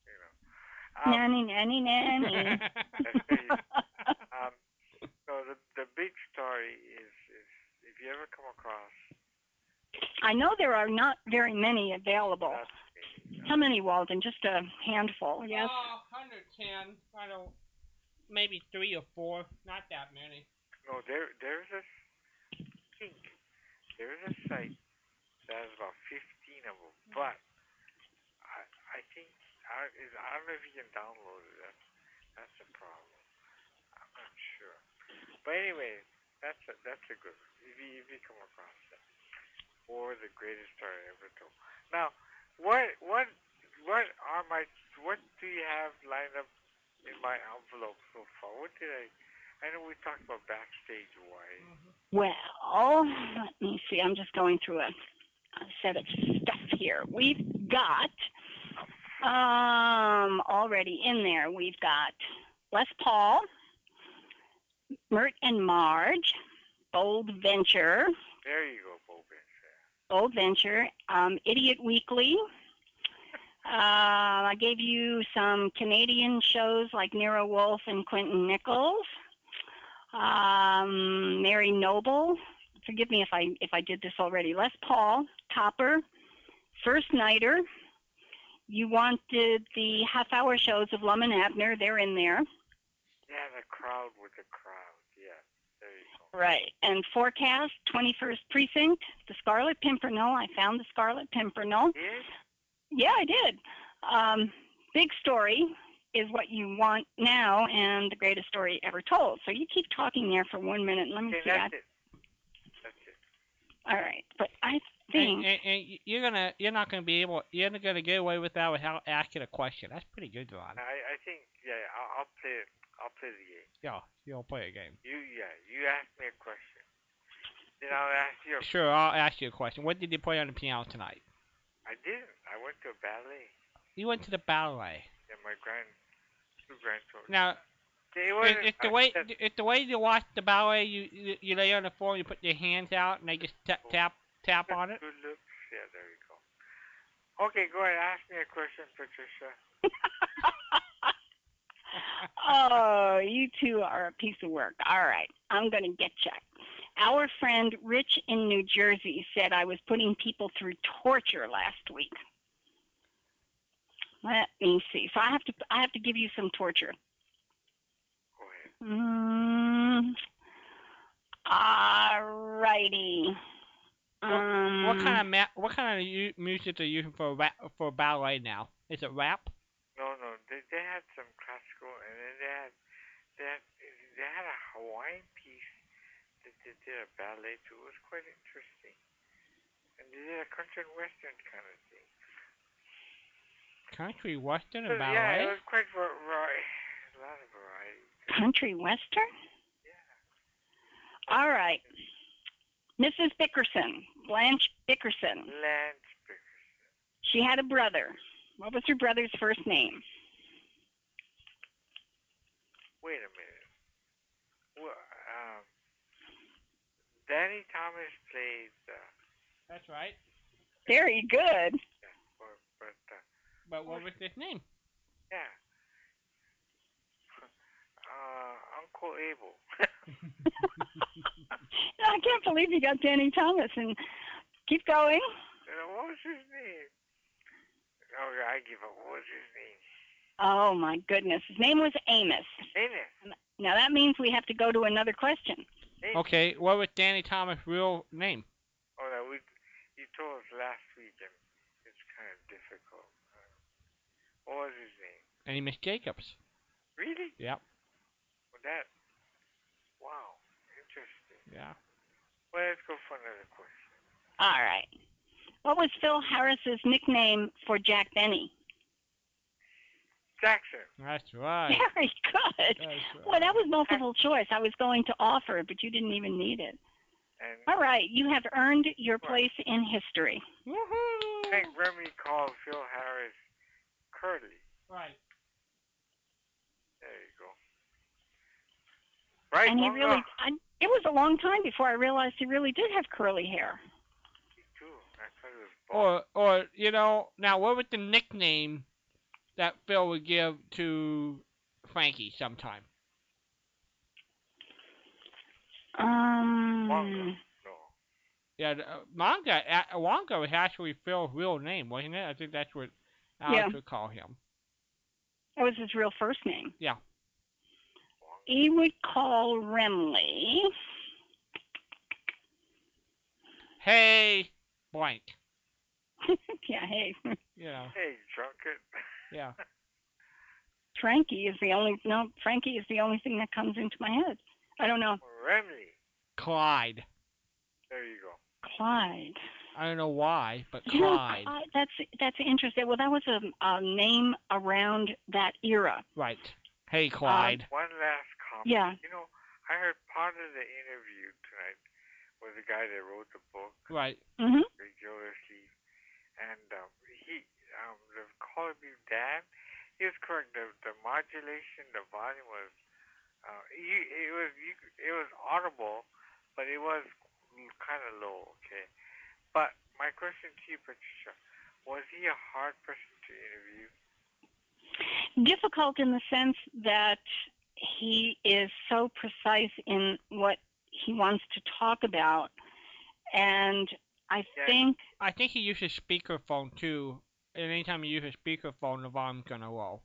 [SPEAKER 5] you know. Um,
[SPEAKER 2] Nanny, nanny, nanny.
[SPEAKER 5] um, so the, the big story is, is if you ever come across
[SPEAKER 2] I know there are not very many available.
[SPEAKER 5] That's
[SPEAKER 2] How many, Walden? Just a handful, yes?
[SPEAKER 1] Uh, 110. I don't. Maybe three or four. Not that many.
[SPEAKER 5] No, there there's a think there's a site that has about fifteen of them, but I I think I is I don't know if you can download it. That's that's a problem. I'm not sure. But anyway, that's a that's a good one. If you if you come across that, or the greatest story ever told. Now, what what what are my what do you have lined up in my envelope so far? What did I? I know we talked about backstage wise.
[SPEAKER 1] Mm.
[SPEAKER 2] Well, let me see. I'm just going through a, a set of stuff here. We've got um, already in there. We've got Les Paul, Mert and Marge, Bold Venture,
[SPEAKER 5] There you go, Bo Benson.
[SPEAKER 2] Bold Venture, um, Idiot Weekly. Uh, I gave you some Canadian shows like Nero Wolf and Quentin Nichols. Um, Mary Noble. Forgive me if I if I did this already. Les Paul, Topper, First Nighter. You wanted the half hour shows of Lum and Abner. They're in there.
[SPEAKER 5] Yeah, the crowd with the crowd. Yeah, there you go.
[SPEAKER 2] Right. And Forecast, 21st Precinct, The Scarlet Pimpernel. I found The Scarlet Pimpernel.
[SPEAKER 5] Yes,
[SPEAKER 2] Yeah, I did. Um, big story is what you want now and the greatest story ever told. So you keep talking there for one minute. and Let me
[SPEAKER 5] okay,
[SPEAKER 2] see. I,
[SPEAKER 5] that's it. That's it.
[SPEAKER 2] all right. But I
[SPEAKER 1] And,
[SPEAKER 2] think,
[SPEAKER 1] and, and y- you're gonna, you're not gonna be able, you're not gonna get away with that without asking a question. That's pretty good, Ron.
[SPEAKER 5] I I think yeah, I'll, I'll play it. I'll play the game.
[SPEAKER 1] Yeah, you'll play a game.
[SPEAKER 5] You yeah, you ask me a question, then I'll ask you. A,
[SPEAKER 1] Sure, I'll ask you a question. What did you play on the piano tonight?
[SPEAKER 5] I didn't. I went to a ballet.
[SPEAKER 1] You went to the ballet.
[SPEAKER 5] Yeah, my grand two grandchildren.
[SPEAKER 1] Now,
[SPEAKER 5] They
[SPEAKER 1] it,
[SPEAKER 5] were
[SPEAKER 1] it's the way, it's the way you watch the ballet. You, you, you lay on the floor, you put your hands out, and they just tap, tap, tap on it.
[SPEAKER 5] Good looks. Yeah, there you go. Okay, go ahead. Ask me a question, Patricia.
[SPEAKER 2] oh, you two are a piece of work. All right. I'm going to get you. Our friend Rich in New Jersey said I was putting people through torture last week. Let me see. So I have to I have to give you some torture.
[SPEAKER 5] Go ahead.
[SPEAKER 2] Mm, alrighty. Um,
[SPEAKER 5] Mm.
[SPEAKER 1] What kind of ma- what kind of u- music are you using for rap, for ballet now? Is it rap?
[SPEAKER 5] No, no. They they had some classical, and then they had they had, they had a Hawaiian piece that they did a ballet to. It was quite interesting, and they did a country and western kind of thing.
[SPEAKER 1] Country, western,
[SPEAKER 5] So,
[SPEAKER 1] and
[SPEAKER 5] Uh, yeah, it
[SPEAKER 1] ballet?
[SPEAKER 5] was quite var- var- a lot of variety.
[SPEAKER 2] country western?
[SPEAKER 5] Yeah.
[SPEAKER 2] All right. Mrs. Bickerson, Blanche Bickerson.
[SPEAKER 5] Lance Bickerson.
[SPEAKER 2] She had a brother. What was her brother's first name?
[SPEAKER 5] Wait a minute. Well, um, Danny Thomas played. Uh,
[SPEAKER 1] That's right.
[SPEAKER 2] Very good.
[SPEAKER 5] yeah, but, but uh,
[SPEAKER 1] But what was his name?
[SPEAKER 5] yeah. Uh, Uncle Abel.
[SPEAKER 2] I can't believe you got Danny Thomas and keep going.
[SPEAKER 5] Uh, what was his name? Oh, yeah, I give up. What was his name?
[SPEAKER 2] Oh my goodness. His name was Amos.
[SPEAKER 5] Dennis.
[SPEAKER 2] Now that means we have to go to another question.
[SPEAKER 5] Dennis.
[SPEAKER 1] Okay, what was Danny Thomas' real name?
[SPEAKER 5] Oh, no, we, you told us last week, and it's kind of difficult. Uh, what was his name?
[SPEAKER 1] Amos Jacobs.
[SPEAKER 5] Really?
[SPEAKER 1] Yep.
[SPEAKER 5] Well, that. Wow. Interesting.
[SPEAKER 1] Yeah.
[SPEAKER 5] Well, let's go for another question.
[SPEAKER 2] All right. What was Phil Harris's nickname for Jack Benny?
[SPEAKER 5] Jackson.
[SPEAKER 1] That's right.
[SPEAKER 2] Very good.
[SPEAKER 1] That's
[SPEAKER 2] Well,
[SPEAKER 1] right.
[SPEAKER 2] that was multiple choice. I was going to offer it, but you didn't even need it.
[SPEAKER 5] And
[SPEAKER 2] All right, you have earned your place in history.
[SPEAKER 5] I think Remy called Phil Harris Curly.
[SPEAKER 1] Right.
[SPEAKER 5] There you go. Right?
[SPEAKER 2] And he
[SPEAKER 5] long
[SPEAKER 1] uh,
[SPEAKER 2] really,
[SPEAKER 5] enough.
[SPEAKER 2] I, it was a long time before I realized he really did have curly hair.
[SPEAKER 5] Me too. I thought it was bald.
[SPEAKER 1] Or, or you know, now what was the nickname that Phil would give to Frankie sometime?
[SPEAKER 2] Um,
[SPEAKER 5] Bongo. No.
[SPEAKER 1] Yeah, the, uh, manga uh, Wongo was actually Phil's real name, wasn't it? I think that's what Alex
[SPEAKER 2] Yeah.
[SPEAKER 1] would call him.
[SPEAKER 2] That was his real first name.
[SPEAKER 1] Yeah.
[SPEAKER 2] He would call Remley.
[SPEAKER 1] Hey, blank.
[SPEAKER 2] yeah, hey,
[SPEAKER 1] You know,
[SPEAKER 5] Hey, drunkard.
[SPEAKER 1] yeah.
[SPEAKER 2] Frankie is the only no. Frankie is the only thing that comes into my head. I don't know
[SPEAKER 5] Remy.
[SPEAKER 1] Clyde.
[SPEAKER 5] There you go.
[SPEAKER 2] Clyde.
[SPEAKER 1] I don't know why, but
[SPEAKER 2] You know,
[SPEAKER 1] Clyde.
[SPEAKER 2] Clyde- That's that's interesting. Well, that was a, a name around that era.
[SPEAKER 1] Right. Hey, Clyde.
[SPEAKER 2] Um,
[SPEAKER 5] One last comment.
[SPEAKER 2] Yeah.
[SPEAKER 5] You know, I heard part of the interview tonight with the guy that wrote the book,
[SPEAKER 1] right.
[SPEAKER 2] hmm
[SPEAKER 5] Great Joe Steve, and um, he, um, the Call of Duty Dad, he was correct. The, the modulation, the volume was, uh, you, it was you, it was audible, but it was kind of low. Okay, but my question to you, Patricia, was he a hard person to interview?
[SPEAKER 2] Difficult in the sense that he is so precise in what he wants to talk about, and I
[SPEAKER 5] Yeah.
[SPEAKER 2] think
[SPEAKER 1] I think he uses speakerphone too. And anytime you use a speakerphone, the volume's gonna roll.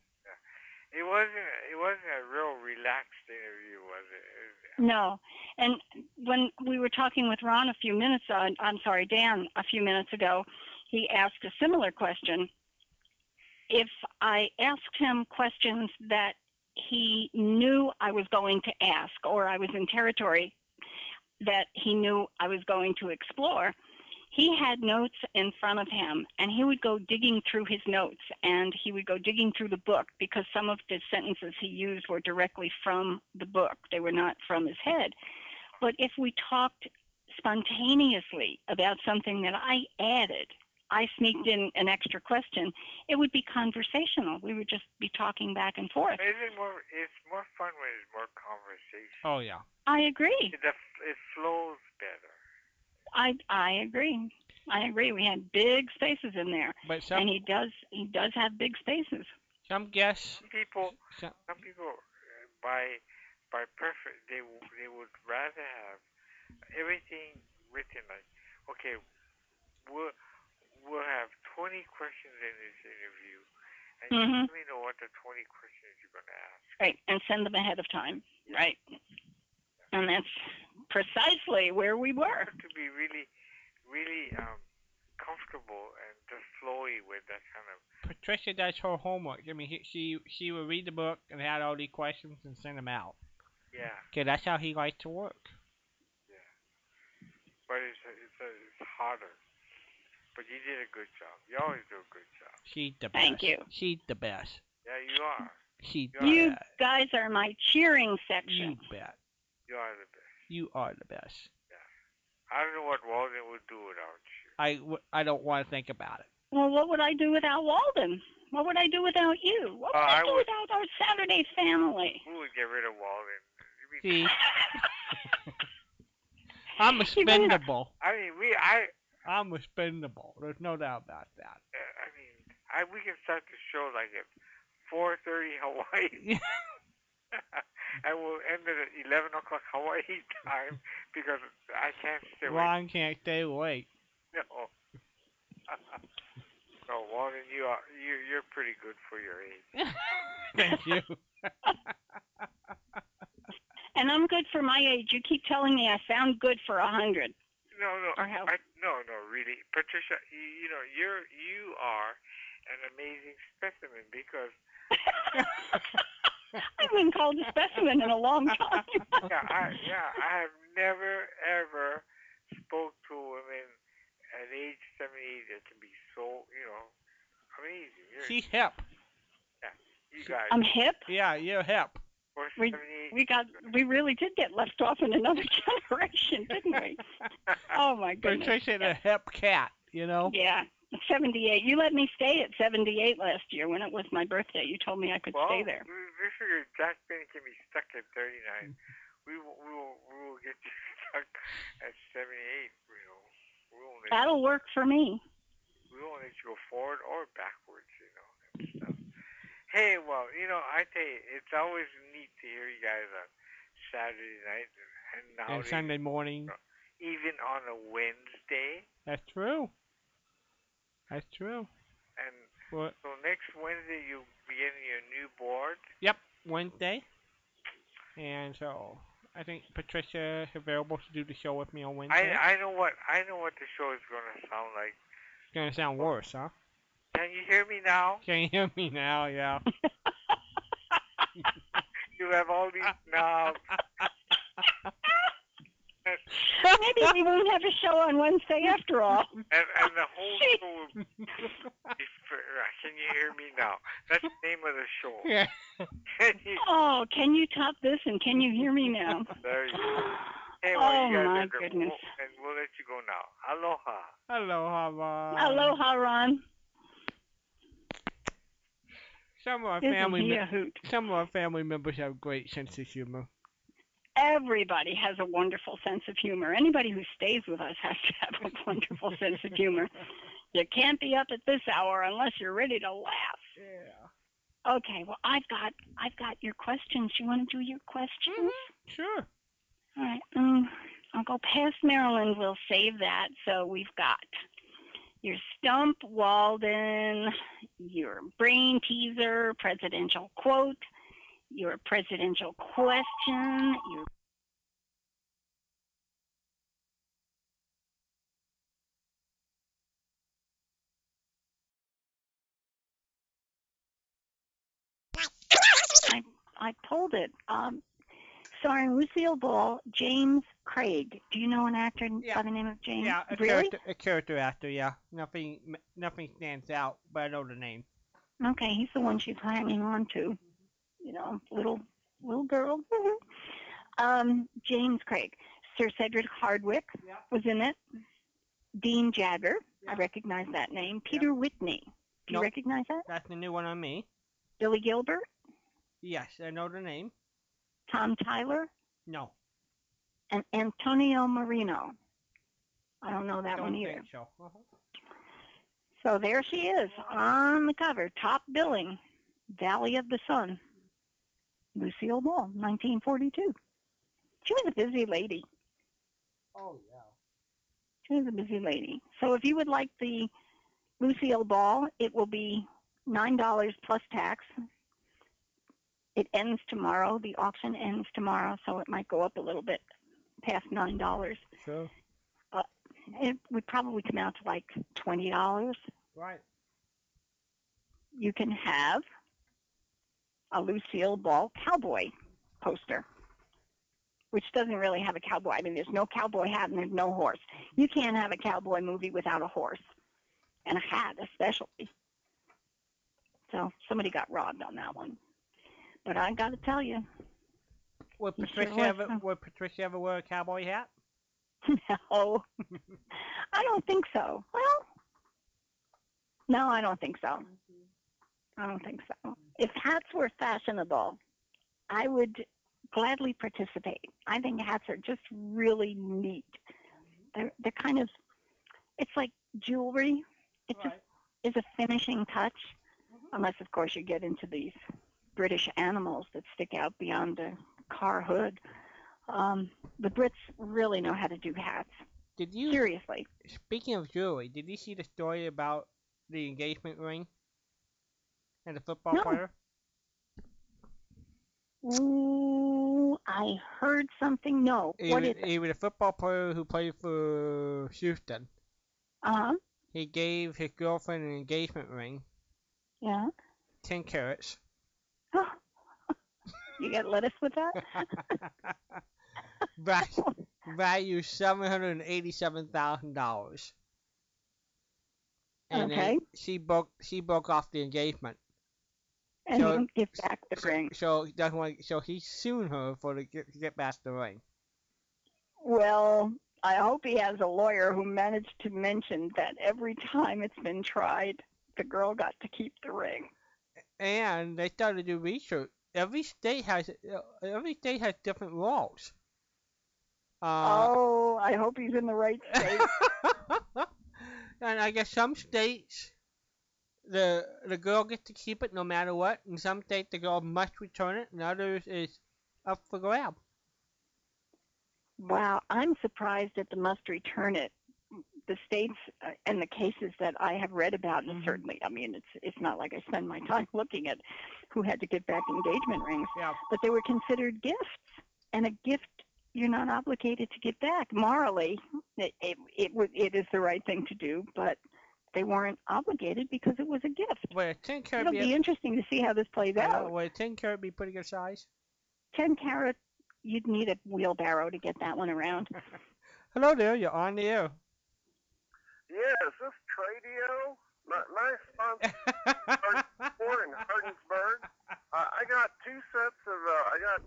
[SPEAKER 5] It wasn't. It wasn't a real relaxed interview, was it? It was-
[SPEAKER 2] No. And when we were talking with Ron a few minutes, uh, I'm sorry, Dan, a few minutes ago, he asked a similar question. If I asked him questions that he knew I was going to ask, or I was in territory that he knew I was going to explore, he had notes in front of him, and he would go digging through his notes, and he would go digging through the book because some of the sentences he used were directly from the book. They were not from his head. But if we talked spontaneously about something that I added, I sneaked in an extra question, it would be conversational. We would just be talking back and forth.
[SPEAKER 5] It's more. It's more fun when it's more conversation.
[SPEAKER 1] Oh yeah.
[SPEAKER 2] I agree.
[SPEAKER 5] It, def- it flows better.
[SPEAKER 2] I I agree. I agree. We had big spaces in there,
[SPEAKER 1] But
[SPEAKER 2] and
[SPEAKER 1] some
[SPEAKER 2] he does he does have big spaces.
[SPEAKER 1] some guests.
[SPEAKER 5] Some people.
[SPEAKER 1] Some,
[SPEAKER 5] Some people, uh, by by perfect, they w- they would rather have everything written. Like, okay, we'll we'll have 20 questions in this interview, and you
[SPEAKER 2] Mhm.
[SPEAKER 5] let me know what the 20 questions you're gonna ask.
[SPEAKER 2] Right, and send them ahead of time. Right. And that's precisely where we were.
[SPEAKER 5] have to be really, really um, comfortable and just flowy with that kind of.
[SPEAKER 1] Patricia does her homework. I mean, he, she she would read the book and had all these questions and send them out.
[SPEAKER 5] Yeah,
[SPEAKER 1] Okay, that's how he likes to work.
[SPEAKER 5] but it's it's, it's harder. But you did a good job. You always do a good job.
[SPEAKER 1] She's the best.
[SPEAKER 2] Thank you.
[SPEAKER 1] She's the best.
[SPEAKER 5] Yeah, you are.
[SPEAKER 1] She's the
[SPEAKER 5] You
[SPEAKER 2] You
[SPEAKER 1] best.
[SPEAKER 2] guys are my cheering
[SPEAKER 1] You
[SPEAKER 2] section.
[SPEAKER 1] bet.
[SPEAKER 5] You are the best.
[SPEAKER 1] You are the best.
[SPEAKER 5] I don't know what Walden would do without you.
[SPEAKER 1] I, w- I don't want to think about it.
[SPEAKER 2] Well, what would I do without Walden? What would I do without you? What would
[SPEAKER 5] Uh,
[SPEAKER 2] I
[SPEAKER 5] I
[SPEAKER 2] do
[SPEAKER 5] would-
[SPEAKER 2] without our Saturday family?
[SPEAKER 5] Who would get rid of Walden? I mean,
[SPEAKER 1] See, I'm expendable.
[SPEAKER 5] I mean, we, I,
[SPEAKER 1] I'm expendable. There's no doubt about that.
[SPEAKER 5] uh, I mean, I, we can start the show like at 4:30 Hawaii. and we'll end it at 11 o'clock Hawaii time because I can't stay awake.
[SPEAKER 1] Ron can't stay awake.
[SPEAKER 5] No. no, Walden, you are you you're pretty good for your age.
[SPEAKER 1] Thank you.
[SPEAKER 2] And I'm good for my age. You keep telling me I sound good for a hundred.
[SPEAKER 5] No, no,
[SPEAKER 2] Or how-
[SPEAKER 5] I, no, no, really, Patricia, you, you know you're you are an amazing specimen because
[SPEAKER 2] I haven't called a specimen in a long time.
[SPEAKER 5] yeah, I yeah I have never ever spoke to a woman at age 70 that can be so you know amazing. You're,
[SPEAKER 1] She's hip.
[SPEAKER 5] you guys,
[SPEAKER 2] I'm hip.
[SPEAKER 1] Yeah, you're hip.
[SPEAKER 5] for
[SPEAKER 2] we-
[SPEAKER 5] 70,
[SPEAKER 2] We got we really did get left off in another generation, didn't we? Oh my goodness.
[SPEAKER 1] Patricia the hip cat, you know?
[SPEAKER 2] Yeah, 78. You let me stay at 78 last year when it was my birthday. You told me I could
[SPEAKER 5] well,
[SPEAKER 2] stay there.
[SPEAKER 5] We, we figured Jack Benny can be stuck at 39. We will, we will, we will get you stuck at 78. You know, we won't let
[SPEAKER 2] That'll work for me.
[SPEAKER 5] we won't let you go forward or backwards. You know. and stuff. Hey, well, you know, I tell you, it's always neat to hear you guys on Saturday night and
[SPEAKER 1] And
[SPEAKER 5] nowadays.
[SPEAKER 1] Sunday morning.
[SPEAKER 5] even on a Wednesday.
[SPEAKER 1] That's true. That's true.
[SPEAKER 5] And
[SPEAKER 1] What?
[SPEAKER 5] so next Wednesday you begin your new board.
[SPEAKER 1] Yep, Wednesday. And so I think Patricia is available to do the show with me on Wednesday.
[SPEAKER 5] I I know what I know what the show is gonna sound like.
[SPEAKER 1] it's gonna sound worse, huh?
[SPEAKER 5] Can you hear me now?
[SPEAKER 1] Can you hear me now? Yeah.
[SPEAKER 5] You have all these knobs.
[SPEAKER 2] Maybe we won't have a show on Wednesday after all.
[SPEAKER 5] And, and the whole show will be for- Can you hear me now? That's the name of the show.
[SPEAKER 1] yeah.
[SPEAKER 2] Oh, can you top this and can you hear me now?
[SPEAKER 5] there you go. Anyway,
[SPEAKER 2] Oh
[SPEAKER 5] you guys
[SPEAKER 2] my
[SPEAKER 5] are good.
[SPEAKER 2] goodness.
[SPEAKER 5] We'll, and we'll let you go now. Aloha.
[SPEAKER 1] Hello, Hava.
[SPEAKER 2] Aloha, Ron.
[SPEAKER 1] Some of our
[SPEAKER 2] Isn't
[SPEAKER 1] family
[SPEAKER 2] he
[SPEAKER 1] me-
[SPEAKER 2] a hoot?
[SPEAKER 1] some of our family members have great sense of humor.
[SPEAKER 2] Everybody has a wonderful sense of humor. Anybody who stays with us has to have a wonderful sense of humor. You can't be up at this hour unless you're ready to laugh.
[SPEAKER 1] Yeah.
[SPEAKER 2] Okay, well I've got I've got your questions. You want to do your questions?
[SPEAKER 1] Sure.
[SPEAKER 2] All right. Um, I'll go past Maryland. We'll save that. So we've got your Stump Walden, your brain teaser, presidential quote, your presidential question, your I, I pulled it. Um, starring Lucille Ball, James Craig. Do you know an actor
[SPEAKER 1] Yeah.
[SPEAKER 2] by the name of James?
[SPEAKER 1] Yeah, a
[SPEAKER 2] really?
[SPEAKER 1] character a character actor, yeah. Nothing m- nothing stands out, but I know the name.
[SPEAKER 2] Okay, he's the one she's hanging on to. You know, little little girl. um, James Craig, Sir Cedric Hardwick
[SPEAKER 1] Yeah.
[SPEAKER 2] was in it. Dean Jagger,
[SPEAKER 1] Yeah.
[SPEAKER 2] I recognize that name. Peter Whitney, do you
[SPEAKER 1] Nope.
[SPEAKER 2] recognize that?
[SPEAKER 1] That's the new one on me.
[SPEAKER 2] Billy Gilbert,
[SPEAKER 1] Yes, I know the name.
[SPEAKER 2] Tom Tyler,
[SPEAKER 1] No.
[SPEAKER 2] and Antonio Marino. I don't know that
[SPEAKER 1] don't
[SPEAKER 2] one either.
[SPEAKER 1] think so. Uh-huh.
[SPEAKER 2] So there she is on the cover, top billing, Valley of the Sun. Lucille Ball, 1942. She was a busy lady.
[SPEAKER 1] Oh yeah.
[SPEAKER 2] She was a busy lady. So if you would like the Lucille Ball, it will be $9 plus tax. It ends tomorrow. The auction ends tomorrow, so it might go up a little bit past $9.
[SPEAKER 1] Sure.
[SPEAKER 2] It would probably come out to like $20.
[SPEAKER 1] Right.
[SPEAKER 2] you can have a Lucille Ball cowboy poster, which doesn't really have a cowboy. I mean, there's no cowboy hat and there's no horse. You can't have a cowboy movie without a horse and a hat, especially. So somebody got robbed on that one. But I got to tell you,
[SPEAKER 1] Would
[SPEAKER 2] You sure
[SPEAKER 1] Patricia
[SPEAKER 2] would,
[SPEAKER 1] ever
[SPEAKER 2] huh?
[SPEAKER 1] would Patricia ever wear a cowboy hat?
[SPEAKER 2] no, I don't think so. Well, no, I don't think so. I don't think so. If hats were fashionable, I would gladly participate. I think hats are just really neat. They're they're kind of it's like jewelry. It just is a finishing touch, unless of course you get into these British animals that stick out beyond the car hood. Um, the Brits really know how to do hats.
[SPEAKER 1] Did you
[SPEAKER 2] Seriously.
[SPEAKER 1] Speaking of jewelry, did you see the story about the engagement ring and the football
[SPEAKER 2] No.
[SPEAKER 1] player?
[SPEAKER 2] Ooh, I heard something. No,
[SPEAKER 1] He
[SPEAKER 2] what
[SPEAKER 1] was,
[SPEAKER 2] is it?
[SPEAKER 1] he was a football player who played for Houston.
[SPEAKER 2] Uh huh.
[SPEAKER 1] He gave his girlfriend an engagement ring,
[SPEAKER 2] Yeah.
[SPEAKER 1] ten carats.
[SPEAKER 2] You got lettuce with that?
[SPEAKER 1] Val- value seven hundred and eighty-seven thousand dollars. And
[SPEAKER 2] Okay.
[SPEAKER 1] then she broke she broke off the engagement.
[SPEAKER 2] And
[SPEAKER 1] So-
[SPEAKER 2] then give back the
[SPEAKER 1] So-
[SPEAKER 2] ring.
[SPEAKER 1] So he doesn't want so he's suing her for the get, to get back the ring.
[SPEAKER 2] Well, I hope he has a lawyer who managed to mention that every time it's been tried, the girl got to keep the ring.
[SPEAKER 1] and they started to do research. Every state has uh, every state has different laws. Uh,
[SPEAKER 2] oh, I hope he's in the right state.
[SPEAKER 1] and I guess some states the the girl gets to keep it no matter what. In some states the girl must return it, and others is up for grab.
[SPEAKER 2] Wow, I'm surprised at the must return it. The states uh, and the cases that I have read about, and
[SPEAKER 1] Mhm.
[SPEAKER 2] certainly, I mean, it's it's not like I spend my time looking at who had to give back engagement rings,
[SPEAKER 1] Yeah.
[SPEAKER 2] but they were considered gifts, and a gift you're not obligated to give back morally. It it it, would- it is the right thing to do, but they weren't obligated because it was a gift.
[SPEAKER 1] Wait, a 10
[SPEAKER 2] It'll
[SPEAKER 1] carat
[SPEAKER 2] be
[SPEAKER 1] be,
[SPEAKER 2] interesting to see how this plays out.
[SPEAKER 1] would a 10 carat be pretty good size?
[SPEAKER 2] 10 carat, you'd need a wheelbarrow to get that one around.
[SPEAKER 1] Hello there, you're on the air.
[SPEAKER 3] Yes, this Tradio, my, my sponsor in Hardinsburg. Uh, I got two sets of, uh, I got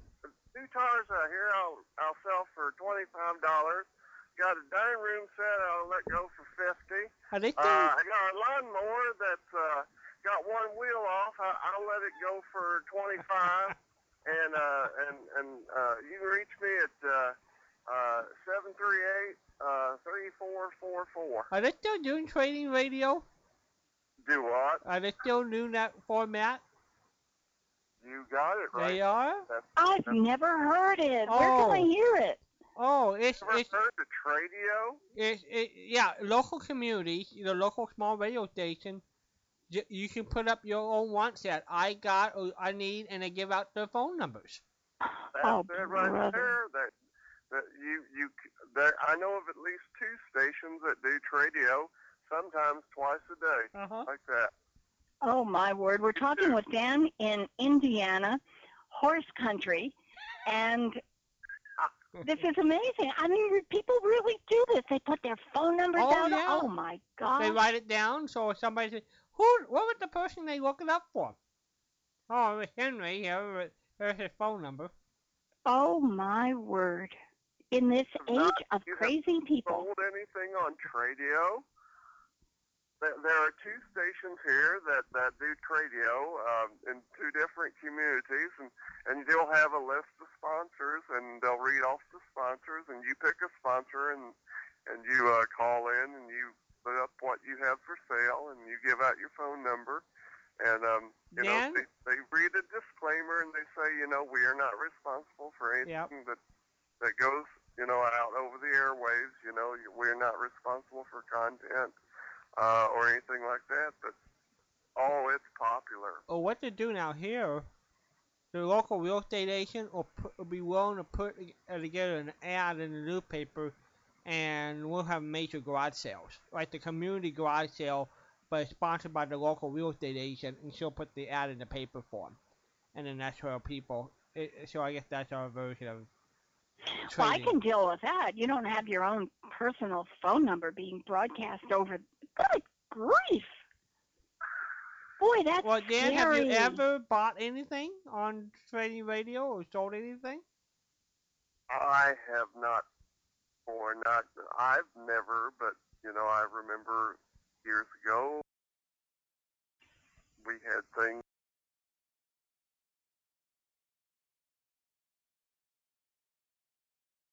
[SPEAKER 3] two tires out here I'll, I'll sell for $25. Got a dining room set I'll let go for 50
[SPEAKER 1] Are they thin?
[SPEAKER 3] uh, I got a lawnmower that's uh, got one wheel off. I, I'll let it go for 25. and uh, and and uh, you can reach me at uh, uh, 738 uh, 3444.
[SPEAKER 1] Are they still doing trading radio?
[SPEAKER 3] Do what?
[SPEAKER 1] Are they still doing that format?
[SPEAKER 3] You got it
[SPEAKER 1] They uh,
[SPEAKER 3] right.
[SPEAKER 1] are?
[SPEAKER 2] I've never heard it. Where
[SPEAKER 1] Oh.
[SPEAKER 2] can I hear it?
[SPEAKER 1] Oh, it's
[SPEAKER 3] Ever
[SPEAKER 1] it's
[SPEAKER 3] heard of Tradio?
[SPEAKER 1] it's it, yeah, local communities, the local small radio station. y- You can put up your own wants that I got or I need, and they give out their phone numbers.
[SPEAKER 3] That's
[SPEAKER 2] Oh,
[SPEAKER 3] it right
[SPEAKER 2] brother.
[SPEAKER 3] there. That that you you c- there. I know of at least two stations that do Tradio. Sometimes twice a day,
[SPEAKER 1] Uh huh.
[SPEAKER 3] like that.
[SPEAKER 2] Oh, my word. We're talking with Dan in Indiana, horse country, and this is amazing. I mean, re- people really do this. They put their phone numbers
[SPEAKER 1] Oh,
[SPEAKER 2] out.
[SPEAKER 1] yeah.
[SPEAKER 2] Oh, my
[SPEAKER 1] They
[SPEAKER 2] God.
[SPEAKER 1] write it down, so if somebody says, "Who? What was the person they looked it up for?" Oh, it was Henry. Here, it- here's his phone number.
[SPEAKER 2] Oh, my word. In this age of
[SPEAKER 3] You have
[SPEAKER 2] crazy people.
[SPEAKER 3] sold anything on Tradio. There there are two stations here that, that do Tradio um, in two different communities, and, and you'll have a list of sponsors, and they'll read off the sponsors, and you pick a sponsor, and and you uh, call in, and you put up what you have for sale, and you give out your phone number, and um, you
[SPEAKER 1] Dan?
[SPEAKER 3] know they, they read a disclaimer, and they say, you know, we are not responsible for anything
[SPEAKER 1] Yep.
[SPEAKER 3] that that goes, you know, out over the airwaves. You know, you- we're not responsible for content uh, or anything like that. But oh, it's popular.
[SPEAKER 1] or what to do now here, the local real estate agent will, put, will be willing to put together an ad in the newspaper, and we'll have major garage sales, like the community garage sale, but it's sponsored by the local real estate agent, and she'll put the ad in the paper form, and then that's where people. It, it- so I guess that's our version of.
[SPEAKER 2] Well, I can
[SPEAKER 1] Trading.
[SPEAKER 2] deal with that. You don't have your own personal phone number being broadcast over. Good grief! Boy, that's
[SPEAKER 1] Well, Dan, have
[SPEAKER 2] scary.
[SPEAKER 1] you ever bought anything on trading radio or sold anything?
[SPEAKER 3] I have not, or not. I've never, but you know, I remember years ago we had things.